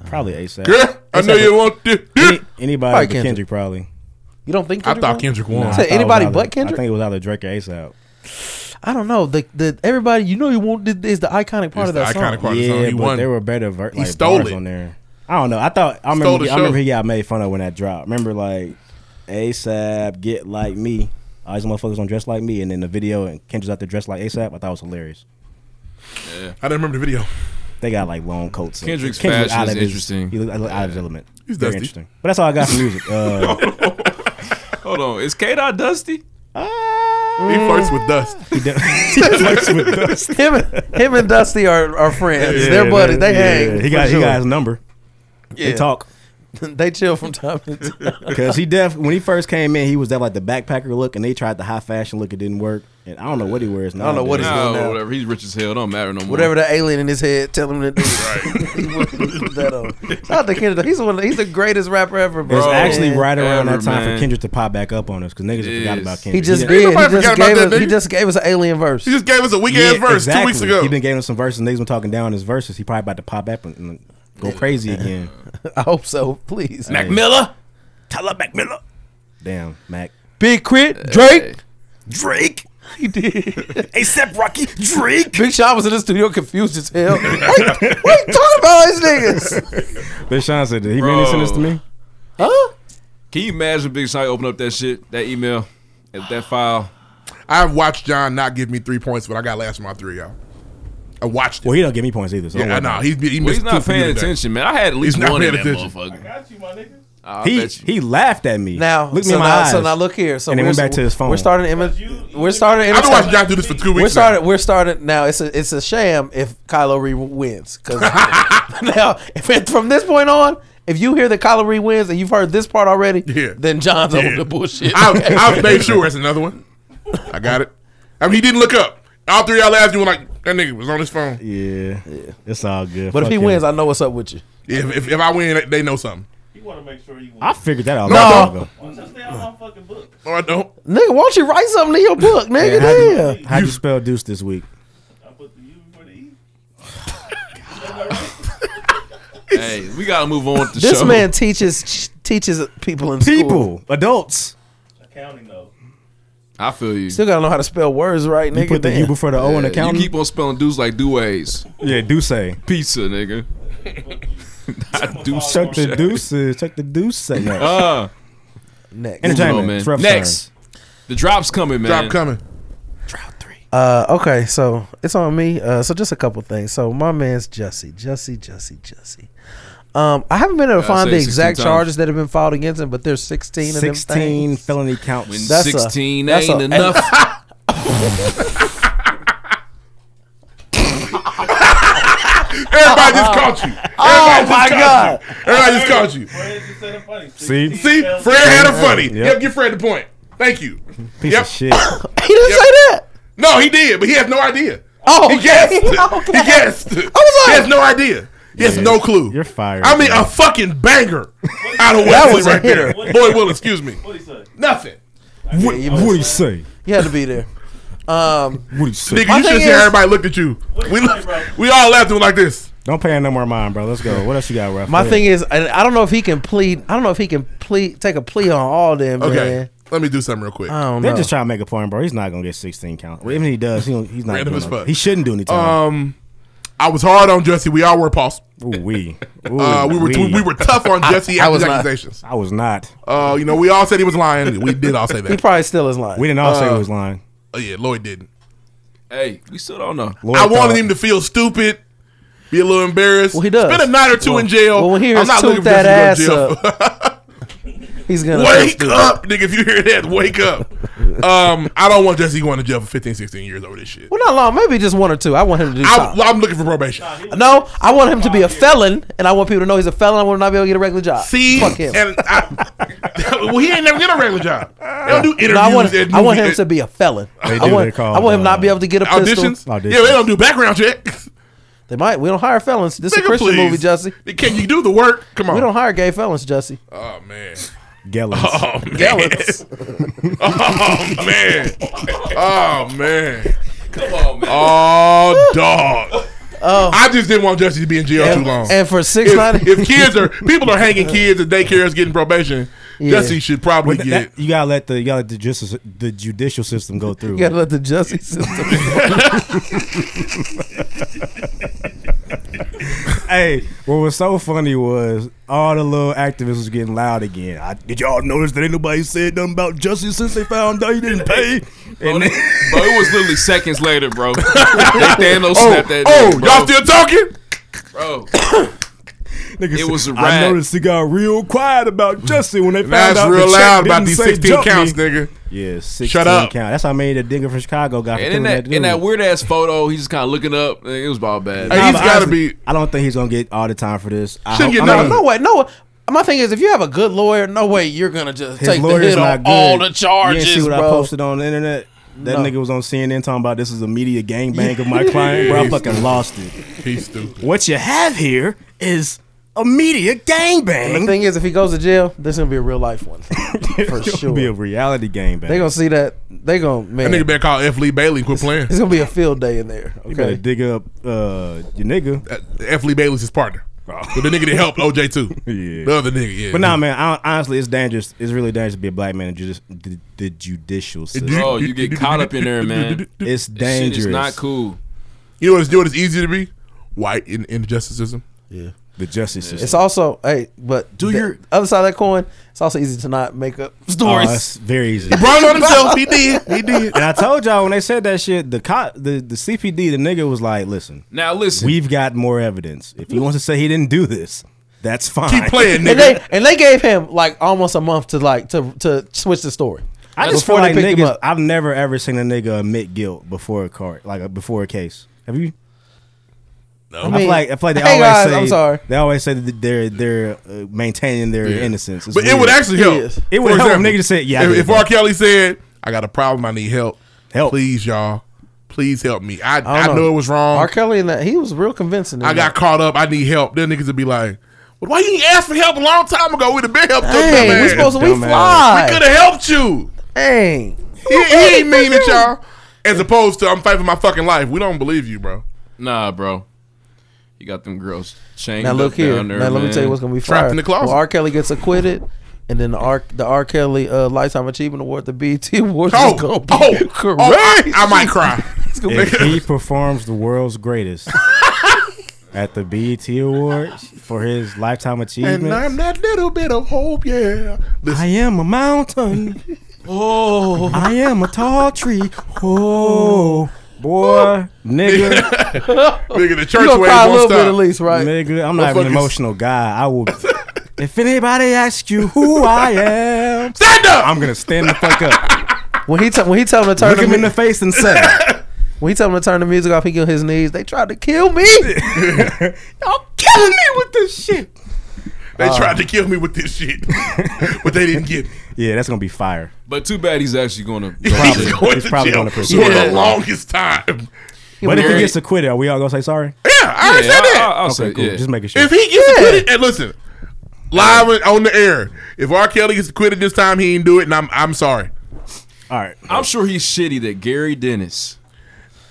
S6: Probably ASAP.
S9: Girl, I know you want this.
S6: Any, anybody
S9: Probably
S6: but
S9: Kendrick.
S6: Kendrick. Uh-huh. probably.
S8: You don't think?
S9: I thought Kendrick won.
S6: Nah, I
S8: Say
S6: thought it was
S8: anybody
S6: either-
S8: but Kendrick?
S6: I think it was either Drake or ASAP.
S8: I don't know. The the everybody you know you want is the iconic part of that song.
S6: yeah, but there were better ver-
S8: He
S6: like,
S8: stole
S6: bars
S8: it.
S6: on there. I don't know. I thought
S8: Stole
S6: I remember.
S8: the
S6: I remember
S8: show.
S6: he got made fun of when that dropped. Remember like ASAP, get like me. All these motherfuckers don't dress like me, and then the video and Kendrick's out there dressed like ASAP. I thought it was hilarious.
S9: I didn't remember the video.
S6: They got like long coats. and-
S4: Kendrick's
S6: Kendrick
S4: fashion
S6: out
S4: is
S6: of his-
S4: interesting.
S6: He looked out of his element.
S4: He's
S6: Very
S4: dusty.
S6: interesting. But that's all I got for music. Uh,
S4: Hold on, is K Dot Dusty?
S9: He flirts with dust.
S6: He with Dusty.
S8: him, and- him and Dusty are, are friends. They're buddies. They hang.
S6: He
S8: for
S6: got
S8: sure.
S6: he got his number. They
S8: Yeah.
S6: talk.
S8: they chill from time to time.
S6: Cause he def when he first came in, he was that like the backpacker look, and they tried the high fashion look. It didn't work, and I don't know what he wears now.
S4: No, Whatever. He's rich as hell. Don't matter no more.
S8: Whatever that alien in his head tell him to do. He put- he put that on. Shout out to Kendrick. He's one. of the- He's the greatest rapper ever, bro.
S6: It's actually right around
S8: Ever,
S6: that time
S8: man.
S6: for Kendrick to pop back up on us because niggas
S8: It
S6: forgot
S8: is.
S6: about Kendrick.
S8: He just
S6: Yeah.
S8: did. He
S9: forgot
S8: just,
S9: about
S8: gave
S9: that
S8: us, he
S9: nigga.
S8: just gave us an alien verse.
S9: He just gave us a weak ass
S6: Yeah,
S9: verse two weeks
S6: exactly.
S9: ago.
S6: He been giving us some verses. Niggas been talking down his verses. He probably about to pop back and- and go crazy again.
S8: I hope so. Please.
S6: Mac Miller?
S8: Tyler Mac Miller.
S6: Damn, Mac.
S8: Big Crit. Drake. Drake. He did. ASAP Rocky. Drake. Big Sean was in the studio confused as hell. what, what you talking about, these niggas?
S6: Big Sean said, did he
S4: Bro.
S6: really send this to me?
S8: Huh?
S4: Can you imagine Big Sean open up that shit, that email, and that file?
S9: I've watched John not give me three points, but I got last of my three, y'all. I watched it.
S6: Well, he don't give me points either. So
S9: yeah,
S6: don't worry
S9: no,
S6: about
S9: he,
S6: it.
S9: he missed
S4: Well, he's
S9: two
S4: not
S9: for you
S4: paying
S9: today.
S4: attention, man. I had at least
S9: he's not
S4: one in
S9: paying
S4: that
S9: attention.
S4: motherfucker. I
S6: He
S4: bet you.
S6: he laughed at me.
S8: Now,
S6: look me
S8: so
S6: in my
S8: now,
S6: eyes.
S8: so now look here. So
S6: and he went
S8: we're-
S6: back to his phone.
S8: We're starting. Imi- we're starting.
S9: I've been
S8: imitation-
S9: watching John do this for two
S8: We're
S9: weeks. now.
S8: starting. We're starting now. It's a it's a sham if Kylo Ree wins. Because now, if it, from this point on, if you hear that Kylo Ree wins and you've heard this part already,
S9: Yeah.
S8: then John's
S9: Yeah.
S8: over the bullshit.
S9: I, I've made sure it's another one. I got it. I mean, he didn't look up. All three of y'all laughed. You were like, that nigga was on his phone.
S6: yeah, it's all good.
S8: but if
S6: Fuck
S8: he
S6: him.
S8: wins, I know what's up with you.
S9: If, if, if I win, they know something.
S6: I figured that out.
S9: No.
S6: long ago.
S9: Or I don't.
S8: Nigga, won't you write something in your book, nigga?
S6: How'd you-
S8: Damn.
S6: how'd you spell deuce this week?
S4: Hey, we gotta move on with the
S8: This
S4: show.
S8: man teaches teaches people in school.
S6: People, adults.
S4: I feel you.
S8: Still gotta know how to spell words right, nigga.
S6: You put the
S8: Damn.
S6: U before the O in
S4: Yeah, you
S6: accounting.
S4: keep on spelling dudes like duets.
S6: Yeah, deuce.
S4: Pizza, nigga. Not deuce.
S6: Check the deuces. Check the deuce.
S8: Oh,
S6: No.
S4: Uh,
S8: Next.
S4: moving on,
S6: Entertainment.
S4: man.
S6: It's rough
S4: Next. The drop's coming, man.
S9: Drop coming.
S8: Uh, okay, so it's on me. Uh, so just a couple things. So my man's Jussie, Jussie, Jussie, Jussie. Um, I haven't been able to
S4: Yeah, I
S8: find
S4: say
S8: the
S4: 16
S8: exact
S4: times.
S8: charges that have been filed against him, but there's 16 of them.
S6: Sixteen
S8: things.
S6: felony
S4: When
S6: counts.
S8: That's a-
S4: 16
S8: that's
S4: ain't
S8: a-
S4: enough.
S9: Everybody just caught you. Everybody
S8: Oh
S9: just
S8: my
S9: caught
S8: god!
S9: You. Everybody just caught you.
S6: See,
S9: See, Fred had a funny. Yep,
S6: Yep.
S9: give Fred the point. Thank you.
S6: piece
S9: Yep.
S6: of shit.
S8: He didn't say that.
S9: No, he did, but he has no idea.
S8: Oh,
S9: He guessed.
S8: okay, okay.
S9: He guessed.
S8: was
S9: he
S8: like-
S9: has no idea. He has no clue.
S6: You're fired.
S9: I mean, a fucking banger out of Wesley
S8: was a
S9: right there.
S8: hitter.
S9: Boy, will excuse me. What he say? Nothing.
S6: what, what do you say?
S8: You had to be there. Um,
S6: What do you say?
S9: Nigga, you
S8: thing
S9: should see how
S8: is-
S9: everybody looked at you. We look, we all laughed at him like this.
S6: Don't pay him no more mind, bro. Let's go. What else you got, Ralph?
S8: my
S6: Go
S8: thing is, and I don't know if he can plead. I don't know if he can plead. Take a plea on all them.
S9: Okay,
S8: Man.
S9: let me do something real quick.
S8: I don't
S6: They're
S8: know.
S6: just trying to make a point, bro. He's not gonna get 16 counts. Even if he does, he don't, he's not.
S9: Random
S6: doing
S9: as
S6: no-
S9: fuck.
S6: He shouldn't do any time.
S9: um, I was hard on Jesse. We all were pulse.
S6: Ooh, we.
S9: Uh, we were we, were tough on Jesse
S8: I
S9: after
S8: was
S9: his
S8: not.
S9: accusations.
S6: I was not.
S9: Uh, you know, we all said he was lying. We did all say
S8: he
S9: that.
S8: probably still is lying.
S6: We didn't all say he
S9: Uh,
S6: was lying.
S9: Oh yeah, Lloyd didn't.
S4: hey, we still don't know.
S6: Lloyd
S9: I wanted
S6: thought-
S9: him to feel stupid, be a little embarrassed.
S8: Well, he does.
S9: Spend a night or two
S8: Well-
S9: in jail.
S8: well, when he
S9: I'm
S8: hears
S9: not
S8: toot
S9: looking for
S8: that
S9: that to
S8: ass
S9: go to jail.
S8: He's gonna.
S9: wake up, nigga. If you hear that, wake up. um, I don't want Jesse going to jail for 15, 16 years over this shit.
S8: Well, not long. Maybe just one or two. I want him to do
S9: I,
S8: something.
S9: I'm looking for probation.
S8: No, I want him to be a felon, and I want people to know he's a felon. I want him to not be able to get a regular job.
S9: See,
S8: fuck him.
S9: and I, well, he ain't never get a regular job. They don't do interviews.
S8: No, I want,
S9: and
S8: I want
S9: movie-
S8: him to be a felon. I
S6: do,
S8: want,
S6: they call
S8: I want him
S6: it,
S8: not be
S6: uh,
S8: able to get a pistol.
S9: auditions.
S6: Auditions.
S9: Yeah, they don't do background checks.
S8: They might. We don't hire felons. This is a
S9: Nigga,
S8: Christian
S9: please.
S8: movie, Jussie.
S9: Can you do the work? Come on.
S8: We don't hire gay felons, Jussie.
S9: oh man.
S6: Gellings.
S9: Oh man. oh man. Oh man.
S4: Come on, man.
S9: Oh dog. I just didn't want Jesse to be in jail
S8: Oh. And,
S9: too long.
S8: and for six
S9: if,
S8: ninety,
S9: if kids are people are hanging kids and daycares getting probation,
S8: Yeah.
S9: Jesse should probably
S6: But
S9: get
S6: that- you gotta let the you gotta let the justice the judicial system go through.
S8: you gotta let the Jussie system.
S6: hey, what was so funny was all the little activists was getting loud again. I, did y'all notice that ain't nobody said nothing about justice since they found out you didn't pay? And then,
S4: bro, it was literally seconds later, bro. they Thanos
S9: Oh,
S4: snapped that.
S9: oh,
S4: nigga, bro.
S9: y'all still talking?
S4: Bro,
S6: nigga
S4: It
S6: said,
S4: was a
S6: I
S4: rat."
S6: noticed it got real quiet about Jesse when they found
S9: That's
S6: out
S9: real
S6: the check
S9: loud about
S6: didn't
S9: these
S6: say
S9: 16
S6: jump me.
S9: counts, nigga.
S6: Yeah, 16
S9: up.
S6: count. That's how many the digger from Chicago got. for
S4: and in
S6: killing
S4: that in
S6: dude.
S4: that weird ass photo, he's just kind of looking up. It was all bad.
S9: Hey,
S6: Nah,
S9: he's
S6: but
S9: gotta
S6: honestly,
S9: be-
S6: I don't think he's gonna get all the time for this. I
S9: Shouldn't
S6: hope-
S9: get
S6: I mean,
S9: none.
S8: no way, no. My thing is, if you have a good lawyer, no way you're gonna just
S6: His
S8: take the
S6: lawyer's
S8: hit
S6: not
S8: on
S6: good.
S8: all the
S6: You
S8: charges,
S6: didn't see what I
S8: bro.
S6: posted on the internet? That
S8: No.
S6: nigga was on CNN talking about this is a media gangbang of my client. Bro, I fucking lost it.
S9: He's stupid.
S6: What you have here is a media
S8: The
S6: gangbang.
S8: thing is, if he goes to jail, this is gonna be a real life one for
S6: It's gonna be a
S8: sure.
S6: reality gangbang.
S8: They gonna see that. They gonna
S9: That nigga
S8: man.
S9: better call F. Lee Bailey and quit playing.
S8: It's gonna be a field day in there.
S6: You better
S8: Okay.
S6: dig up uh, your nigga.
S9: Uh, F. Lee Bailey's his partner.
S8: Oh.
S9: So the nigga that helped OJ too.
S6: Yeah.
S9: The other nigga, yeah.
S6: But nah, man. I, honestly, it's dangerous. It's really dangerous to be a black man in judi- the, the judicial system.
S4: Bro, you get caught up in there, man.
S6: It's
S4: This shit
S6: dangerous.
S4: is not cool.
S9: You know what it's doing? It's easy to be white in, in the justice system.
S2: Yeah.
S6: the justice system.
S8: It's also hey, but do your other side of that coin. It's also easy to not make up Uh, stories.
S6: Oh, it's very easy.
S8: He brought it on himself. He did.
S6: He did. And I told y'all when they said that shit, the cop, the, the CPD, the nigga was like, "Listen,
S4: now listen,
S6: we've got more evidence. If he wants to say he didn't do this, that's fine.
S8: And they, and they gave him like almost a month to like to to switch the story.
S6: I just feel like
S8: they picked him
S6: niggas.
S8: up.
S6: I've never ever seen a nigga admit guilt before a court, like uh, before a case. Have you?
S8: No.
S6: I, feel like I feel like they
S8: Hey,
S6: always
S8: guys,
S6: say.
S8: I'm sorry.
S6: They always say that they're they're uh, maintaining their innocence. It's
S9: but it would
S6: weird.
S9: actually help.
S6: It would
S9: For
S6: help.
S9: example,
S6: if niggas said, "Yeah." I
S9: If,
S6: did
S9: if
S6: that."
S9: R. Kelly said, "I got a problem. I need help.
S6: Help,
S9: please, y'all. Please help me. I
S8: I
S9: I,
S8: don't
S9: know. it was wrong.
S8: R. Kelly and that he was real convincing. in
S9: I got
S8: that.
S9: caught up. I need help." Then niggas would be like, "Well, why you ain't ask for help a long time ago? We'd have been helped.
S8: Dang, we supposed to- we Dumbass. fly.
S9: We could have helped you.
S8: Dang,
S9: he, he ain't mean it, y'all. As opposed to I'm fighting for my fucking life. We don't believe you, bro.
S4: Nah, bro. You got them girls chained
S8: Now look
S4: up
S8: here.
S4: down there.
S8: now let me
S4: man.
S8: tell you what's gonna be
S9: Trapped
S8: fire.
S9: in the closet.
S8: When R. Kelly gets acquitted, and then the R. The R. Kelly uh, Lifetime Achievement Award, the BET Awards,
S9: Oh,
S8: is gonna be
S9: oh, oh,
S8: correct.
S9: I, I might cry.
S6: if he performs the world's greatest at the BET Awards for his lifetime achievement,
S9: And I'm that little bit of hope, yeah.
S6: I am a mountain.
S9: Oh,
S6: I am a tall tree. Oh, boy, nigga.
S9: nigga, the church
S8: You gonna
S9: wave
S8: cry a
S9: won't
S8: little bit at
S9: stop.
S8: least, right?
S6: Nigga, I'm not even an
S8: Motherfuckers.
S6: emotional guy. I will. If anybody asks you who I am,
S9: stand up.
S6: I'm gonna stand the fuck up.
S8: When he t- when he tell him to turn
S6: Look
S8: the
S6: him
S8: mu-
S6: in the face and say,
S8: when he tell him to turn the music off, he get on his knees. They tried to kill me. Y'all killing me with this shit.
S9: They tried to kill me with this shit, but they didn't get me.
S6: "Yeah, that's gonna be fire."
S4: But too bad he's actually going to.
S6: Probably.
S9: He's going
S6: He's
S9: to
S6: probably
S9: jail
S6: going to
S9: for
S6: prison.
S9: the
S6: Yeah.
S9: longest time.
S6: But if he gets acquitted, are we all gonna say sorry?
S9: I already said that.
S4: I'll
S6: okay,
S4: say,
S6: cool.
S4: yeah.
S6: Just making sure.
S9: If he gets acquitted, and listen, live and on the air. If R. Kelly gets acquitted this time, he didn't do it, and I'm I'm sorry.
S6: all right.
S4: I'm sure he's shitty that Gary Dennis,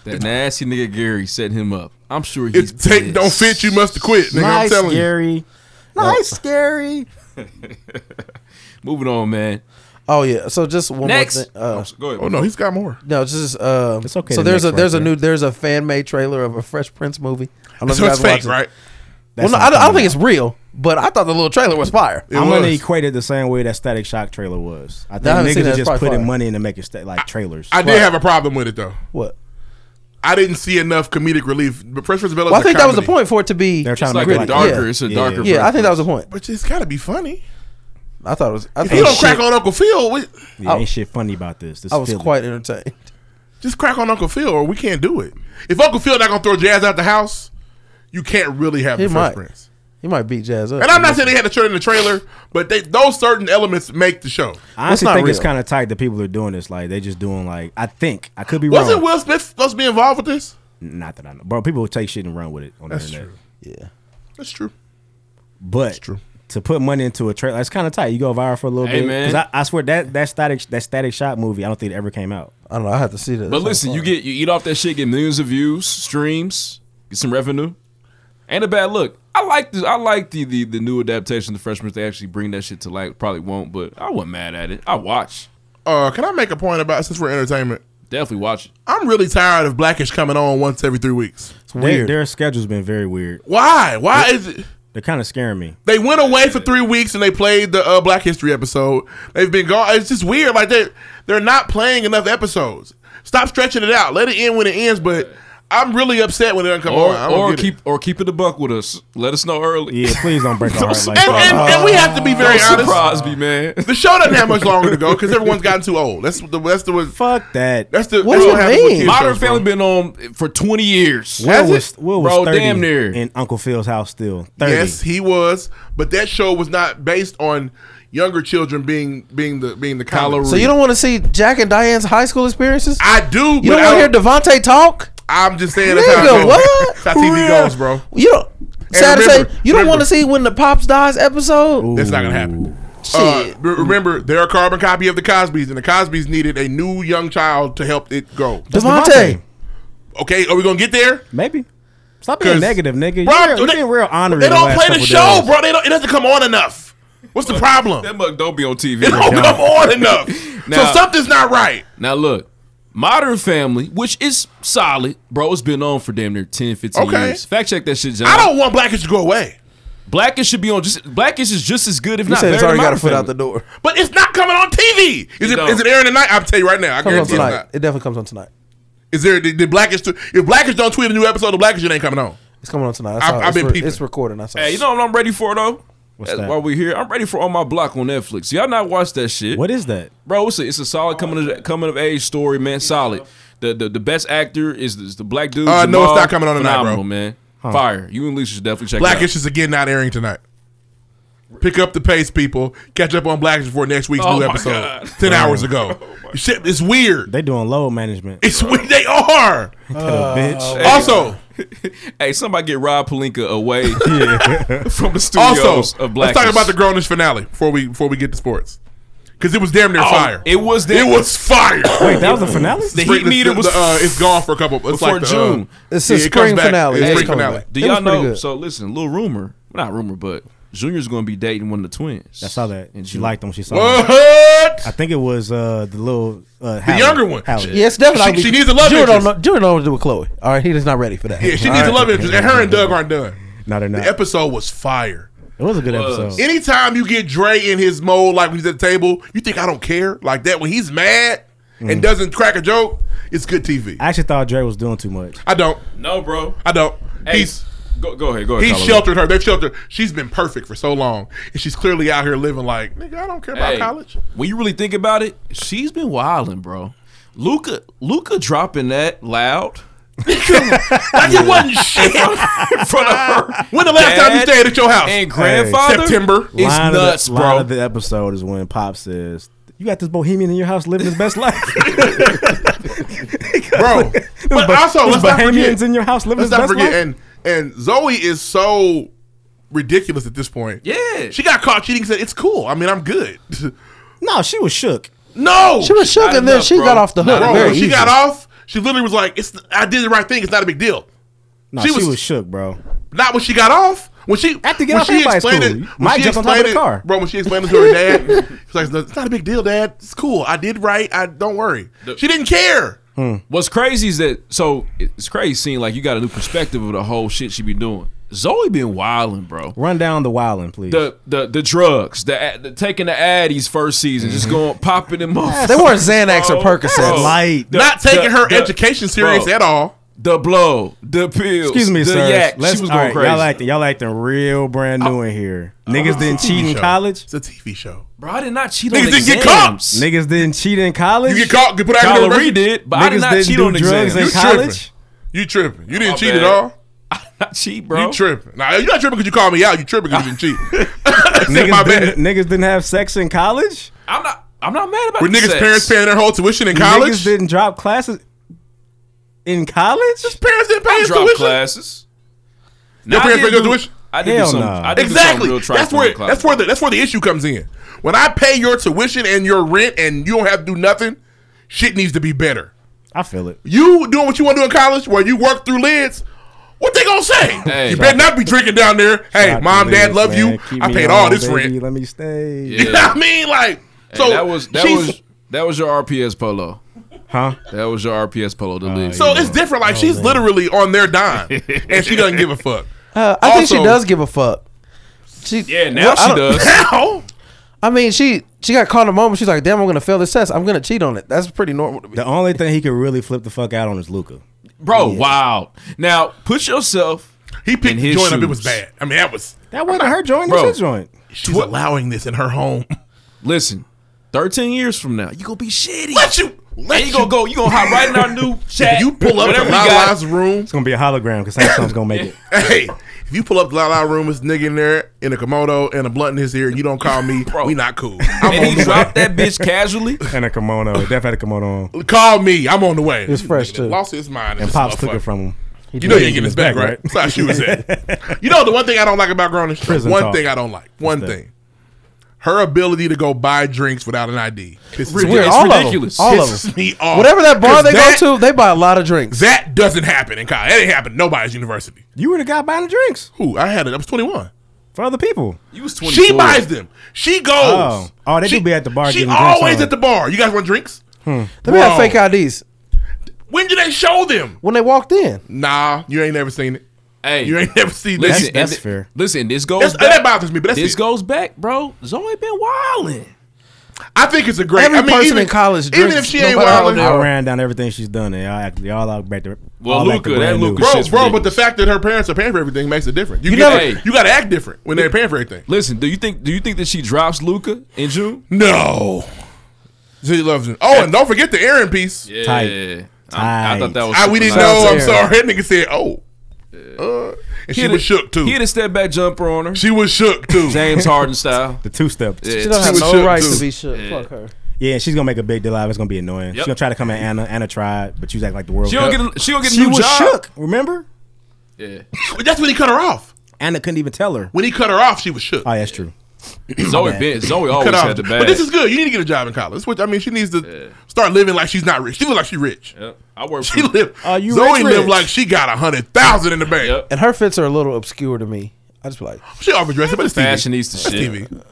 S4: that nasty nigga Gary, set him up. I'm sure he's.
S9: If tape don't
S4: pissed.
S9: fit, you must acquit, nigga. I'm
S6: nice,
S9: telling you.
S6: Gary. Nice, scary.
S4: Moving on, man.
S8: Oh yeah. So just one more
S4: Next.
S8: thing. Uh,
S4: Go ahead.
S9: Oh no, he's got more.
S8: no, it's just um,
S6: It's okay
S8: So
S6: to
S8: there's
S6: mix
S8: a
S6: right
S8: there's a
S6: there.
S8: new there's a fan made trailer of a Fresh Prince movie. I don't
S9: So
S8: know if
S9: it's
S8: you guys watched
S9: fake,
S8: it.
S9: right?
S8: Well, no, I don't, I don't think it's real, but I thought the little trailer was fire.
S9: It
S6: I'm gonna
S9: was.
S6: equate it the same way that Static Shock trailer was. I think
S8: I haven't seen
S6: niggas
S8: that.
S6: are
S8: It's
S6: just
S8: probably
S6: putting
S8: fire.
S6: money in to make it sta- like trailers.
S9: I did have a problem with it though.
S8: What?
S9: I didn't see enough comedic relief. But Fresh Prince of Bel-Air
S8: Well, I
S9: is a
S8: think that was the
S9: comedy.
S8: point for it to be.
S6: They're trying
S4: It's
S6: to
S4: like
S6: make
S4: a
S6: it like
S4: darker. It's a darker.
S8: Yeah, I think that was the point.
S9: But it's got to be funny.
S8: I thought it was. I
S9: If
S8: thought
S9: you
S8: it
S9: don't
S8: was
S9: crack
S8: shit.
S9: on Uncle Phil, we,
S6: Yeah, ain't shit funny about this. This
S8: I was
S6: feeling.
S8: quite entertained.
S9: just crack on Uncle Phil, or we can't do it. If Uncle Phil not gonna throw jazz out the house, you can't really have
S8: He
S9: the Fresh
S8: might.
S9: Prince.
S8: He might beat Jazz up.
S9: And I'm not saying they had to turn in the trailer, but they, those certain elements make the show.
S6: I honestly
S8: not
S6: think it's
S8: real.
S6: kind of tight that people are doing this. Like they just doing like I think I could be wrong.
S9: Wasn't Will Smith supposed to be involved with this?
S6: Not that I know, bro. People take shit and run with it on
S9: That's
S6: the internet.
S9: true.
S8: Yeah.
S9: That's true.
S6: But
S9: true.
S6: to put money into a trailer, it's kind of tight. You go viral for a little
S4: Hey,
S6: bit.
S4: man.
S6: I, I swear that that static that static shot movie, I don't think it ever came out.
S8: I don't know. I have to see that.
S4: But listen, you get you eat off that shit, get millions of views, streams, get some revenue. Ain't a bad look. I like the I like the the, the new adaptation of the freshmen. They actually bring that shit to light. Probably won't, but I wasn't mad at it. I watch.
S9: Uh, can I make a point about since we're entertainment?
S4: Definitely watch it.
S9: I'm really tired of Blackish coming on once every three weeks.
S8: it's
S6: They-
S8: weird.
S6: their schedule's been very weird.
S9: Why? Why is it?
S6: They're kind of scaring me.
S9: They went away for three weeks and they played the uh, Black History episode. They've been gone. It's just weird. Like they they're not playing enough episodes. Stop stretching it out. Let it end when it ends. But I'm really upset when it doesn't come
S4: Or
S9: on. I don't
S4: or
S9: get it.
S4: keep or keep it a buck with us. Let us know early.
S6: Yeah, please don't break our heart like
S9: And, and,
S6: that.
S9: and we have to be very
S4: Don't
S9: honest.
S4: surprise me, man.
S9: The show doesn't have much longer to go because everyone's gotten too old. That's the that's the
S6: Fuck that.
S9: that's the
S8: What
S9: that's
S8: do you
S9: happens with
S8: mean?
S9: kids
S4: Modern
S9: shows, bro.
S4: Family been on for twenty years.
S6: Will
S9: Has
S6: was,
S9: it?
S6: Will was
S4: Bro,
S6: 30
S4: damn near.
S6: in Uncle Phil's house still. 30.
S9: Yes, he was, but that show was not based on younger children being being the being the
S4: Kylo
S9: college.
S8: so you don't want to see Jack and Diane's high school experiences?
S9: I do,
S8: you
S9: but
S8: don't
S9: I
S8: want to hear Devontae talk?
S9: I'm just saying that's how, it
S8: Nigga,
S9: goes.
S8: what?
S9: that's how TV
S8: Yeah.
S9: goes, bro.
S8: You don't. Sad to say,
S9: remember-
S8: you don't want
S9: remember-
S8: to see when the pops dies episode.
S9: That's not gonna happen. Uh,
S8: Shit.
S9: re- remember, they're a carbon copy of the Cosbys, and the Cosbys needed a new young child to help it grow.
S8: Devontae.
S9: Okay, are we gonna get there?
S6: Maybe. Stop being
S9: 'Cause-
S6: negative, nigga.
S9: Bro,
S6: You're, you're
S9: they-
S6: being real honorary.
S9: They don't
S6: last
S9: play the
S6: couple
S9: show,
S6: days.
S9: bro. They don't, it doesn't come on enough. What's the problem?
S4: That mug don't be on TV.
S9: It don't come on enough.
S4: Now-
S9: so something's not right.
S4: Now look, Modern Family, which is solid, bro, it's been on for damn near 10, 15
S9: Okay.
S4: years. Fact check that shit, John.
S9: I don't want Blackish to go away.
S4: Blackish should be on. Just Blackish is just as good, if
S8: You
S4: not
S8: said
S4: better.
S8: it's
S4: than
S8: already got a
S4: Modern
S8: foot out
S4: Family.
S8: the door.
S9: But it's not coming on TV. Is it? Is
S4: don't.
S9: it airing tonight? I'll tell you right now. I
S8: Comes on
S9: guarantee it's
S8: tonight.
S9: not.
S8: It definitely comes on tonight.
S9: Is there? Did, did Blackish? tw- If Blackish don't tweet a new episode of Blackish, it ain't coming on.
S8: It's coming on tonight. I
S9: I've-
S8: saw it.
S9: I've
S8: It's
S9: been
S8: re-
S9: peeping.
S8: It's recording. I saw.
S4: Hey,
S8: it.
S4: you know what I'm ready for though? What's That's
S6: that?
S4: why we here. I'm ready for on my block on Netflix. Y'all not watch that shit.
S6: What is that?
S4: Bro, it's a, it's a solid coming of, coming of age story, man. Solid. The the, the best actor is the, is the black dude.
S9: Uh, no, it's
S4: Jamal.
S9: not coming on tonight, bro.
S4: Phenomenal, man.
S9: Huh.
S4: Fire. You and Lisa should definitely check it out.
S9: Blackish is again not airing tonight. Pick up the pace, people. Catch up on Blackish for next week's
S4: Oh
S9: new
S4: my
S9: episode.
S4: God. Oh
S9: Ten hours ago. Shit, it's weird.
S6: They doing load management.
S9: It's weird. They are.
S8: Uh,
S6: Little bitch.
S8: oh,
S4: Hey.
S9: Also,
S4: Hey, somebody get Rob Palinka away from the studios
S9: also,
S4: of
S9: let's
S4: Blackish.
S9: talk about the Grownish finale before we before we get to sports. Because it was damn near
S4: Oh,
S9: fire.
S4: It was
S9: It
S4: that.
S9: was fire.
S6: Wait, that was the finale.
S4: the
S9: Spring-
S4: heat meter
S9: the-
S4: was
S9: the, uh, it's gone for a couple. It's
S4: before
S9: like the, uh,
S4: June.
S8: It's a
S9: yeah, it comes
S8: spring
S9: back.
S8: finale.
S9: It's
S8: It's
S9: spring
S8: coming
S9: finale.
S8: back.
S4: Do
S8: It was
S4: y'all
S8: pretty
S4: know?
S8: good.
S4: So listen, little rumor, not rumor, but Junior's going to be dating one of the twins.
S6: I saw that.
S4: And
S6: She
S4: you-
S6: liked them. She saw. Them.
S9: What?
S6: I think it was uh, the little uh, Hallie.
S9: younger one.
S6: Hallie.
S8: Yeah, it's definitely.
S9: She- she needs a love
S8: Junior don't
S9: interest.
S8: know. Junior don't know what to do with Chloe. All right, he is not ready for that.
S9: Yeah, she needs a love interest, and her and Doug aren't done.
S6: No, they're
S9: The
S6: not.
S9: episode was fire.
S6: it was a good episode.
S9: Anytime you get Dre in his mode, like when he's at the table, you think I don't care like that when he's mad and doesn't crack a joke. It's good TV. I,
S6: I actually thought Dre was doing too much.
S9: don't.
S4: No, bro.
S9: I don't.
S4: Hey,
S9: He's
S4: go, go ahead. Go ahead.
S9: he's
S4: Colin.
S9: sheltered her. They've sheltered. She's been perfect for so long, and she's clearly out here living like nigga. I don't care about
S4: Hey,
S9: college.
S4: When you really think about it, she's been wilding, bro. Luca, Luca dropping that loud.
S9: Like it wasn't shit.
S4: in front of her.
S9: When the last time you
S4: Dad
S9: stayed at your house?
S4: And grandfather.
S9: September.
S4: It's
S6: Line of the-
S4: nuts,
S6: Line
S4: bro.
S6: of the episode is when Pop says, "You got this bohemian in your house living his best life."
S9: bro. But also,
S6: There's
S9: let's not
S6: Bahamians
S9: forget.
S6: in your house living
S9: Let's
S6: his
S9: not
S6: best
S9: forget.
S6: life.
S9: And and Zoe is so ridiculous at this point.
S4: Yeah.
S9: she got caught cheating. Said it's cool. I mean, I'm good.
S6: no, she was shook.
S9: no,
S8: She was shook,
S4: Not
S8: and then
S4: enough,
S8: she
S4: bro.
S8: got off the
S4: Not
S8: hook.
S9: Bro,
S4: enough.
S8: very
S9: when she
S8: easy.
S9: got off, she literally was like, "It's I did the right thing. It's not a big deal."
S6: No,
S9: She
S6: she,
S9: was-
S6: was, shook, bro.
S9: Not when she got off. When she
S6: After get
S9: when
S6: off, everybody's cool.
S9: when
S6: Mike
S9: she
S6: jumped on top of the
S9: explained it-
S6: car.
S9: Bro, when she explained it to her dad, she's like, "No, "It's not a big deal, Dad. It's cool. I did right. I don't worry." She didn't care.
S4: What's crazy is that so it's crazy seeing like you got a new perspective of the whole shit she be doing. Zoe been wilding, bro.
S6: Run down the wildin', please.
S4: The the the drugs, the, ad- the taking the Addies first season,
S6: Mm-hmm.
S4: just going popping them off.
S8: They weren't Xanax or
S4: Bro,
S8: Percocets.
S4: Oh, bro.
S6: light.
S4: The-
S9: not
S4: the-
S9: taking her
S4: the-
S9: education serious
S4: bro.
S9: at all.
S4: The blow, the pills.
S6: Excuse me,
S4: the
S6: sir.
S4: Yak.
S6: Let's,
S4: she was
S6: all right,
S4: going crazy. Oh.
S6: Y'all acting, y'all acting real brand new in here. Niggas didn't cheat in
S9: show.
S6: college.
S9: It's a TV show.
S4: bro, I did not cheat
S9: Niggas
S4: on
S9: didn't get
S4: exams.
S6: Niggas didn't cheat in college.
S9: You get caught, get put out
S4: Kyler
S9: of
S4: Reed did, but I did
S6: Niggas
S4: not
S6: didn't
S4: cheat
S6: do
S4: on
S6: drugs
S4: exams.
S6: in
S9: You
S6: college.
S9: You tripping? You didn't
S4: My
S9: cheat
S4: bad.
S9: at all.
S4: I did not cheat, bro.
S9: You tripping? Nah, you're not tripping because you called me out. You tripping because you didn't cheat. Said my
S6: Niggas
S9: bad.
S6: didn't, niggas didn't have sex in college.
S4: I'm not. I'm not mad about
S9: Were
S4: the
S9: niggas'
S4: sex.
S9: parents paying their whole tuition in college?
S6: Niggas didn't drop classes in college.
S9: parents didn't pay
S4: I
S9: his
S4: dropped
S9: tuition.
S4: classes. Nah,
S9: Your
S4: I
S9: parents
S4: did
S9: paid your
S4: do-
S9: tuition?
S4: I did do
S6: Hell
S4: some-
S6: nah.
S4: I did do some
S9: Exactly.
S4: real
S9: That's
S4: trifling
S9: where
S4: in class.
S9: that's where the that's where the issue comes in. When I pay your tuition and your rent and you don't have to do nothing, shit needs to be better.
S6: I feel it.
S9: You doing what you want to do in college, where you work through lids. What they gonna say?
S4: Hey.
S9: you better not be drinking down there. Hey, mom, dad, love you. I paid all this rent.
S6: Let me stay.
S9: You know what I mean? Like, so
S4: Hey, that was that
S9: she's-
S4: was that was your RPS polo.
S6: Huh?
S4: That was your RPS polo.
S6: Uh,
S4: The league.
S9: So it's different. Like
S4: Oh,
S9: she's literally on their dime, and she doesn't give a fuck.
S8: Uh, I think she
S9: Also-
S8: does give a fuck. She,
S4: yeah.
S8: Well,
S4: Now
S8: I
S4: she
S8: don't-
S4: does.
S9: How?
S8: I mean, she she got caught in a moment. She's like, "Damn, I'm gonna fail this test. I'm gonna cheat on it." That's pretty normal to me.
S6: The only thing he could really flip the fuck out on is Luca.
S4: Bro, wow. Now put yourself.
S9: He
S4: In
S9: picked
S4: his
S9: his joint up. It
S4: shoes.
S9: was bad. I mean, that was.
S6: That wasn't her joint.
S4: Bro.
S6: That's his joint.
S9: She's allowing this in her home.
S4: Listen, thirteen years from now, you gonna be shitty.
S9: Let you. Let
S4: And you gonna go. You gonna hop right in our new chat.
S9: If you pull up to
S4: whatever we
S9: Lala's
S4: got.
S9: room,
S6: It's gonna be a hologram because Samsung's gonna make it.
S9: hey, if you pull up to Lala's room, this nigga in there in a komodo and a blunt in his ear, and you don't call me,
S4: Bro.
S9: we not cool.
S4: And
S9: I'm
S4: he dropped that bitch casually.
S6: And a kimono. Def had a kimono on.
S9: on, call me. I'm on the way. It's
S8: fresh, too.
S9: Lost his mind. in
S6: And
S9: this
S6: Pops took
S9: motherfucker.
S6: it from him.
S9: You know you ain't getting his back, right? That's how she was at. You know the one thing I don't like about Grownish?
S6: Prison
S9: one
S6: talk.
S9: thing I don't like. One
S6: that?
S9: thing. Her ability to go buy drinks without an ID. Pisses me
S8: Weird.
S9: off.
S4: It's
S8: all
S4: ridiculous.
S8: of them. All of
S9: Pisses
S8: them.
S9: me off.
S8: Whatever that bar
S9: 'Cause
S8: they
S9: that-
S8: go to, they buy a lot of drinks.
S9: That doesn't happen in college. That didn't happen. at Nobody's university.
S6: You were the guy buying the drinks
S9: Who? I had it. I was 21.
S6: for other people.
S4: You was twenty.
S9: She buys them. She goes.
S6: Oh. Oh, they do
S9: she,
S6: be at the bar
S9: She
S6: getting drinks
S9: always
S6: on.
S9: at the bar. You guys want drinks?
S8: They have
S9: Bro.
S8: fake IDs
S9: When did they show them?
S8: when they walked in.
S9: Nah, you ain't never seen it.
S4: Hey,
S9: You ain't never seen
S4: listen,
S9: this.
S4: and thi- Listen, this goes
S9: That's-
S4: back.
S9: that bothers me, but that's
S4: this
S9: it.
S4: goes back, bro. Zoe been wilding.
S9: I think it's a great.
S8: Every
S9: I mean,
S8: person
S9: even,
S8: in college
S9: even
S8: drinks,
S9: if she ain't
S8: Oh, no matter how old
S9: wild,
S8: they are.
S6: I ran down everything she's done, and y'all, act- y'all out back to
S4: Well,
S6: all back to
S4: Luka, that
S6: brand new.
S4: Luka
S9: bro,
S4: shit's
S9: bro. But
S4: ridiculous.
S9: the fact that her parents are paying for everything makes it different. You,
S4: You
S9: get-
S4: never-
S9: you got to act different when they're paying for everything.
S4: Listen, do you think do you think that she drops Luca in June?
S9: No, she loves him. Oh, and don't forget the Aaron piece.
S4: Yeah,
S6: Tight.
S4: I, I thought that was.
S9: I,
S4: super
S9: we
S4: nice.
S9: didn't know. I'm
S8: Aaron.
S9: sorry. That nigga said, "Oh," uh, and she
S4: Hit
S9: was
S4: it.
S9: shook too.
S4: He had a step back jumper on her,
S9: She was shook too.
S4: James Harden style.
S6: the two step.
S4: Yeah.
S8: She don't have
S9: was
S8: no
S9: shook,
S8: right
S9: too.
S8: to be shook. Fuck her.
S6: Yeah, she's gonna make a big deal out of it. It's gonna be annoying.
S4: Yep.
S6: She's gonna try to come at Anna. Anna tried, but she's acting like the world.
S4: She
S6: Cup.
S4: don't get. A, she don't get a
S6: she
S4: new
S6: was
S4: job.
S6: shook. Remember,
S4: Yeah.
S9: That's when he cut her off.
S6: Anna couldn't even tell her.
S9: When he cut her off, she was shook.
S6: Oh, that's true.
S4: Zoe been. Zoe always
S9: cut off.
S4: had the bag.
S9: But this is good. You need to get a job in college. Which I mean, she needs to start living like she's not rich. She look like she rich.
S4: Yep. I work.
S9: She
S4: for-
S9: live.
S6: Are you
S9: Zoe
S6: rich,
S9: live
S6: rich?
S9: like she got a hundred thousand in the bank.
S4: Yep.
S8: And her fits are a little obscure to me. I just be like,
S9: She overdressed, but it's TV.
S4: Fashionista
S9: That's
S4: shit.
S9: TV.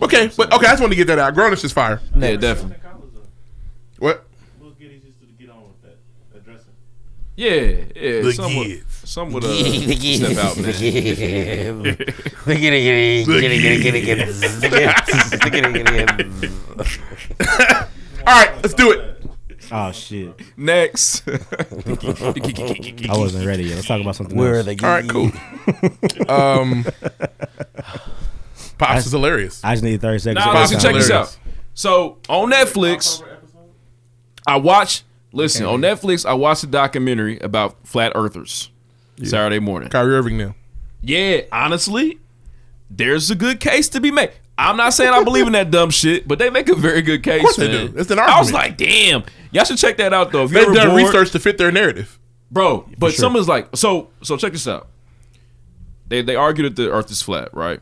S9: Okay, but okay, I just wanted to get that out. Grownish is fire.
S4: Yeah, definitely.
S9: What?
S4: Yeah, yeah.
S9: The
S4: Some would,
S9: kids.
S4: some would uh, step out, man.
S9: All right, let's do it.
S6: Oh shit,
S4: Next.
S6: I wasn't ready yet. Let's talk about something.
S8: where are
S6: else.
S8: they?
S9: All right, cool. Um, Pops is hilarious.
S6: I just need thirty seconds.
S4: Now
S6: to
S4: listen,
S6: get something.
S4: check this out.
S9: Hilarious.
S4: So on Netflix, I watch. Listen, on Netflix, I watched a documentary about flat earthers. Saturday morning.
S9: Kyrie Irving now.
S4: Yeah, honestly, there's a good case to be made. I'm not saying I believe in that dumb shit, but they make a very good case.
S9: course they
S4: man.
S9: do. It's an
S4: I was
S9: argument.
S4: like, damn, y'all should check that out though. If
S9: They've
S4: you're
S9: done
S4: bored,
S9: research to fit their narrative.
S4: bro. But someone's like, so so check this out. They they argue that the Earth is flat, right?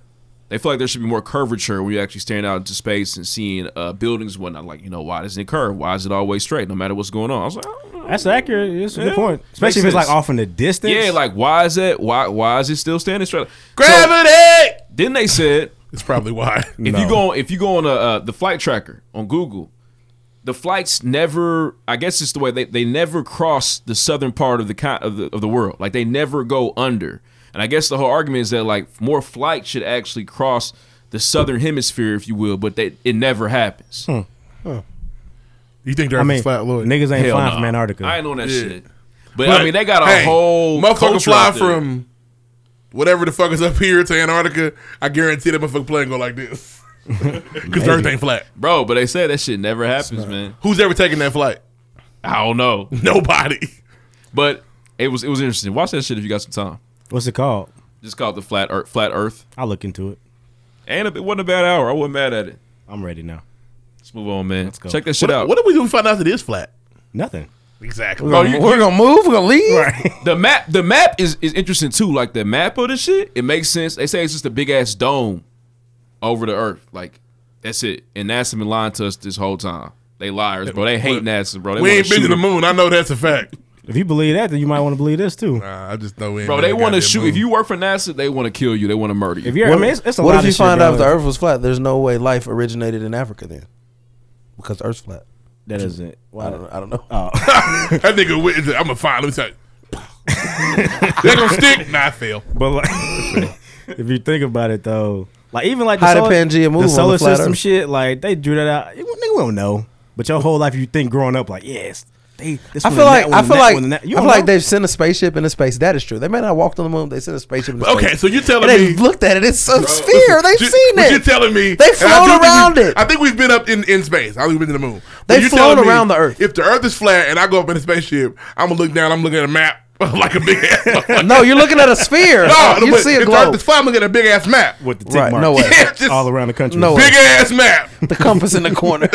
S4: They feel like there should be more curvature when you actually stand out into space and seeing uh, buildings and whatnot. Like, you know, why doesn't it curve? Why is it always straight? No matter what's going on. I was like, I don't know.
S6: That's accurate. It's a
S4: Yeah.
S6: good point, especially if
S4: Makes
S6: it's like
S4: sense.
S6: off in the distance.
S4: yeah, like why is that? Why why is it still standing straight? So,
S9: Gravity.
S4: then they said
S9: It's probably why.
S4: If you go on, if you go on uh, uh, the flight tracker on Google, the flights never. I guess it's the way they, they never cross the southern part of the con- of the of the world. Like they never go under. And I guess the whole argument is that like more flights should actually cross the southern hemisphere, if you will, but they, it never happens.
S6: Hmm,
S9: You think they're
S6: I mean,
S9: flat, Lloyd?
S6: niggas ain't
S4: Hell
S6: flying
S4: nah.
S6: from Antarctica.
S4: I ain't on that
S9: Yeah.
S4: shit. But, I mean, they got a
S9: Hey,
S4: whole
S9: motherfucker
S4: culture
S9: fly
S4: out there.
S9: from whatever the fuck is up here to Antarctica. I guarantee that motherfucker plane go like this because Earth ain't flat.
S4: bro. But they said that shit never happens, man.
S9: Who's ever taking that flight?
S4: I don't know,
S9: Nobody.
S4: but it was it was interesting. Watch that shit if you got some time.
S6: What's it called?
S4: Just called the flat earth. Flat Earth.
S6: I'll look into it.
S4: And it wasn't a bad hour. I wasn't mad at it.
S6: I'm ready now.
S4: Let's move on, man. Let's
S6: go.
S4: Check that shit
S9: What,
S4: out.
S9: what if we do find out that it is flat?
S6: Nothing.
S9: Exactly.
S4: Bro, you-
S8: We're gonna move. We're gonna leave.
S4: the map, the map is, is interesting too. Like the map of the shit, it makes sense. They say it's just a big ass dome over the earth. Like that's it. And NASA been lying to us this whole time. They liars, bro. They hate NASA, bro. They
S9: we
S4: wanna
S9: ain't been
S4: shoot
S9: to the
S4: them.
S9: moon. I know that's a fact.
S6: If you believe that, then you might want to believe this too.
S9: Nah, I just know we ain't
S4: Bro,
S9: been to
S4: they
S9: the
S4: want to
S9: goddamn
S4: shoot.
S9: moon.
S4: If you work for NASA, they want to kill you. They want to murder you.
S6: If you're, I mean, it's, it's a
S8: what
S6: lot
S8: if
S6: of
S8: you
S6: shit,
S8: find
S6: bro.
S8: out if the Earth was flat? There's no way life originated in Africa then, because the Earth's flat.
S6: that isn't?
S8: I don't. I don't know.
S9: that nigga, went into- I'm gonna find. Let me tell you. they gonna stick. Nah, I fail.
S6: But like, if you think about it though, like even like
S8: How did Pangea move on
S6: the
S8: the
S6: solar
S8: flat
S6: system
S8: Earth?
S6: shit, like they drew that out. It- nigga, we don't know. But your whole life, you think growing up, like yes, they. This
S8: I
S6: one
S8: feel
S6: and that
S8: like
S6: one
S8: I
S6: and
S8: feel
S6: that
S8: like
S6: one and that-
S8: I
S6: You
S8: feel
S6: don't
S8: like
S6: know.
S8: they've sent a spaceship into space. That is true. They may not have walked on the moon. They sent a spaceship into space.
S9: Okay, so you're telling
S8: and
S9: me
S8: they looked at it. It's a sphere. They've
S9: You-
S8: seen
S9: but
S8: it.
S9: You're telling me
S8: They
S9: and I
S8: flown
S9: do think
S8: around
S9: we've-
S8: it.
S9: I think we've been up in, in space. I think we've been to the moon. But
S8: They
S9: you're
S8: flown
S9: telling me
S8: around the Earth.
S9: If the Earth is flat and I go up in a spaceship, I'm gonna look down. I'm looking at a map like a big ass.
S8: no, you're looking at a spsphere.
S9: no,
S8: you
S9: but
S8: see
S9: if
S8: a
S9: the
S8: globe.
S9: Earth is flat, I'm looking at a big ass map.
S6: with the tick
S8: Right,
S6: marks
S8: no way.
S9: Yeah, just
S6: all around the country.
S8: No way.
S9: big ass map.
S8: the compass in the corner.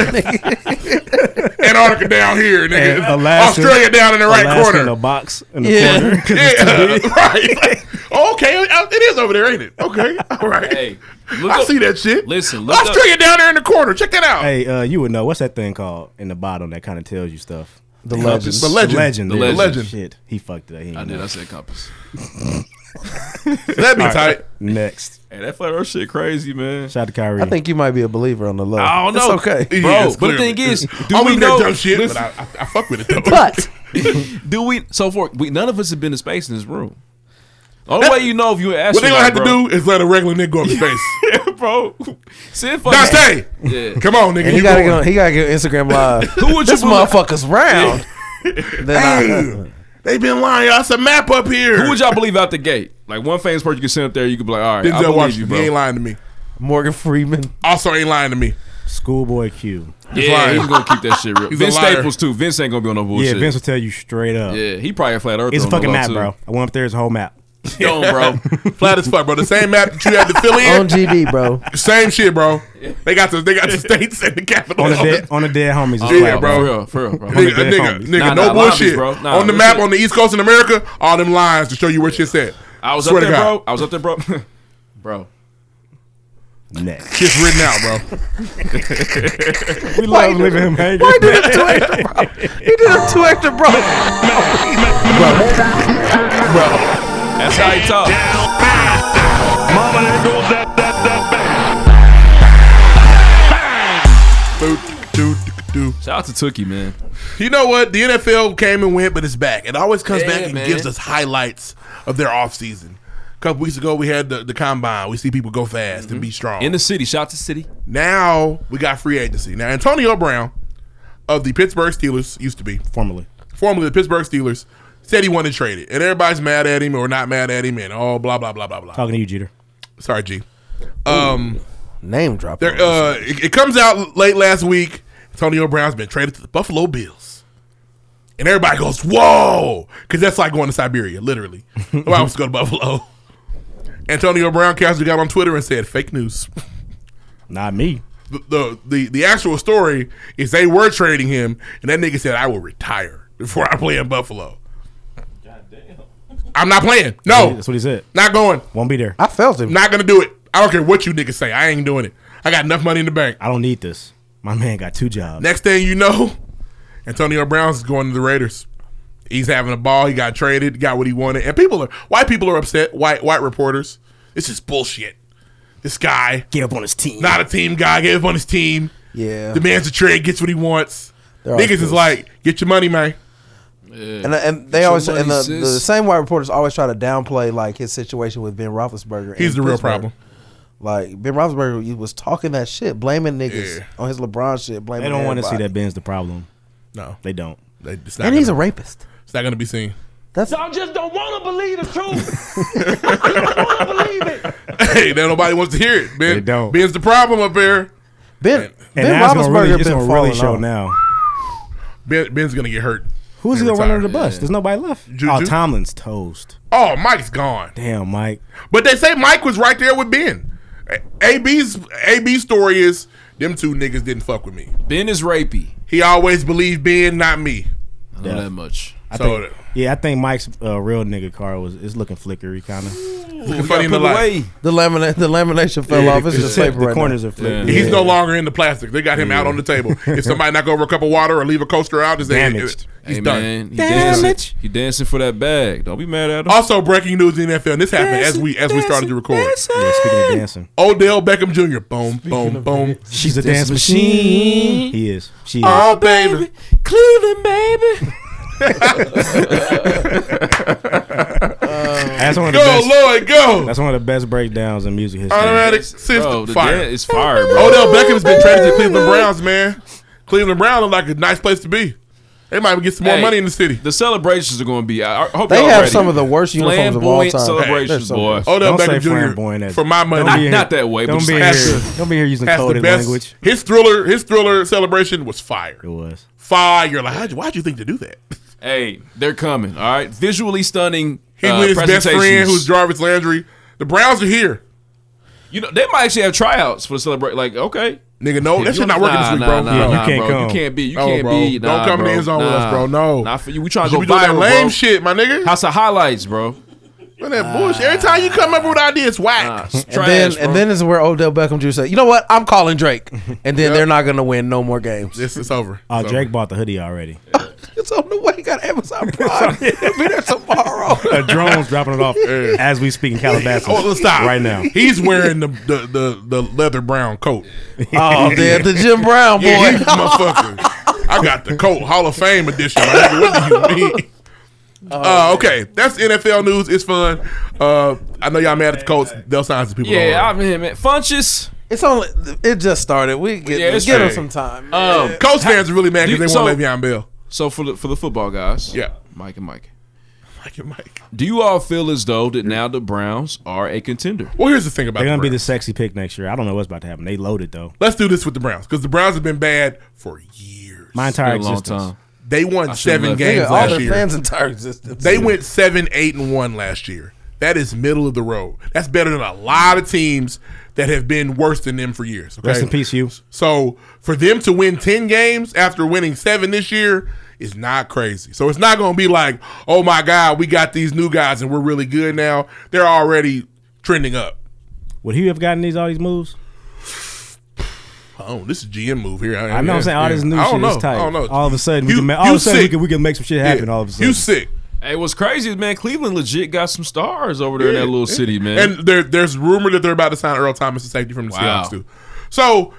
S9: Antarctica down here,
S6: And
S9: nigga.
S6: Alaska-
S9: Australia down in the right
S6: Alaska in a
S9: corner.
S6: box in the
S8: Yeah.
S6: corner. 'cause it's too
S9: Yeah,
S6: big.
S9: right. Like, okay, uh, it is over there, ain't it? Okay, all right.
S4: Hey, look
S9: I
S4: up-
S9: see that shit.
S4: Listen, look up-
S9: Australia down there in the corner. Check that out.
S6: Hey, uh, you would know what's that thing called in the bottom that kind of tells you stuff.
S8: the
S4: Compass.
S8: legends.
S9: The legend.
S6: legend,
S4: The
S6: there you go.
S9: legend.
S6: Shit, he fucked it. up. He ain't
S4: I did.
S6: know.
S4: I said compass.
S9: That'd be tight.
S6: Next,
S4: Hey, that flat Earth shit crazy, man.
S6: shout out to Kyrie.
S8: I think you might be a believer on the low.
S4: I don't know.
S8: It's okay.
S4: Bro,
S9: Yes,
S4: but the
S9: clearly.
S4: thing is, do
S9: I
S4: we
S9: believe
S4: know?
S9: that dumb shit,
S4: listen,
S9: but I, I, I fuck with it though.
S8: But
S4: do we? So far, we none of us have been to space in this room. Only way you know if you an
S9: What they gonna
S4: astronaut, bro.
S9: have to do is let a regular nigga go up to space.
S4: yeah, bro. Sit for
S9: Now stay.
S4: Yeah.
S9: Come on, nigga.
S8: And he
S9: you
S8: gotta
S9: going.
S8: go. He gotta get Instagram live.
S4: Who would you
S8: this
S4: believe-
S8: motherfucker's round? Then
S9: Hey, they been lying. Y'all, it's a map up here.
S4: Who would y'all believe out the gate? Like one famous person you could send up there, you could be like, all right, I
S9: Denzel
S4: believe
S9: Washington.
S4: you, bro.
S9: He ain't lying to me.
S8: I, Morgan Freeman.
S9: Also, ain't lying to me.
S6: Schoolboy Q.
S9: He's
S4: yeah,
S9: lying.
S4: he's gonna keep that shit real.
S9: He's a
S4: Vince
S9: liar.
S4: Staples too. Vince ain't gonna be on no
S6: Yeah,
S4: bullshit.
S6: Vince will tell you straight up.
S4: Yeah, he probably a flat earth.
S6: It's a fucking map, bro. I went up there. It's a whole map.
S4: Don't, bro.
S9: Flat as fuck, bro. The same map that you had to fill
S8: on
S9: in.
S8: GD, bro.
S9: Same shit, bro. They got the they got the states and the capital.
S6: On the dead, on the dead homies.
S9: Yeah,
S6: it's flat,
S4: For
S9: bro.
S4: real, for real, bro.
S9: Nigga,
S6: Dead
S9: nigga,
S6: homies.
S9: nigga,
S4: Nah,
S9: no
S4: nah, lobbies,
S9: bullshit.
S4: bro. Nah,
S9: on the
S4: real
S9: map
S4: shit.
S9: on the East Coast in America, all them lines to show you where shit's at.
S4: I was
S9: Swear
S4: up
S9: to
S4: there,
S9: God.
S4: bro. I was up there, bro. bro.
S6: Next.
S9: Shit's written out, bro.
S6: We love leaving him hanging.
S8: Why did him two extra, bro? He did him two extra, bro.
S4: That's how he talk.
S9: Boot, doot, doot.
S4: Shout out to Tookie, man.
S9: You know what? The NFL came and went, but it's back. It always comes
S4: Yeah,
S9: back and
S4: man.
S9: gives us highlights of their offseason. A couple weeks ago, we had the, the combine. We see people go fast and be strong.
S4: Mm-hmm. In the city. Shout out to city.
S9: now we got free agency. Now, Antonio Brown of the Pittsburgh Steelers, used to be,
S6: Formerly.
S9: formerly the Pittsburgh Steelers, said he wanted to trade it. And everybody's mad at him or not mad at him and all blah, blah, blah, blah, blah.
S6: Talking to you, Jeter.
S9: Sorry, G. Um,
S8: Name drop.
S9: there, uh, it, it comes out late last week. Antonio Brown's been traded to the Buffalo Bills. And everybody goes, whoa! Because that's like going to Siberia, literally. Nobody wants to go to Buffalo. Antonio Brown casually got on Twitter and said, fake news.
S6: Not me.
S9: The, the, the, the actual story is they were trading him, and that nigga said, I will retire before I play in Buffalo. Goddamn. I'm not playing. No.
S6: That's what he said.
S9: Not going.
S6: Won't be there.
S8: Oh. I felt him.
S9: Not going to do it. I don't care what you niggas say. I ain't doing it. I got enough money in the bank.
S6: I don't need this. My man got two jobs.
S9: Next thing you know, Antonio Brown's going to the Raiders. He's having a ball. He got traded, got what he wanted, and people are white people are upset. White white reporters, this is bullshit. This guy,
S6: Get up on his team.
S9: not a team guy, gave up on his team.
S8: Yeah.
S9: demands a trade, gets what he wants.
S8: all
S9: Niggas is
S8: fools.
S9: like, get your money, man.
S8: And, uh, and they
S4: Get
S8: always
S4: your
S8: and
S4: money,
S8: the,
S4: sis.
S8: the same white reporters always try to downplay like his situation with Ben Roethlisberger.
S9: He's
S8: in
S9: the real
S8: Pittsburgh.
S9: problem.
S8: Like Ben Roethlisberger he was talking that shit, blaming niggas
S9: Yeah.
S8: on his LeBron shit. Blaming
S6: They don't want to see
S8: everybody.
S6: that Ben's the problem.
S9: No,
S6: They don't.
S9: they- it's not
S8: And he's a
S9: gonna-
S8: rapist.
S9: It's not gonna be seen.
S8: That's
S9: hey, now nobody wants to hear it. Ben,
S6: They don't.
S9: Ben's the problem up there.
S8: Ben.
S6: And
S8: ben
S6: now it's gonna
S8: Roethlisberger
S6: really, it's
S8: been
S6: gonna
S8: falling
S6: really show
S8: off.
S6: now.
S9: Ben, Ben's gonna get hurt.
S6: Who's
S9: And
S6: gonna run
S9: retire.
S6: under the bus? There's nobody left.
S9: Juju?
S6: Oh, Tomlin's toast.
S9: Oh, Mike's gone.
S6: Damn, Mike.
S9: But they say Mike was right there with Ben. AB's AB's story is them two niggas didn't fuck with me.
S4: Ben is rapey.
S9: He always believed Ben, not me.
S4: I know that much.
S6: I
S9: So,
S6: think, yeah, I think Mike's uh, real nigga car was is looking flickery kind of.
S9: looking funny in the
S4: Put
S9: light.
S4: away.
S8: The laminate, the lamination fell off. It's just
S6: The
S8: paper right
S6: corners
S8: now.
S6: are flickery.
S9: He's no longer in the plastic. They got him out on the table. if somebody knock over a cup of water or leave a coaster out, is
S6: Damaged.
S9: He's
S4: hey,
S9: done.
S4: Man, he dancing. He dancing for that bag. Don't be mad at him.
S9: Also, breaking news in the NFL. And this happened as we as we started to record.
S6: Yeah, speaking of dancing,
S9: Odell Beckham Jr. Boom, boom, boom.
S6: she's a dance machine. He is. She is.
S9: Oh baby,
S4: Cleveland, baby.
S6: that's one of the
S9: go
S6: best.
S9: Lord, go.
S6: That's one of the best breakdowns in music history.
S9: Automatic system
S4: Bro, the
S9: fire. Oh,
S4: dance is fire, bro.
S9: Odell Beckham's been traded to Cleveland Browns, man. Cleveland Browns look like a nice place to be. They might get some more
S4: Hey,
S9: money in the city.
S4: The celebrations are going to be. I I hope
S8: They
S4: y'all
S8: have
S4: ready.
S8: some of the worst uniforms of all
S4: Flamboyant
S8: time. They're
S4: Celebrations,
S8: so
S4: boy.
S8: good.
S9: Odell
S6: Don't say
S9: Beckham
S6: flamboyant.
S9: Jr.
S6: That's-
S9: For my money,
S6: Don't be
S4: Not- not that way, but
S6: Don't be
S4: just-
S6: here. Don't be here using
S9: That's the
S6: coded
S9: best.
S6: language.
S9: His thriller, his thriller celebration was fire.
S6: It was.
S9: Fire. Like, how'd you, why'd you think to do that?
S4: Hey, they're coming. All right, visually stunning.
S9: He
S4: uh,
S9: with his best friend,
S4: presentations.
S9: who's Jarvis Landry. The Browns are here.
S4: You know, they might actually have tryouts for the celebrate. Like, okay,
S9: Nigga, no, that shit not working this week,
S4: nah,
S9: bro.
S4: Nah,
S9: No.
S4: nah,
S6: you can't
S4: bro.
S6: come.
S4: You can't be. You
S9: No,
S4: can't
S9: Oh, bro.
S4: be.
S9: Don't
S4: Nah,
S9: come to
S4: bro.
S9: the end zone with
S4: nah.
S9: us, bro. No.
S4: not for you. We trying to
S9: You
S4: go
S9: be doing that
S4: viral,
S9: lame
S4: bro.
S9: shit, my nigga.
S4: House of highlights, bro.
S9: Doing that bullshit. Every time you come up with ideas, whack.
S4: Nah, it's
S8: And
S4: trash,
S8: then,
S4: bro.
S8: and then is where Odell Beckham Jr. said, "You know what? I'm calling Drake." And then they're not gonna win no more games.
S9: This is over.
S6: Oh,
S9: It's
S6: Drake bought the hoodie already.
S8: It's on the way. You got Amazon Prime. It'll be there tomorrow.
S6: A Uh, drone's dropping it off as we speak in Calabasas.
S9: over. Oh, let's stop
S6: right now.
S9: He's wearing the the, the, the leather brown coat.
S8: Oh, they're the Jim Brown boy.
S9: Yeah, you motherfucker. I got the coat, Hall of Fame edition. My nigga, what do you mean? Uh, okay, that's NFL news. It's fun. Uh, I know y'all mad at the Colts. They'll sign some people.
S4: Yeah,
S9: don't
S4: I'm here, man. Funches.
S8: It's only it just started. We get
S4: Yeah, it's
S8: give him
S4: fair.
S8: some time.
S9: Uh,
S4: Um,
S8: man.
S9: Colts fans are really mad
S4: do you-
S9: because they
S4: so-
S9: want Le'Veon Bell.
S4: So for the for the football guys,
S9: Yeah.
S4: Mike and Mike.
S9: Mike and Mike.
S4: Do you all feel as though that now the Browns are a contender?
S9: Well, here's the thing about
S6: They're gonna
S9: the
S6: be the
S9: Browns.
S6: sexy pick next year. I don't know what's about to happen. They loaded though.
S9: Let's do this with the Browns because the Browns have been bad for years.
S6: My entire existence.
S9: They won
S4: I should've
S9: seven
S4: left.
S9: games
S8: Nigga, all
S9: last
S8: their
S9: year.
S8: fans' entire existence.
S9: They went seven, eight, and one last year. That is middle of the road. That's better than a lot of teams that have been worse than them for years. Okay?
S6: Rest in peace, you.
S9: So for them to win ten games after winning seven this year is not crazy. So it's not going to be like, oh my god, we got these new guys and we're really good now. They're already trending up.
S6: Would he have gotten these all these moves?
S9: Oh, this is GM move here.
S6: I know what I'm saying all
S9: yeah.
S6: this new
S9: I
S6: shit
S9: don't know.
S6: is tight.
S9: I don't know.
S6: All of a sudden, we
S9: You-
S6: can make, all
S9: you
S6: of a sudden we
S9: sick.
S6: can, we can make some shit happen.
S9: Yeah.
S6: All of a sudden,
S9: You sick.
S4: Hey, what's crazy is man, Cleveland legit got some stars over there in that little city, man.
S9: And there, there's rumor that they're about to sign Earl Thomas to safety from the
S4: Wow.
S9: Seahawks too. So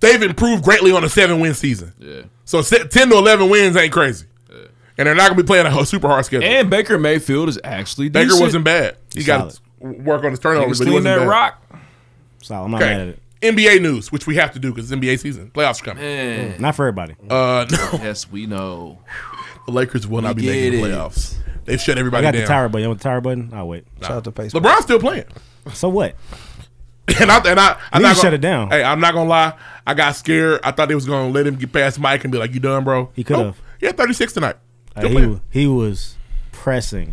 S9: they've improved greatly on a seven win season.
S4: yeah.
S9: So se- ten to eleven wins ain't crazy, and they're not gonna be playing a, super hard schedule.
S4: And Baker Mayfield is actually
S9: Baker
S4: decent.
S9: wasn't bad. He got
S6: Solid.
S9: to work on his
S4: Niggas
S9: turnovers, but he
S4: clean
S9: wasn't
S4: that
S9: bad.
S4: rock.
S6: So I'm not mad at
S9: Okay.
S6: it.
S9: NBA news, which we have to do because it's NBA season. Playoffs are coming.
S4: Man.
S6: Not for everybody.
S9: Uh, no,
S4: Yes, we know.
S9: the Lakers will not
S4: We
S9: be making the
S4: get it.
S9: playoffs. They've shut
S6: I
S9: everybody
S6: got
S9: down.
S6: the tire button. You want the tire button? I'll wait.
S8: Shout out to Pace.
S9: LeBron's still playing.
S6: So what?
S9: And I and I I'm
S6: We just
S9: not gonna-
S6: shut it down.
S9: Hey, I'm not gonna lie. I got scared. I thought they was gonna let him get past Mike and be like, "You done, bro?"
S6: He could've.
S9: Yeah, 36 tonight.
S6: Uh,
S9: Still
S6: he,
S9: playing.
S6: wa- he was pressing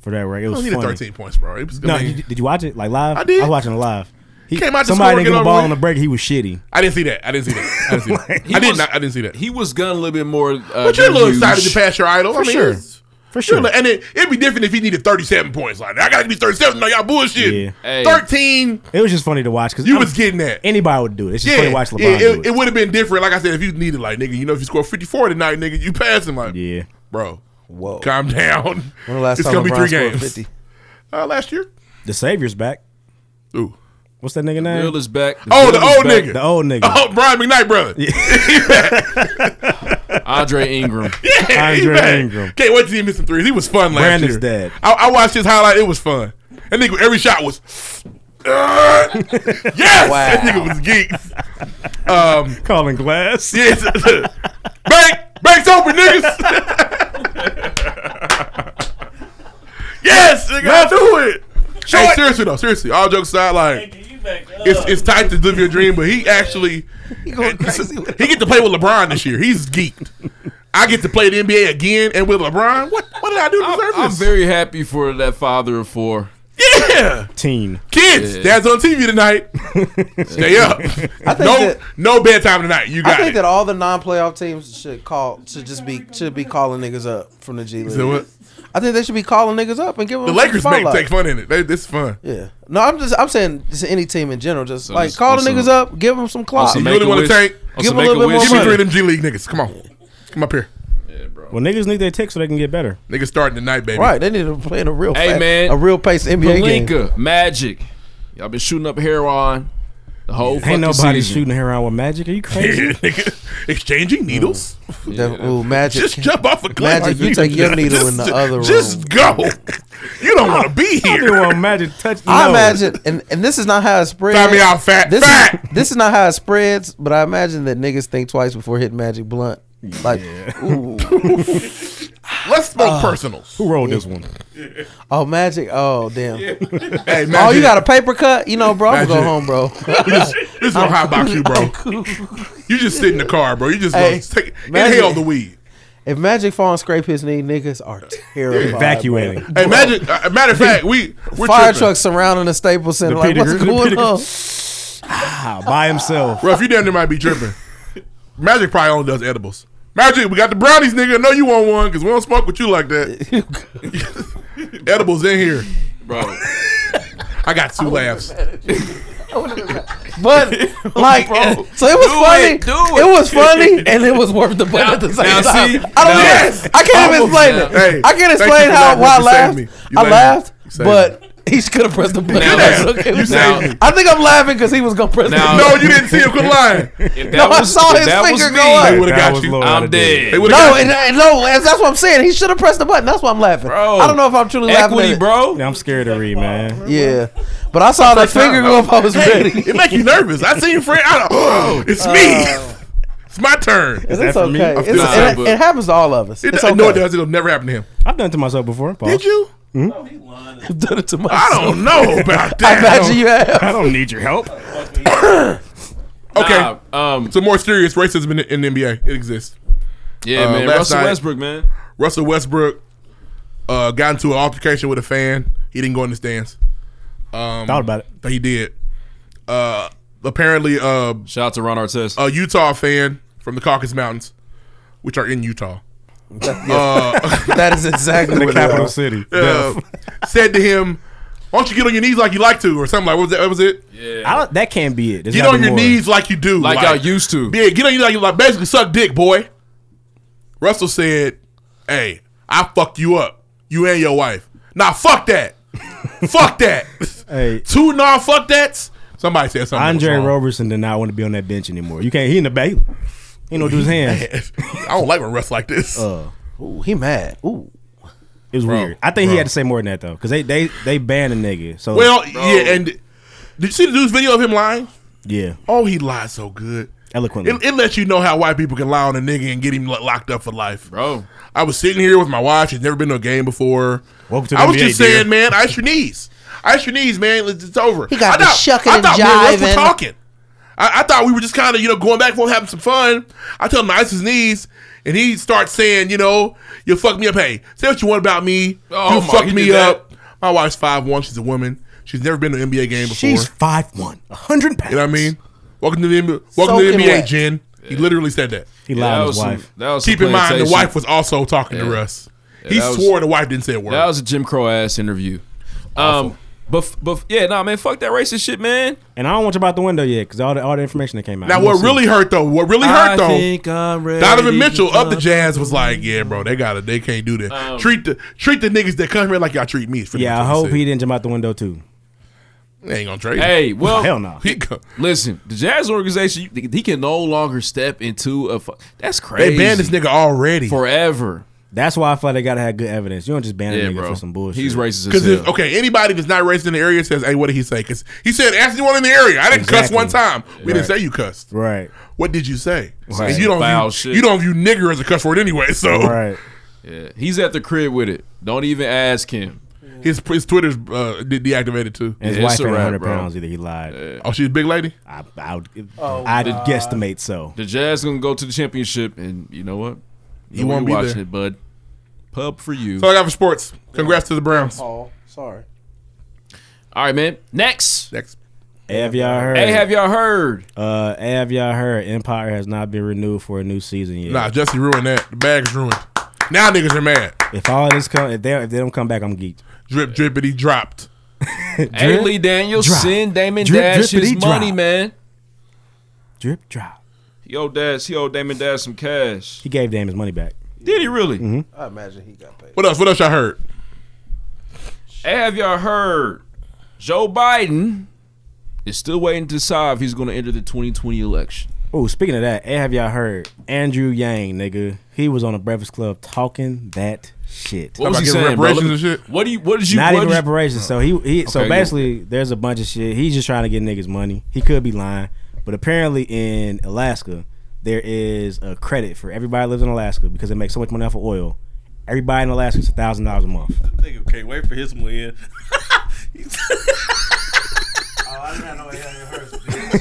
S6: for that record. It
S9: I
S6: was
S9: don't need
S6: funny.
S9: 13 points, bro. It was,
S6: No,
S9: I, mean,
S6: you- did you watch it like live?
S9: I did.
S6: I was watching it live. He
S9: Came out to
S6: somebody
S9: score,
S6: didn't
S9: get
S6: give him
S9: over
S6: ball
S9: with.
S6: on the break. He was shitty.
S9: I didn't see that. I didn't see that. I didn't see that. I did
S4: was-
S9: not. I didn't see that.
S4: He was gunning a little bit more. Uh,
S9: but you're a
S4: than
S9: little
S4: usual.
S9: excited to pass your idol. I mean,
S6: sure.
S9: it's-
S6: For
S9: you're
S6: sure.
S9: a li- and it, it'd be different if he needed 37 points. Like, I gotta be 37. No, y'all bullshit.
S6: Yeah.
S4: Hey.
S9: 13.
S6: It was just funny to watch because
S9: You was getting that.
S6: anybody would do it. It's just funny to watch LeBron
S9: yeah,
S6: do
S9: it,
S6: it.
S9: would have been different. Like I said, if you needed, like, nigga, you know, if you score 54 tonight, nigga, you pass him, like,
S6: yeah.
S9: bro,
S8: Whoa.
S9: calm down.
S8: When the last
S9: it's
S8: time
S9: gonna be
S8: LeBron
S9: three
S8: scored
S9: games.
S8: 50?
S9: Uh, last year.
S6: The Savior's back.
S9: Ooh.
S6: What's that nigga name?
S4: Real is back.
S9: Oh, the
S4: Real is
S9: old
S4: back.
S9: nigga.
S6: The old nigga.
S9: Oh, Brian McKnight, brother.
S4: Andre Ingram.
S9: Yeah, he
S6: Andre
S9: back.
S6: Ingram.
S9: Can't wait to see him miss some threes. He was fun last
S6: Brandon's
S9: year.
S6: dead.
S9: I, I watched his highlight. It was fun. That nigga, every shot was. Uh, yes, that nigga was geeks. Um,
S6: Calling glass.
S9: yes, bank, bank's open, niggas. yes, nigga, Let's do it. hey, seriously though, seriously, all jokes aside, like it's it's tight to live your dream, but he actually he, get to play with LeBron this year. He's geeked. I get to play the NBA again and with LeBron. What what did I do to deserve
S4: I'm
S9: this?
S4: very happy for that father of four.
S9: yeah,
S6: Teen.
S9: kids, dad's on TV tonight. Stay up. no
S8: that-
S9: no bedtime tonight. You
S8: I
S9: got
S8: think
S9: it.
S8: that all the non-playoff teams should call should just be should be calling niggas up from the G League.
S9: So what?
S8: I think they should be calling niggas up and giving
S9: The
S8: them
S9: Lakers make
S8: spotlight.
S9: take fun in it. They, this is fun.
S8: Yeah, no, I'm just I'm saying just any team in general. Just like
S4: it's
S8: call the
S4: also-
S8: niggas up, give them some clout.
S9: Uh, You really wanna take-
S8: Give him a little bit more
S9: Give me
S8: money.
S9: three of them G League niggas. Come on. Come up here.
S6: Well, niggas need their tick so they can get better.
S9: Niggas starting tonight, baby.
S8: Right, they need to play in a real
S4: Hey,
S8: fast-
S4: man.
S8: a real pace NBA game.
S4: Palinka, Magic. Y'all been shooting up heroin the whole fucking
S6: Ain't nobody
S4: season.
S6: shooting her around with magic. Are you crazy?
S9: Nigga, Exchanging needles.
S8: Def- Ooh, Mm. magic.
S9: Just jump off a cliff.
S8: Magic, you take your needle in the
S9: just-
S8: other room.
S9: Just go. You don't want to be
S6: I didn't
S9: here.
S6: want magic touch.
S8: I
S6: no.
S8: imagine, and, and this is not how it spreads.
S9: Find me out fat.
S8: This,
S9: fat.
S8: this is not how it spreads, but I imagine that niggas think twice before hitting Magic Blunt. Like, ooh,
S9: Let's smoke
S8: Uh.
S9: personals.
S6: Who rolled this one?
S8: oh, Magic, oh, damn.
S9: Hey, man.
S8: Oh, you got a paper cut? You know, bro, I'm gonna go home, bro.
S9: This is gonna hot box you, bro. You just sit in the car, bro. You just
S8: Hey,
S9: gonna take,
S8: Magic-
S9: inhale the weed.
S8: if Magic fall and scrape his knee, niggas are terrified.
S6: Evacuating.
S9: Hey, Magic. Uh, matter of fact, we
S8: bro.
S9: we're
S8: Fire
S9: tripping.
S8: trucks surrounding the Staples Center. like,
S6: Peter
S8: what's
S6: Griffin-
S8: going
S6: Peter
S8: on?
S6: Ah, by himself.
S9: Bro, if you down there, might be tripping. Magic probably only does edibles. Magic, we got the brownies, nigga. I know you want one because we don't smoke with you like that. edibles in here.
S4: Bro,
S9: I got two laughs.
S8: But like, so it was funny. It,
S4: do it.
S8: was funny, and it was worth the play at the same
S4: now
S8: time.
S4: see,
S8: I don't.
S4: now-
S8: Yes, I can't even
S9: Almost.
S8: explain it.
S9: Hey,
S8: I can't
S9: thank you
S8: explain
S9: for
S8: how
S9: laughing.
S8: why I
S9: You saved
S8: laughed.
S9: me. You
S8: I
S9: saved me.
S8: laughed,
S9: You saved
S8: but He could have pressed the button.
S4: Now-
S8: I was like, okay,
S4: You
S8: what's
S4: saved
S8: up?
S4: me.
S8: I think I'm laughing because he was gonna press.
S4: Now-
S8: the
S4: No,
S8: button.
S4: you didn't see him, quit lying. If that
S8: no, I
S4: was-
S8: saw
S4: if
S8: his
S4: that was
S8: finger
S4: me,
S8: go up.
S4: they would've That got was you. Lord, I'm I did. dead. They would've
S8: No,
S4: got
S8: and,
S4: you.
S8: and no, and that's what I'm saying. He should have pressed the button. That's why I'm laughing. I don't know if I'm truly laughing.
S6: Equity,
S8: at it.
S4: bro.
S6: I'm scared to read, man.
S8: Yeah, but I saw that
S9: First time.
S8: finger go up. I was
S9: Hey,
S8: ready.
S9: It make you nervous. I seen Fred. I don't, oh, it's me. It's my turn.
S8: It's okay.
S9: I
S8: It's-
S9: feel the same,
S8: it,
S9: but-
S8: it happens to all of us.
S9: It-
S8: It's
S9: No, it
S8: okay.
S9: does. It'll never happen to him.
S6: I've done it to myself before. Paul.
S9: Did you?
S8: I've done it to myself.
S9: I don't know about
S8: I
S9: that.
S8: imagine you have.
S6: I don't need your help.
S9: Okay.
S4: um,
S9: so more serious racism in the, in the NBA. It exists.
S4: Yeah,
S9: Uh,
S4: man.
S9: last
S4: Russell
S9: night-
S4: Westbrook, man.
S9: Russell Westbrook uh, got into an altercation with a fan. He didn't go in the stands. Um,
S6: Thought about it.
S9: But he did. Uh, apparently, uh,
S4: Shout out to Ron Artest.
S9: a Utah fan from the Caucasus Mountains, which are in Utah. Uh,
S8: that is exactly
S6: The
S8: what it
S6: capital
S8: was.
S6: city.
S9: uh, said to him, "Why don't you get on your knees like you like to, or something like what was that? What was it?
S6: I don't, that can't be it. There's
S9: get
S6: gotta
S9: on
S6: be
S9: your
S6: more.
S9: knees like you do,
S4: Like I used to.
S9: Yeah, get on your knees like you like. Basically, suck dick, boy." Russell said, "Hey, I fucked you up, you and your wife. Now fuck that, fuck that.
S6: Hey,
S9: Two non fuck that's." Somebody said something.
S6: Andre
S9: was wrong.
S6: Roberson did not want to be on that bench anymore. You can't. He in the bay. He don't do his hands.
S9: I don't like when Russ like this.
S6: Uh,
S8: Ooh, he mad. Ooh,
S6: it was
S9: Bro,
S6: weird. I think
S9: bro.
S6: he had to say more than that though, because they they they banned a nigga. So
S9: well, yeah, and did you see the dude's video of him lying?
S6: yeah,
S9: Oh, he lied so good.
S6: eloquently.
S9: It, it lets you know how white people can lie on a nigga and get him lo- locked up for life.
S4: Bro.
S9: I was sitting here with my wife. She's never been to a game before.
S6: Welcome to the
S9: I was
S6: NBA,
S9: just
S6: dear.
S9: saying, man, ice your knees. Ice your knees, man. It's, it's over. He
S8: got
S9: I
S8: the shucking
S9: I
S8: and
S9: thought me and Russ
S8: jiving.
S9: were talking. I, I thought we were just kind of, you know, going back and forth, having some fun. I tell him to ice his knees, and he starts saying, you know, you fucked me up. Hey, say what you want about me.
S4: Oh
S9: you
S4: my,
S9: fucked
S4: he
S9: me
S4: did that.
S9: up. My wife's 5'1". She's a woman. She's never been to an NBA game before.
S6: She's five one, a hundred pounds.
S9: You know what I mean? Welcome to the NBA. Welcome to the
S8: Soaking
S9: NBA,
S8: wet.
S9: Jen. He literally said that.
S6: He
S4: Yeah,
S6: lied
S4: that
S6: to
S4: was
S6: his
S4: some-
S6: wife.
S4: that was some
S9: Keep in mind, the
S4: plantation.
S9: wife was also talking to
S4: Yeah.
S9: Russ. He
S4: that was-
S9: swore the wife didn't say a word.
S4: That was a Jim Crow ass interview. Um, but but yeah, nah, man, fuck that racist shit, man.
S6: And I don't want you out the window yet, because all the all the information that came out.
S9: now,
S6: I'm gonna
S9: what
S6: see.
S9: really hurt though? What really
S4: I
S9: hurt though?
S4: think I'm ready to
S9: Donovan Mitchell of the
S4: jump.
S9: Jazz was like, "Yeah, bro, they got to They can't do that.
S4: Um,
S9: treat the treat the niggas that come here like y'all treat me." For
S6: Yeah, I hope he didn't jump out the window too.
S9: They ain't gonna trade. him.
S4: Hey, well,
S6: Hell no.
S9: Oh, He go-
S4: Listen, the Jazz organization, you- he can no longer step into a. Fu- That's crazy.
S9: they banned this nigga already.
S4: forever.
S6: That's why I feel like they gotta have good evidence. You don't just ban a
S4: Yeah,
S6: nigga
S4: bro.
S6: for some bullshit.
S4: He's racist as
S9: Because
S4: hell.
S9: okay, anybody that's not racist in the area says, "Hey, what did he say?" Because he said, "Ask anyone in the area." I didn't cuss
S6: Exactly.
S9: one time. We didn't
S6: Right.
S9: say you cussed.
S6: Right.
S9: What did you say?
S4: Right.
S9: And you don't
S4: Foul
S9: view,
S4: shit.
S9: you don't view nigger as a cuss word anyway. So
S6: Right.
S4: Yeah, he's at the crib with it. Don't even ask him.
S9: his his Twitter's uh, de- deactivated too.
S6: And his
S4: Yeah,
S6: wife
S4: it's a
S6: ain't
S4: wrap,
S6: 100
S4: bro.
S6: pounds either. He lied.
S9: Oh, she's a big lady.
S6: I, I would, I'd guesstimate so.
S4: The Jazz gonna go to the championship, and you know what? You
S9: won't be
S4: watching
S9: there.
S4: it, bud. Pub for you.
S9: So I got for sports. Congrats to the Browns.
S8: Oh, sorry.
S4: All right, man. Next.
S9: Next,
S6: Have y'all heard?
S4: Hey, have y'all heard?
S6: uh, have y'all heard? Empire has not been renewed for a new season yet.
S9: nah, Jesse ruined that. The bag's ruined. Now niggas are mad.
S6: If all this come, if they if they don't come back, I'm geeked.
S9: Drip drippity dropped.
S4: Hey, Lee Daniels,
S6: drop.
S4: send Damon
S6: Drip,
S4: Dash his
S6: drippity,
S4: money,
S6: drop.
S4: man.
S6: Drip drop.
S4: He owe Dash. He owe Damon Dash some cash. Mm-hmm.
S6: He gave Dame his money back.
S4: Did he really?
S8: I imagine he got paid.
S9: What else? What else I heard?
S4: Hey, have y'all heard? Joe Biden is still waiting to decide if he's going to enter the 2020 election.
S6: Oh, speaking of that, hey, have y'all heard? Andrew Yang, nigga, he was on the Breakfast Club talking that shit.
S4: What
S9: Talking
S4: was he
S9: about
S4: saying,
S9: getting
S4: bro?
S9: reparations
S4: Let me-
S9: and shit?
S4: What do you? What did you?
S6: not
S4: what
S6: even
S4: did you-
S6: reparations. So he, he so
S4: Okay, go.
S6: basically, there's a bunch of shit. He's just trying to get niggas money. He could be lying, but apparently in Alaska, there is a credit for everybody that lives in Alaska because they make so much money off of oil. Everybody in Alaska is thousand dollars a month.
S13: Nigga can't wait for his win.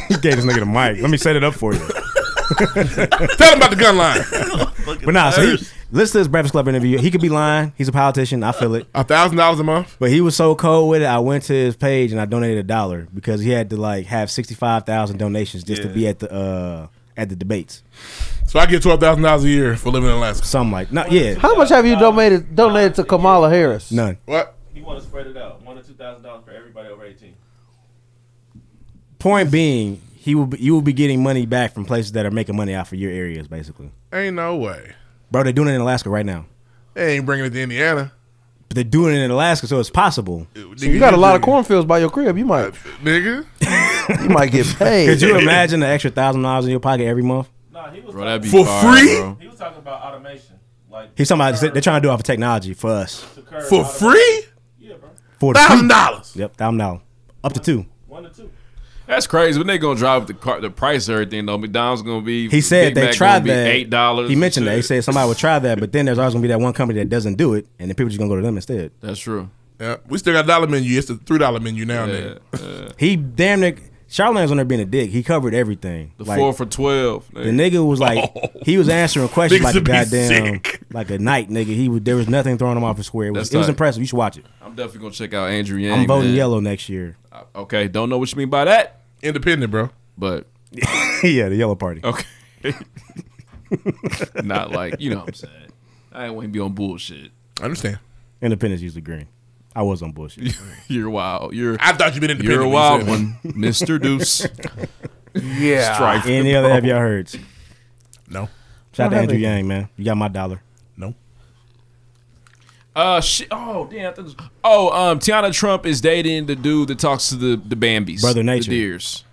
S6: He gave this nigga the mic. Let me set it up for you.
S9: Tell him about the gun line.
S6: But nah, so he, listen to this Breakfast Club interview. He could be lying. He's a politician. I feel it.
S9: A thousand dollars a month.
S6: But he was so cold with it. I went to his page and I donated a dollar because he had to like have sixty five thousand donations just to be at the uh at the debates.
S9: So I get twelve thousand dollars a year for living in Alaska.
S6: Some like not yeah
S8: How much have you donated donated to Kamala Harris?
S6: none
S9: What?
S13: He want to spread it out. One or two thousand dollars for everybody over eighteen.
S6: Point being, he will be, you will be getting money back from places that are making money off of your areas, basically.
S9: Ain't no way.
S6: Bro, they're doing it in Alaska right now.
S9: They ain't bringing it to Indiana.
S6: But they're doing it in Alaska, so it's possible.
S8: So you got a lot of cornfields by your crib. You might,
S9: nigga.
S8: you might get paid.
S6: Could you imagine an extra thousand dollars in your pocket every month?
S4: Bro, that'd be
S6: For
S4: fire,
S6: free?
S4: Bro.
S13: He was talking about automation. Like
S6: He's talking about they're trying to do it off of technology for us.
S9: For free?
S6: For
S8: Hmm.
S9: Thousand dollars.
S6: Yep, thousand dollars. Up to two.
S4: That's crazy. When they gonna drive up the car, the price of everything though, McDonald's gonna be.
S6: He said
S4: Big
S6: they
S4: Mac
S6: tried
S4: gonna be
S6: that.
S4: Eight dollars.
S6: He mentioned that. He said somebody would try that, but then there's always gonna be that one company that doesn't do it, and then people just gonna go to them instead.
S4: That's true.
S9: Yeah, we still got a dollar menu. It's the three dollar menu now, nigga.
S6: He damn near Charlamagne's on there being a dick. He covered everything.
S4: The
S6: Like,
S4: four for twelve.
S6: The nigga was like, he was answering questions
S4: Niggas
S6: like a
S4: would be
S6: goddamn, like a knight, nigga. He was, there was nothing throwing him off his square. It was,
S4: That's
S6: it was
S4: tight.
S6: impressive. You should watch it.
S4: I'm definitely gonna check out Andrew Yang.
S6: I'm voting
S4: man.
S6: yellow next year.
S4: Okay, don't know what you mean by that.
S9: Independent, bro.
S4: But
S6: yeah, the yellow party.
S4: Okay. not like you know what I'm saying. I ain't want to be on bullshit.
S9: I understand.
S6: Independence usually green. I was on bullshit.
S4: You're wild. You're.
S9: I thought you been independent
S4: You're a
S9: when you
S4: wild
S9: said
S4: one,
S9: that.
S4: Mister Deuce.
S9: Yeah.
S4: Strike.
S6: Any other have y'all heard?
S9: No.
S6: Shout out
S4: Don't
S6: to
S4: have
S6: Andrew
S4: any.
S6: Yang, man. You got my dollar.
S9: No.
S4: Uh, shit. Oh, damn. I thought it was- Oh, um, Tiana Trump is dating the dude that talks to the the Bambies,
S6: Brother Nature.
S4: the deers.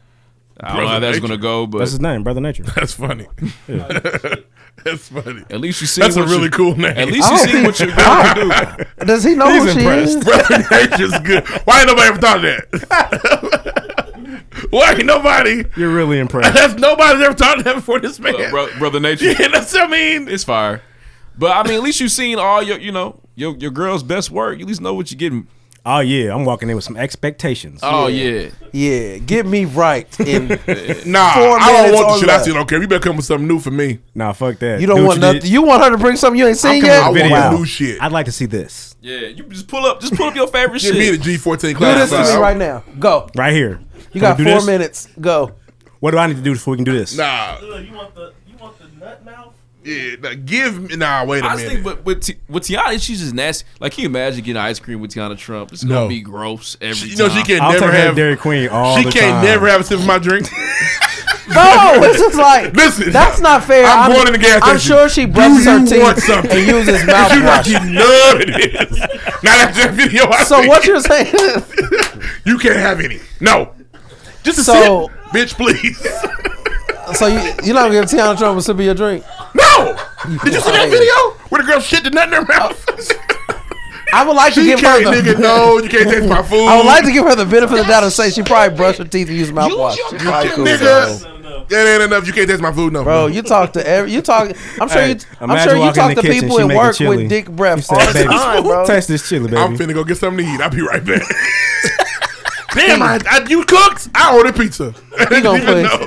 S4: I don't
S6: Brother
S4: know how that's
S6: Nature.
S4: gonna go, but
S6: That's his name, Brother Nature.
S9: That's funny.
S6: Yeah.
S9: That's funny.
S4: At least you see.
S9: That's a
S4: what
S9: really
S4: you-
S9: cool name.
S4: At least you
S6: Oh.
S4: see what you're
S8: I
S4: going to do.
S8: Does he know who she is?
S9: Brother Nature's good. Why ain't nobody ever thought of that? Why ain't nobody?
S6: You're really impressed.
S9: That's nobody's ever thought of that before this man.
S4: Uh, bro, brother Nature.
S9: Yeah, that's what I mean.
S4: It's fire. But I mean, at least you've seen all your, you know, your your girl's best work. You at least know what you're getting.
S6: Oh yeah, I'm walking in with some expectations.
S4: Oh yeah.
S8: Yeah, get me right. In
S9: Nah,
S8: four
S9: I don't
S8: minutes
S9: want
S8: or
S9: the shit I
S8: less.
S9: see. Don't care. You better come with something new for me.
S6: Nah, fuck that.
S8: You don't want nothing. You want her to bring something you ain't
S9: I'm
S8: seen
S9: coming
S8: yet?
S9: out with
S8: Wow.
S9: video. new shit.
S6: I'd like to see this
S4: Yeah, you just pull up, just pull up your favorite shit.
S9: Give me the G14
S8: Do
S9: class.
S8: this to me right now. Go.
S6: right here.
S8: You got
S6: Can
S8: four
S6: we do this?
S8: minutes. Go.
S6: What do I need to do before we can do this?
S9: Nah.
S13: you want the you want the nut mouth?
S9: Yeah, nah, give me. Nah, wait a
S4: I just
S9: minute.
S4: think with with, Ti- with Tiana, she's just nasty. Like, can you imagine getting ice cream with Tiana Trump? It's gonna
S9: No.
S4: be gross every
S9: You know
S4: time.
S9: she can
S6: I'll
S9: never
S6: take that
S9: have
S6: Dairy Queen all
S9: She
S6: the
S9: can't
S6: time.
S9: never have a sip of my drink.
S8: No, it's just like
S9: Listen,
S8: that's not fair.
S9: I'm going in the gas
S8: I'm
S9: station.
S8: sure she
S9: Do
S8: brushes her
S9: you want
S8: teeth
S9: something?
S8: and uses
S9: you not
S8: mouthwash.
S9: getting none of this. Now after that video, I
S8: So
S9: see.
S8: what you're saying?
S9: You can't have any. No. Just a
S8: So-
S9: sip, bitch. Please.
S8: so you you're not gonna give Tiana Trump a sip of your drink?
S9: no. Did you see that video where the girl shit the nut in her mouth?
S8: I would like to
S9: She
S8: give her
S9: can't,
S8: the.
S9: nigga. No, you can't taste my food.
S8: I would like to give her the benefit of the doubt and say she probably brushed her teeth and used mouthwash. She probably cool,
S9: nigga. That ain't enough. You can't taste my food, no.
S8: Bro, you talk to every you talk. I'm sure
S6: Hey,
S8: you. I'm
S6: imagine
S8: sure you
S6: walking
S8: talk
S6: in
S8: to
S6: the kitchen,
S8: people
S6: she
S8: at
S6: making
S8: work
S6: chili.
S8: with dick
S6: You
S8: breath
S6: said,
S8: all the
S6: "Baby,
S8: time, bro.
S6: Taste this chili, baby.
S9: I'm finna go get something to eat. I'll be right back. Damn, I, I, you cooked? I ordered pizza. I didn't
S8: gonna
S9: even know.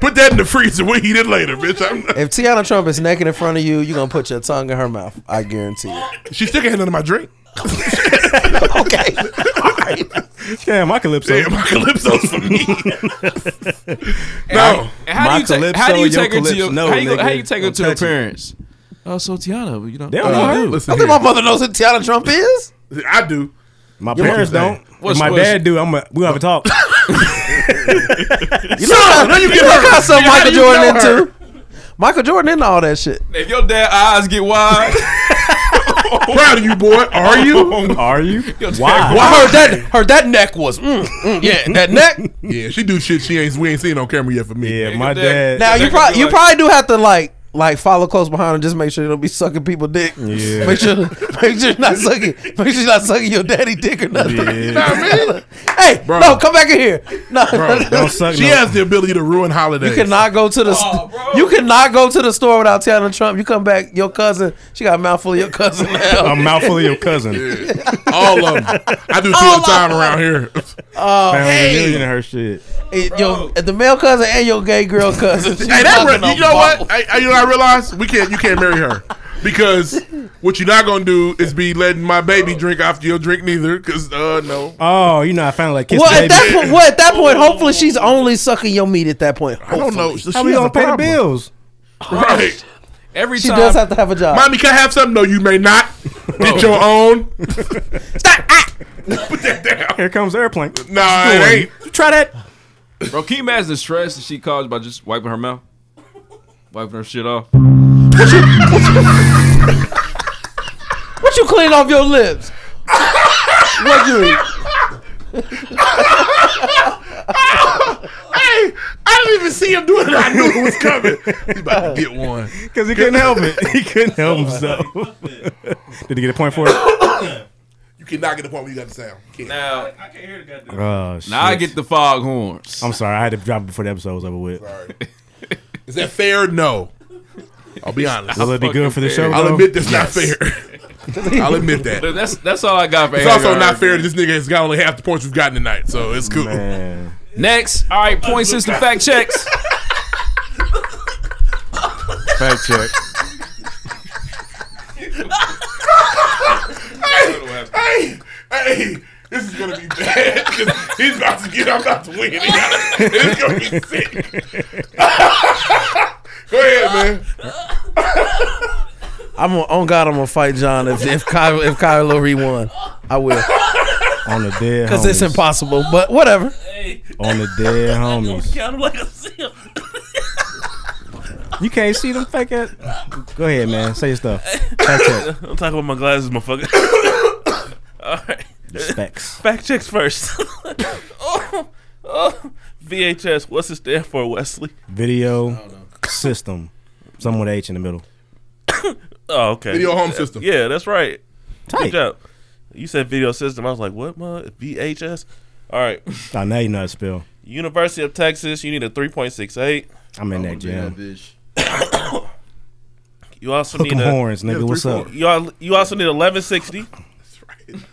S9: Put that in the freezer. We'll eat it later, bitch. I'm,
S8: If Tiana Trump is naked in front of you, you're gonna put your tongue in her mouth. I guarantee it.
S9: she still can't handle my drink.
S8: Okay.
S6: Damn, my calypso.
S9: Damn, my calypso's for me. no.
S4: And how
S6: My
S4: do you take how
S6: calypso,
S4: do you
S6: your
S4: take her to your
S6: calypso.
S4: how, you,
S6: No,
S4: how
S6: nigga.
S4: you take her
S6: Don't
S4: to her
S6: touch it.
S4: parents? Oh, so Tiana, you know,
S6: They don't
S4: uh,
S6: know her.
S9: Listen
S8: I
S9: here.
S8: think my mother knows who Tiana Trump is.
S9: I do.
S6: My parents
S9: mom-
S6: don't. If
S4: What's-
S6: my
S4: what's-
S6: dad do. I'm. A, we have a talk.
S8: You know, how,
S9: now you
S8: you
S9: get
S8: know
S9: her.
S8: how some
S9: How
S8: Michael
S9: do you
S8: Jordan
S9: know her?
S8: into. Michael Jordan into all that shit.
S4: if your dad eyes get wide,
S9: Proud of you, boy. Are you?
S6: Are you?
S4: your dad
S6: Why?
S9: Why?
S8: I heard that. Heard that neck was. Mm, mm, yeah, that neck.
S9: Yeah, she do shit she ain't we ain't seen on camera yet for me.
S6: Yeah, my
S4: dad-
S6: dad.
S8: Now
S4: That
S8: you
S4: could
S8: probably
S4: be
S8: you
S4: like-
S8: probably do have to like like follow close behind and just make sure you don't be sucking people dick.
S6: Yeah.
S8: Make sure make sure you're not sucking make sure you're not sucking your daddy dick or nothing. hey,
S9: Bro.
S8: no, come back in here. No,
S6: Don't suck.
S9: She
S6: no-
S9: has the ability to ruin holidays.
S8: you cannot go to the st-
S4: Oh, bro.
S8: you cannot go to the store without Tiana Trump. You come back, your cousin, she got a mouthful of your cousin
S6: a
S8: now.
S6: mouthful of your cousin.
S9: All of them. I do two at a time around here.
S6: Family
S8: hey.
S6: reunion and her shit.
S8: And your, and the male cousin and your gay girl cousin. She
S9: Hey, that
S8: fucking
S9: re- you know what? I, I, you know what I realized we can't. You can't marry her because what you're not gonna do is be letting my baby drink after your drink neither. Because uh, no,
S6: Oh, you know I found like kiss
S8: Well,
S6: baby.
S8: at that point, well, at that point, hopefully she's only sucking your meat at that point.
S9: I don't know.
S6: How we gonna pay the
S9: bill?
S6: bills?
S9: Right,
S4: every
S8: She
S4: time
S8: does have to have a job.
S9: mommy, can I have something? No, you may not. Get your own. Put that down.
S6: Here comes the airplane.
S9: Nah, it ain't.
S6: Try that.
S4: Bro, can you imagine the stress that she caused by just wiping her mouth? Wiping her shit off.
S8: What you clean off your lips? what you?
S9: hey, I didn't even see him doing it. I knew it was coming. He about to get one.
S6: Because he couldn't help it. He couldn't help himself. Did he get a point for it?
S9: You cannot get the point where you got the sound.
S4: Now, I
S9: can't hear the goddamn.
S6: Oh,
S4: Now I
S6: shit.
S4: get the fog horns.
S6: I'm sorry. I had to drop it before the episode was over with.
S9: Is that fair? No. I'll be honest.
S6: Will it be good for the show?
S9: I'll
S6: though?
S9: admit that's
S6: Yes.
S9: not fair. I'll admit that.
S4: Look, that's that's all I got for
S9: It's
S4: Aaron
S9: also
S4: Rodgers.
S9: not fair that this nigga has got only half the points we've gotten tonight, so it's cool.
S4: Next, all right, point system fact checks.
S7: Fact check.
S9: hey, hey, hey, this is gonna be bad. 'cause He's about to get. I'm about to win. It's gonna be sick. Go ahead, man.
S8: I'm on, on God. I'm gonna fight John if if Kyle if Kyle Lowry won, I will
S6: on the dead
S8: because it's
S6: homies.
S8: impossible. But whatever.
S6: on the dead
S14: Oh
S6: homies.
S12: Count like a seal.
S6: You can't see them fake ass. Go ahead, man. Say your stuff. Fact check.
S14: I'm talking about my glasses, motherfucker. All right.
S6: The specs.
S14: Fact checks first. oh, oh. VHS, what's it stand for, Wesley?
S6: Video system. Someone with a H in the middle.
S14: Oh, okay.
S9: Video home system.
S14: Yeah, that's right.
S6: Tight.
S14: Good job. You said video system. I was like, what, ma? VHS? All right.
S6: Oh, now you know how to spell.
S14: University of Texas, you need a 3.68.
S6: I'm in that jam.
S14: You also
S6: Hook
S14: need
S6: 'em
S14: a,
S6: horns, nigga. What's up?
S14: You, al- you also need 1160. That's right.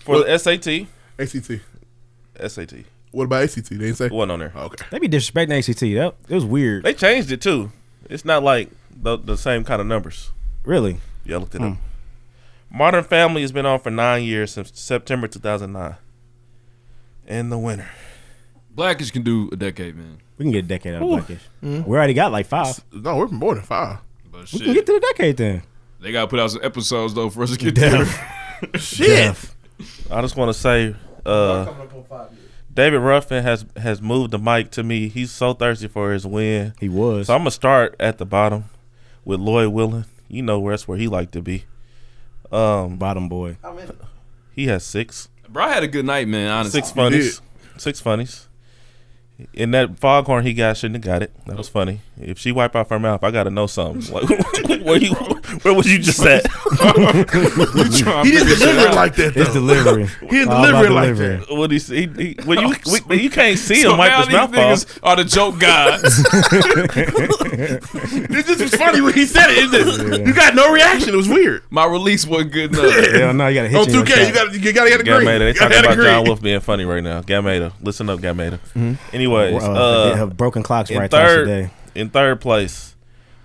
S14: For the SAT.
S9: ACT.
S14: SAT.
S9: What about ACT? They didn't say.
S14: One on there.
S9: Okay.
S6: They be disrespecting ACT. That, it was weird.
S14: They changed it too. It's not like the, the same kind of numbers.
S6: Really?
S14: Yeah, I looked it
S6: Hmm.
S14: up. Modern Family has been on for nine years since September 2009. And the winner.
S4: Blackish can do a decade, man.
S6: We can get a decade out of
S4: Ooh.
S6: Blackish.
S14: Mm-hmm.
S6: We already got like five.
S9: No, we're more than five.
S4: But
S6: We can get
S4: shit,
S6: to the decade then.
S4: they gotta put out some episodes though for us to get there.
S6: Def.
S9: Shit.
S14: I just want to say, uh, David Ruffin has has moved the mic to me. He's so thirsty for his win.
S6: He was.
S14: So I'm gonna start at the bottom with Lloyd Willing. You know where that's where he liked to be. Um,
S6: bottom boy.
S14: He has six.
S4: Bro, I had a good night, man. Honestly,
S14: Six funnies. Six funnies. In that foghorn he got shouldn't have got it. That was funny. If she wipe off her mouth, I gotta know something. Like, where you? Where was you just at?
S9: He didn't deliver it like that. Though.
S6: It's delivery.
S9: He didn't
S6: All
S9: deliver
S6: about
S9: it like
S6: delivery.
S9: that.
S14: What he see? He, he, when you when you can't see him
S4: So
S14: wipe
S4: now
S14: his
S4: these
S14: mouth off.
S4: niggas are the joke gods.
S9: This this was funny when he said it. isn't it? You got no reaction. It was weird.
S4: My release wasn't good enough.
S6: Hell no, you gotta hit
S9: On
S6: you in your
S9: 2K, you
S6: shot.
S9: got to you got to get a green.
S14: Gamada, they
S9: You gotta
S14: talking
S9: get a
S14: about John
S9: green.
S14: Wolf being funny right now. Gamada, listen up, Gamada. Anyways,
S6: Uh,
S14: uh,
S6: they have broken clocks
S14: in
S6: right twice a
S14: third,
S6: day.
S14: in third place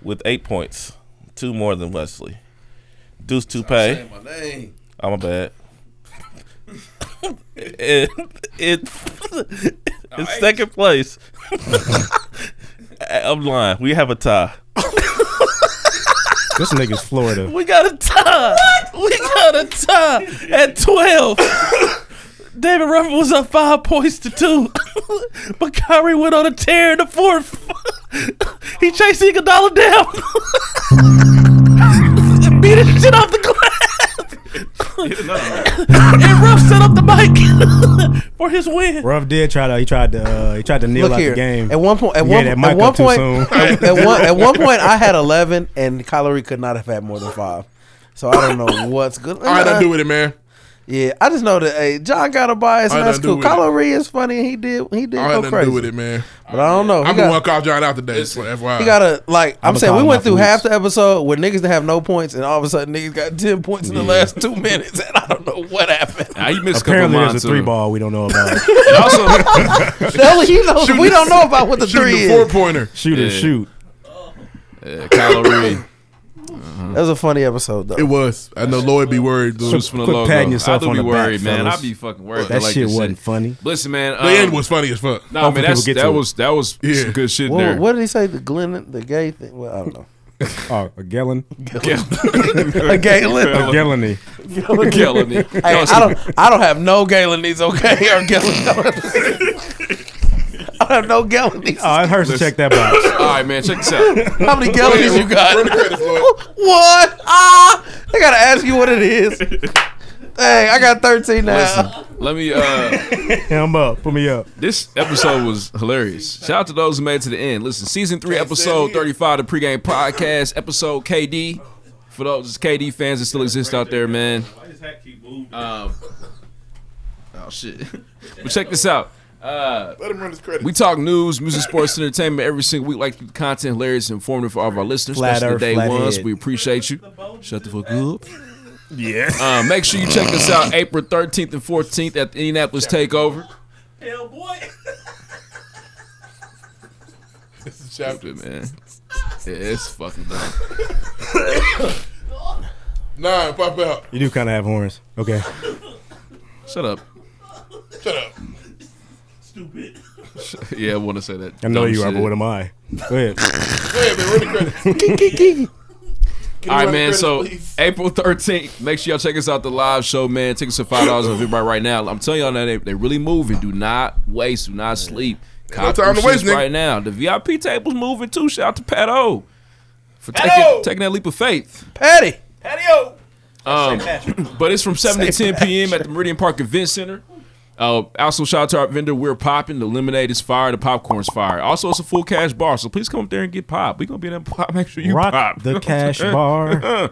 S14: with eight points, two more than Wesley. Deuce Toupee.
S5: saying my name.
S14: I'm a bad. it, it, in second place. I'm lying. We have a tie.
S6: This nigga's Florida.
S14: We got a tie. We got a tie at 12. David Ruffin was up five points to two. but Kyrie went on a tear in the fourth. he chased Iguodala down. and beat his shit off the glass. and Ruff set up the mic for his win.
S6: Ruff did try to. He tried to. Uh, he tried to kneel
S8: Look
S6: out
S8: here.
S6: the game.
S8: At one point, at
S6: You
S8: one,
S6: gave that
S8: at
S6: mic
S8: one
S6: up too
S8: point,
S6: soon.
S8: at, at one, at one point, I had eleven, and Kyrie could not have had more than five. So I don't know what's good.
S9: All right, I do with it, man.
S8: Yeah, I just know that hey, John got a bias,
S9: All
S8: and
S9: right,
S8: that's
S9: I do
S8: cool.
S9: with it.
S8: Kyrie is funny. and He did, he did
S9: All I
S8: go
S9: had nothing to
S8: crazy.
S9: do with it, man.
S8: But I don't know. He
S9: I'm
S8: got-
S9: gonna walk off John out today. For FYI,
S8: He got a like. I'm,
S6: I'ma
S8: saying
S6: call
S8: we
S6: him
S8: went
S6: after
S8: through
S6: this.
S8: half the episode where niggas didn't have no points, and all of a sudden niggas got ten points in the last two minutes, and I don't know what happened.
S4: Nah, you missed
S6: Apparently,
S4: a couple
S6: there's a
S4: lines,
S6: three
S4: too.
S6: ball we don't know about.
S4: And also,
S8: Nelly, you know,
S9: Shooting
S8: we
S9: the-
S8: don't know about what the three
S9: shooting the four
S8: is.
S9: pointer.
S6: shoot
S4: Yeah.
S6: or shoot.
S4: yeah, Kyle Reed.
S8: That was a funny episode though.
S9: It was. I know Lloyd be worried. Dude.
S4: Shoots from the
S6: Quit
S4: logo.
S6: patting yourself
S4: I do
S6: on
S4: be
S6: the back,
S4: worried, man.
S6: fellas.
S4: I be fucking worried.
S6: That
S4: I like
S6: shit
S4: this
S6: wasn't funny.
S4: Listen, man. Um,
S9: The end was funny as fuck.
S4: No,
S6: Hopefully
S4: man,
S6: people
S4: that's,
S6: get
S4: that
S6: to it.
S4: was that was
S9: Yeah.
S4: some good shit
S8: Well,
S4: there.
S8: what did he say? The Glenn, the gay thing. Well, I don't know.
S6: Oh, a gallon.
S8: A
S4: Oh,
S8: Galen.
S6: A gallony.
S4: Killing me.
S8: Hey, I don't. I don't have no Galen needs. Okay, or Galen. I don't have no Galen needs.
S9: Uh,
S6: Oh, it hurts to check that box.
S4: All right, man. Check this out.
S8: How many Galen needs you
S9: Run the
S8: got?
S9: credits, Lloyd.
S8: What? Ah, I gotta ask you what it is. Dang, I got 13 now.
S4: Let me. Uh,
S6: I'm up. Put me up.
S4: This episode was hilarious. Shout out to those who made it to the end. Listen, season three, episode thirty-five, the pregame podcast episode. KD, for those KD fans that still exist out there, man. Um, oh shit. But check this out. Uh,
S9: Let him run his credits.
S4: We talk news, music, sports, and entertainment every single week. Like to keep the content hilarious and informative for all of our listeners,
S6: Flat
S4: especially
S6: earth,
S4: the day
S6: flat
S4: ones.
S6: head.
S4: We appreciate you. Shut the fuck up. Yeah. Uh, make sure you check us out April 13th and 14th at the Indianapolis Takeover.
S13: Hell, boy.
S9: This is
S4: Stupid, man. Yeah, it's fucking dumb.
S9: Nine, pop out.
S6: You do kind of have horns. Okay.
S4: Shut up.
S9: Shut up.
S4: Yeah, I want to say that.
S6: I know
S4: dumb
S6: you are,
S4: shit.
S6: but what am I? Go ahead.
S9: Wait, man, run the credits.
S4: All
S9: run
S4: right,
S9: the
S4: man.
S9: credits,
S4: So
S9: please?
S4: April 13th, make sure y'all check us out the live show, man. Tickets are five dollars on everybody right now. I'm telling y'all that they, they really moving. Do not waste. Do not sleep. Cop
S9: time
S4: them
S9: to waste,
S4: shits
S9: nigga.
S4: right now. The VIP table's moving too. Shout out to Pat O for taking, taking that leap of faith.
S8: Patty.
S9: Patio.
S4: Um, but it's from 7 to
S9: Say
S4: 10 p.m. at the Meridian Park Event Center. Uh, also, shout out to our vendor. We're popping. The lemonade is fire. The popcorn's fire. Also, it's a full cash bar. So please come up there and get pop. We're going to be in that pop. Make sure you
S6: Rock
S4: pop.
S6: the cash bar.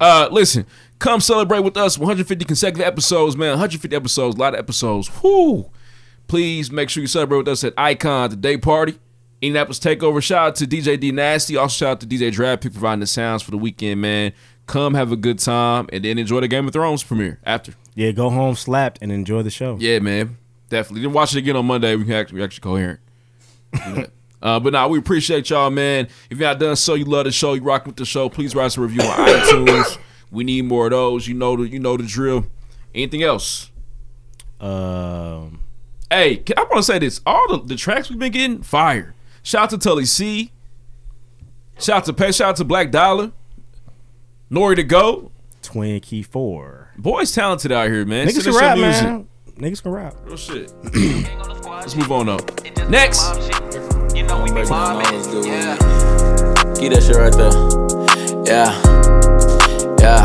S4: uh, listen, come celebrate with us. 150 consecutive episodes, man. 150 episodes. A lot of episodes. Whoo. Please make sure you celebrate with us at Icon, the day party. Indianapolis Takeover. Shout out to DJ D Nasty. Also, shout out to DJ Drag Pick providing the sounds for the weekend, man. Come have a good time and then enjoy the Game of Thrones premiere after.
S6: Yeah, go home slapped and enjoy the show.
S4: Yeah, man. Definitely. Then watch it again on Monday. We can actually, we actually coherent. uh, but now nah, we appreciate y'all, man. If y'all done so, you love the show, you rocking with the show, please write us a review on iTunes. We need more of those. You know the you know the drill. Anything else?
S6: Um
S4: Hey, can- I want to say this. All the, the tracks we've been getting, fire. Shout out to Tully C. Shout out to Pay. Shout out to Black Dollar. Nori to go.
S6: Twin Key Four.
S4: Boys talented out here, man.
S6: Niggas
S4: Send
S6: can
S4: us your
S6: rap,
S4: music.
S6: man. Niggas can rap.
S4: Real shit. Let's move on up. Next.
S11: Get that shit right there. Yeah. Yeah.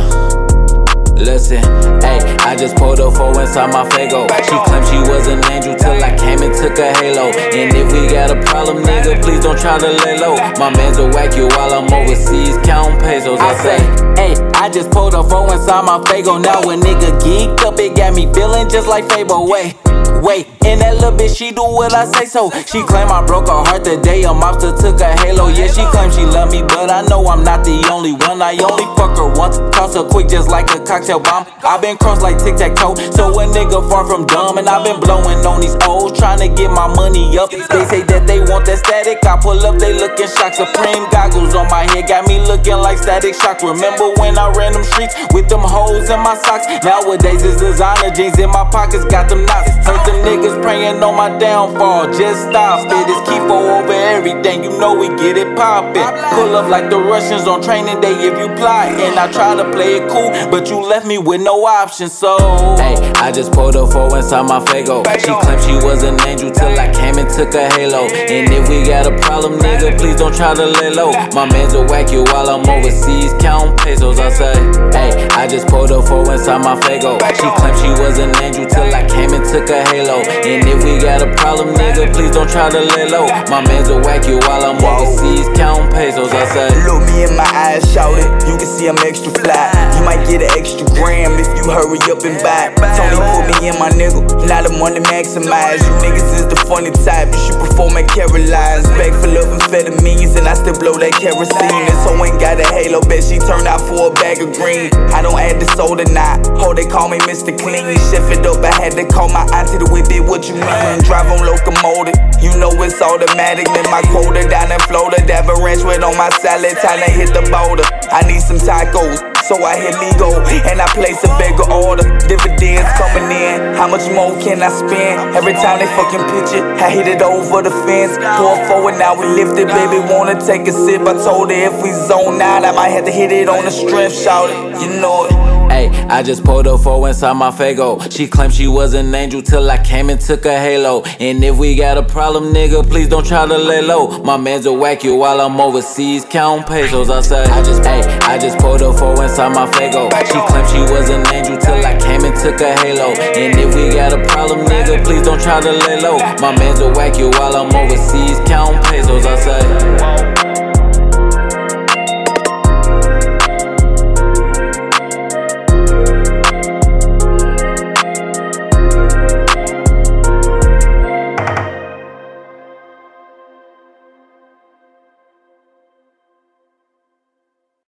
S11: Listen, hey, I just pulled a four inside my Fago. She claimed she was an angel till I came and took a halo. And if we got a problem, nigga, please don't try to lay low. My man's a whack you while I'm overseas counting pesos. I say, hey, I just pulled a four inside my Fago. Now a nigga geeked up, it got me feeling just like Fable. Wait. Wait, and that little bitch, she do what I say so. She claim I broke her heart the day a mobster took a halo. Yeah, she claim she love me, but I know I'm not the only one. I only fuck her once, toss her quick just like a cocktail bomb. i been crossed like tic tac toe, so a nigga far from dumb. And i been blowing on these O's, trying to get my money up. They say that they want that static, I pull up, they looking shock. Supreme goggles on my head, got me looking like static shock. Remember when I ran them streets with them holes in my socks? Nowadays, it's designer jeans in my pockets, got them knots. Heard them niggas praying on my downfall. Just stop it. It's Kifo over everything. You know we get it poppin'. Pull up like the Russians on training day if you plot. And I try to play it cool, but you left me with no option. So hey, I just pulled a four inside my Fago. She claimed she was an angel till I came and took a halo. And if we got a problem, nigga, please don't try to lay low. My man's a whack you while I'm overseas counting pesos. I say, hey, I just pulled a four inside my Fago. She claimed she was an angel till I came and took a halo. And if we got a problem, nigga, please don't try to lay low. My man's a whack you while I'm overseas counting pesos. I say,
S15: Look me in my eyes, shout it. You can see I'm extra fly. You might get an extra gram if you hurry up and buy. it. Tony put me in my nigga, now the money maximize. You niggas is the funny type. You should perform at Caroline's. Back full of amphetamines, and I still blow that kerosene. This hoe ain't got a halo, bet she turned out for a bag of green. I don't add the soda, nah. Ho, they call me Mr. Clean. Chef it up, I had to call my auntie to whip it. What you mean? Drive on locomotive, you know it's automatic. Let my quota down in Florida, Dabber ranch with on my salad. Time to hit the border. I need some tacos, so I hit Ligo and I place a bigger order. Dividends coming in, how much more can I spend? Every time they fucking pitch it, I hit it over the fence. Pour forward, now we lift it, baby. Wanna take a sip? I told her if we zone out, I might have to hit it on the strip. Shout it, you know it.
S11: Ayy, I just pulled up four inside my Fago. She claimed she was an angel till I came and took her halo. And if we got a problem, nigga, please don't try to lay low. My man's a whack you while I'm overseas counting pesos. I say, I just, ayy, I just pulled up four inside my Fago. She claimed she was an angel till I came and took her halo. And if we got a problem, nigga, please don't try to lay low. My man's a whack you while I'm overseas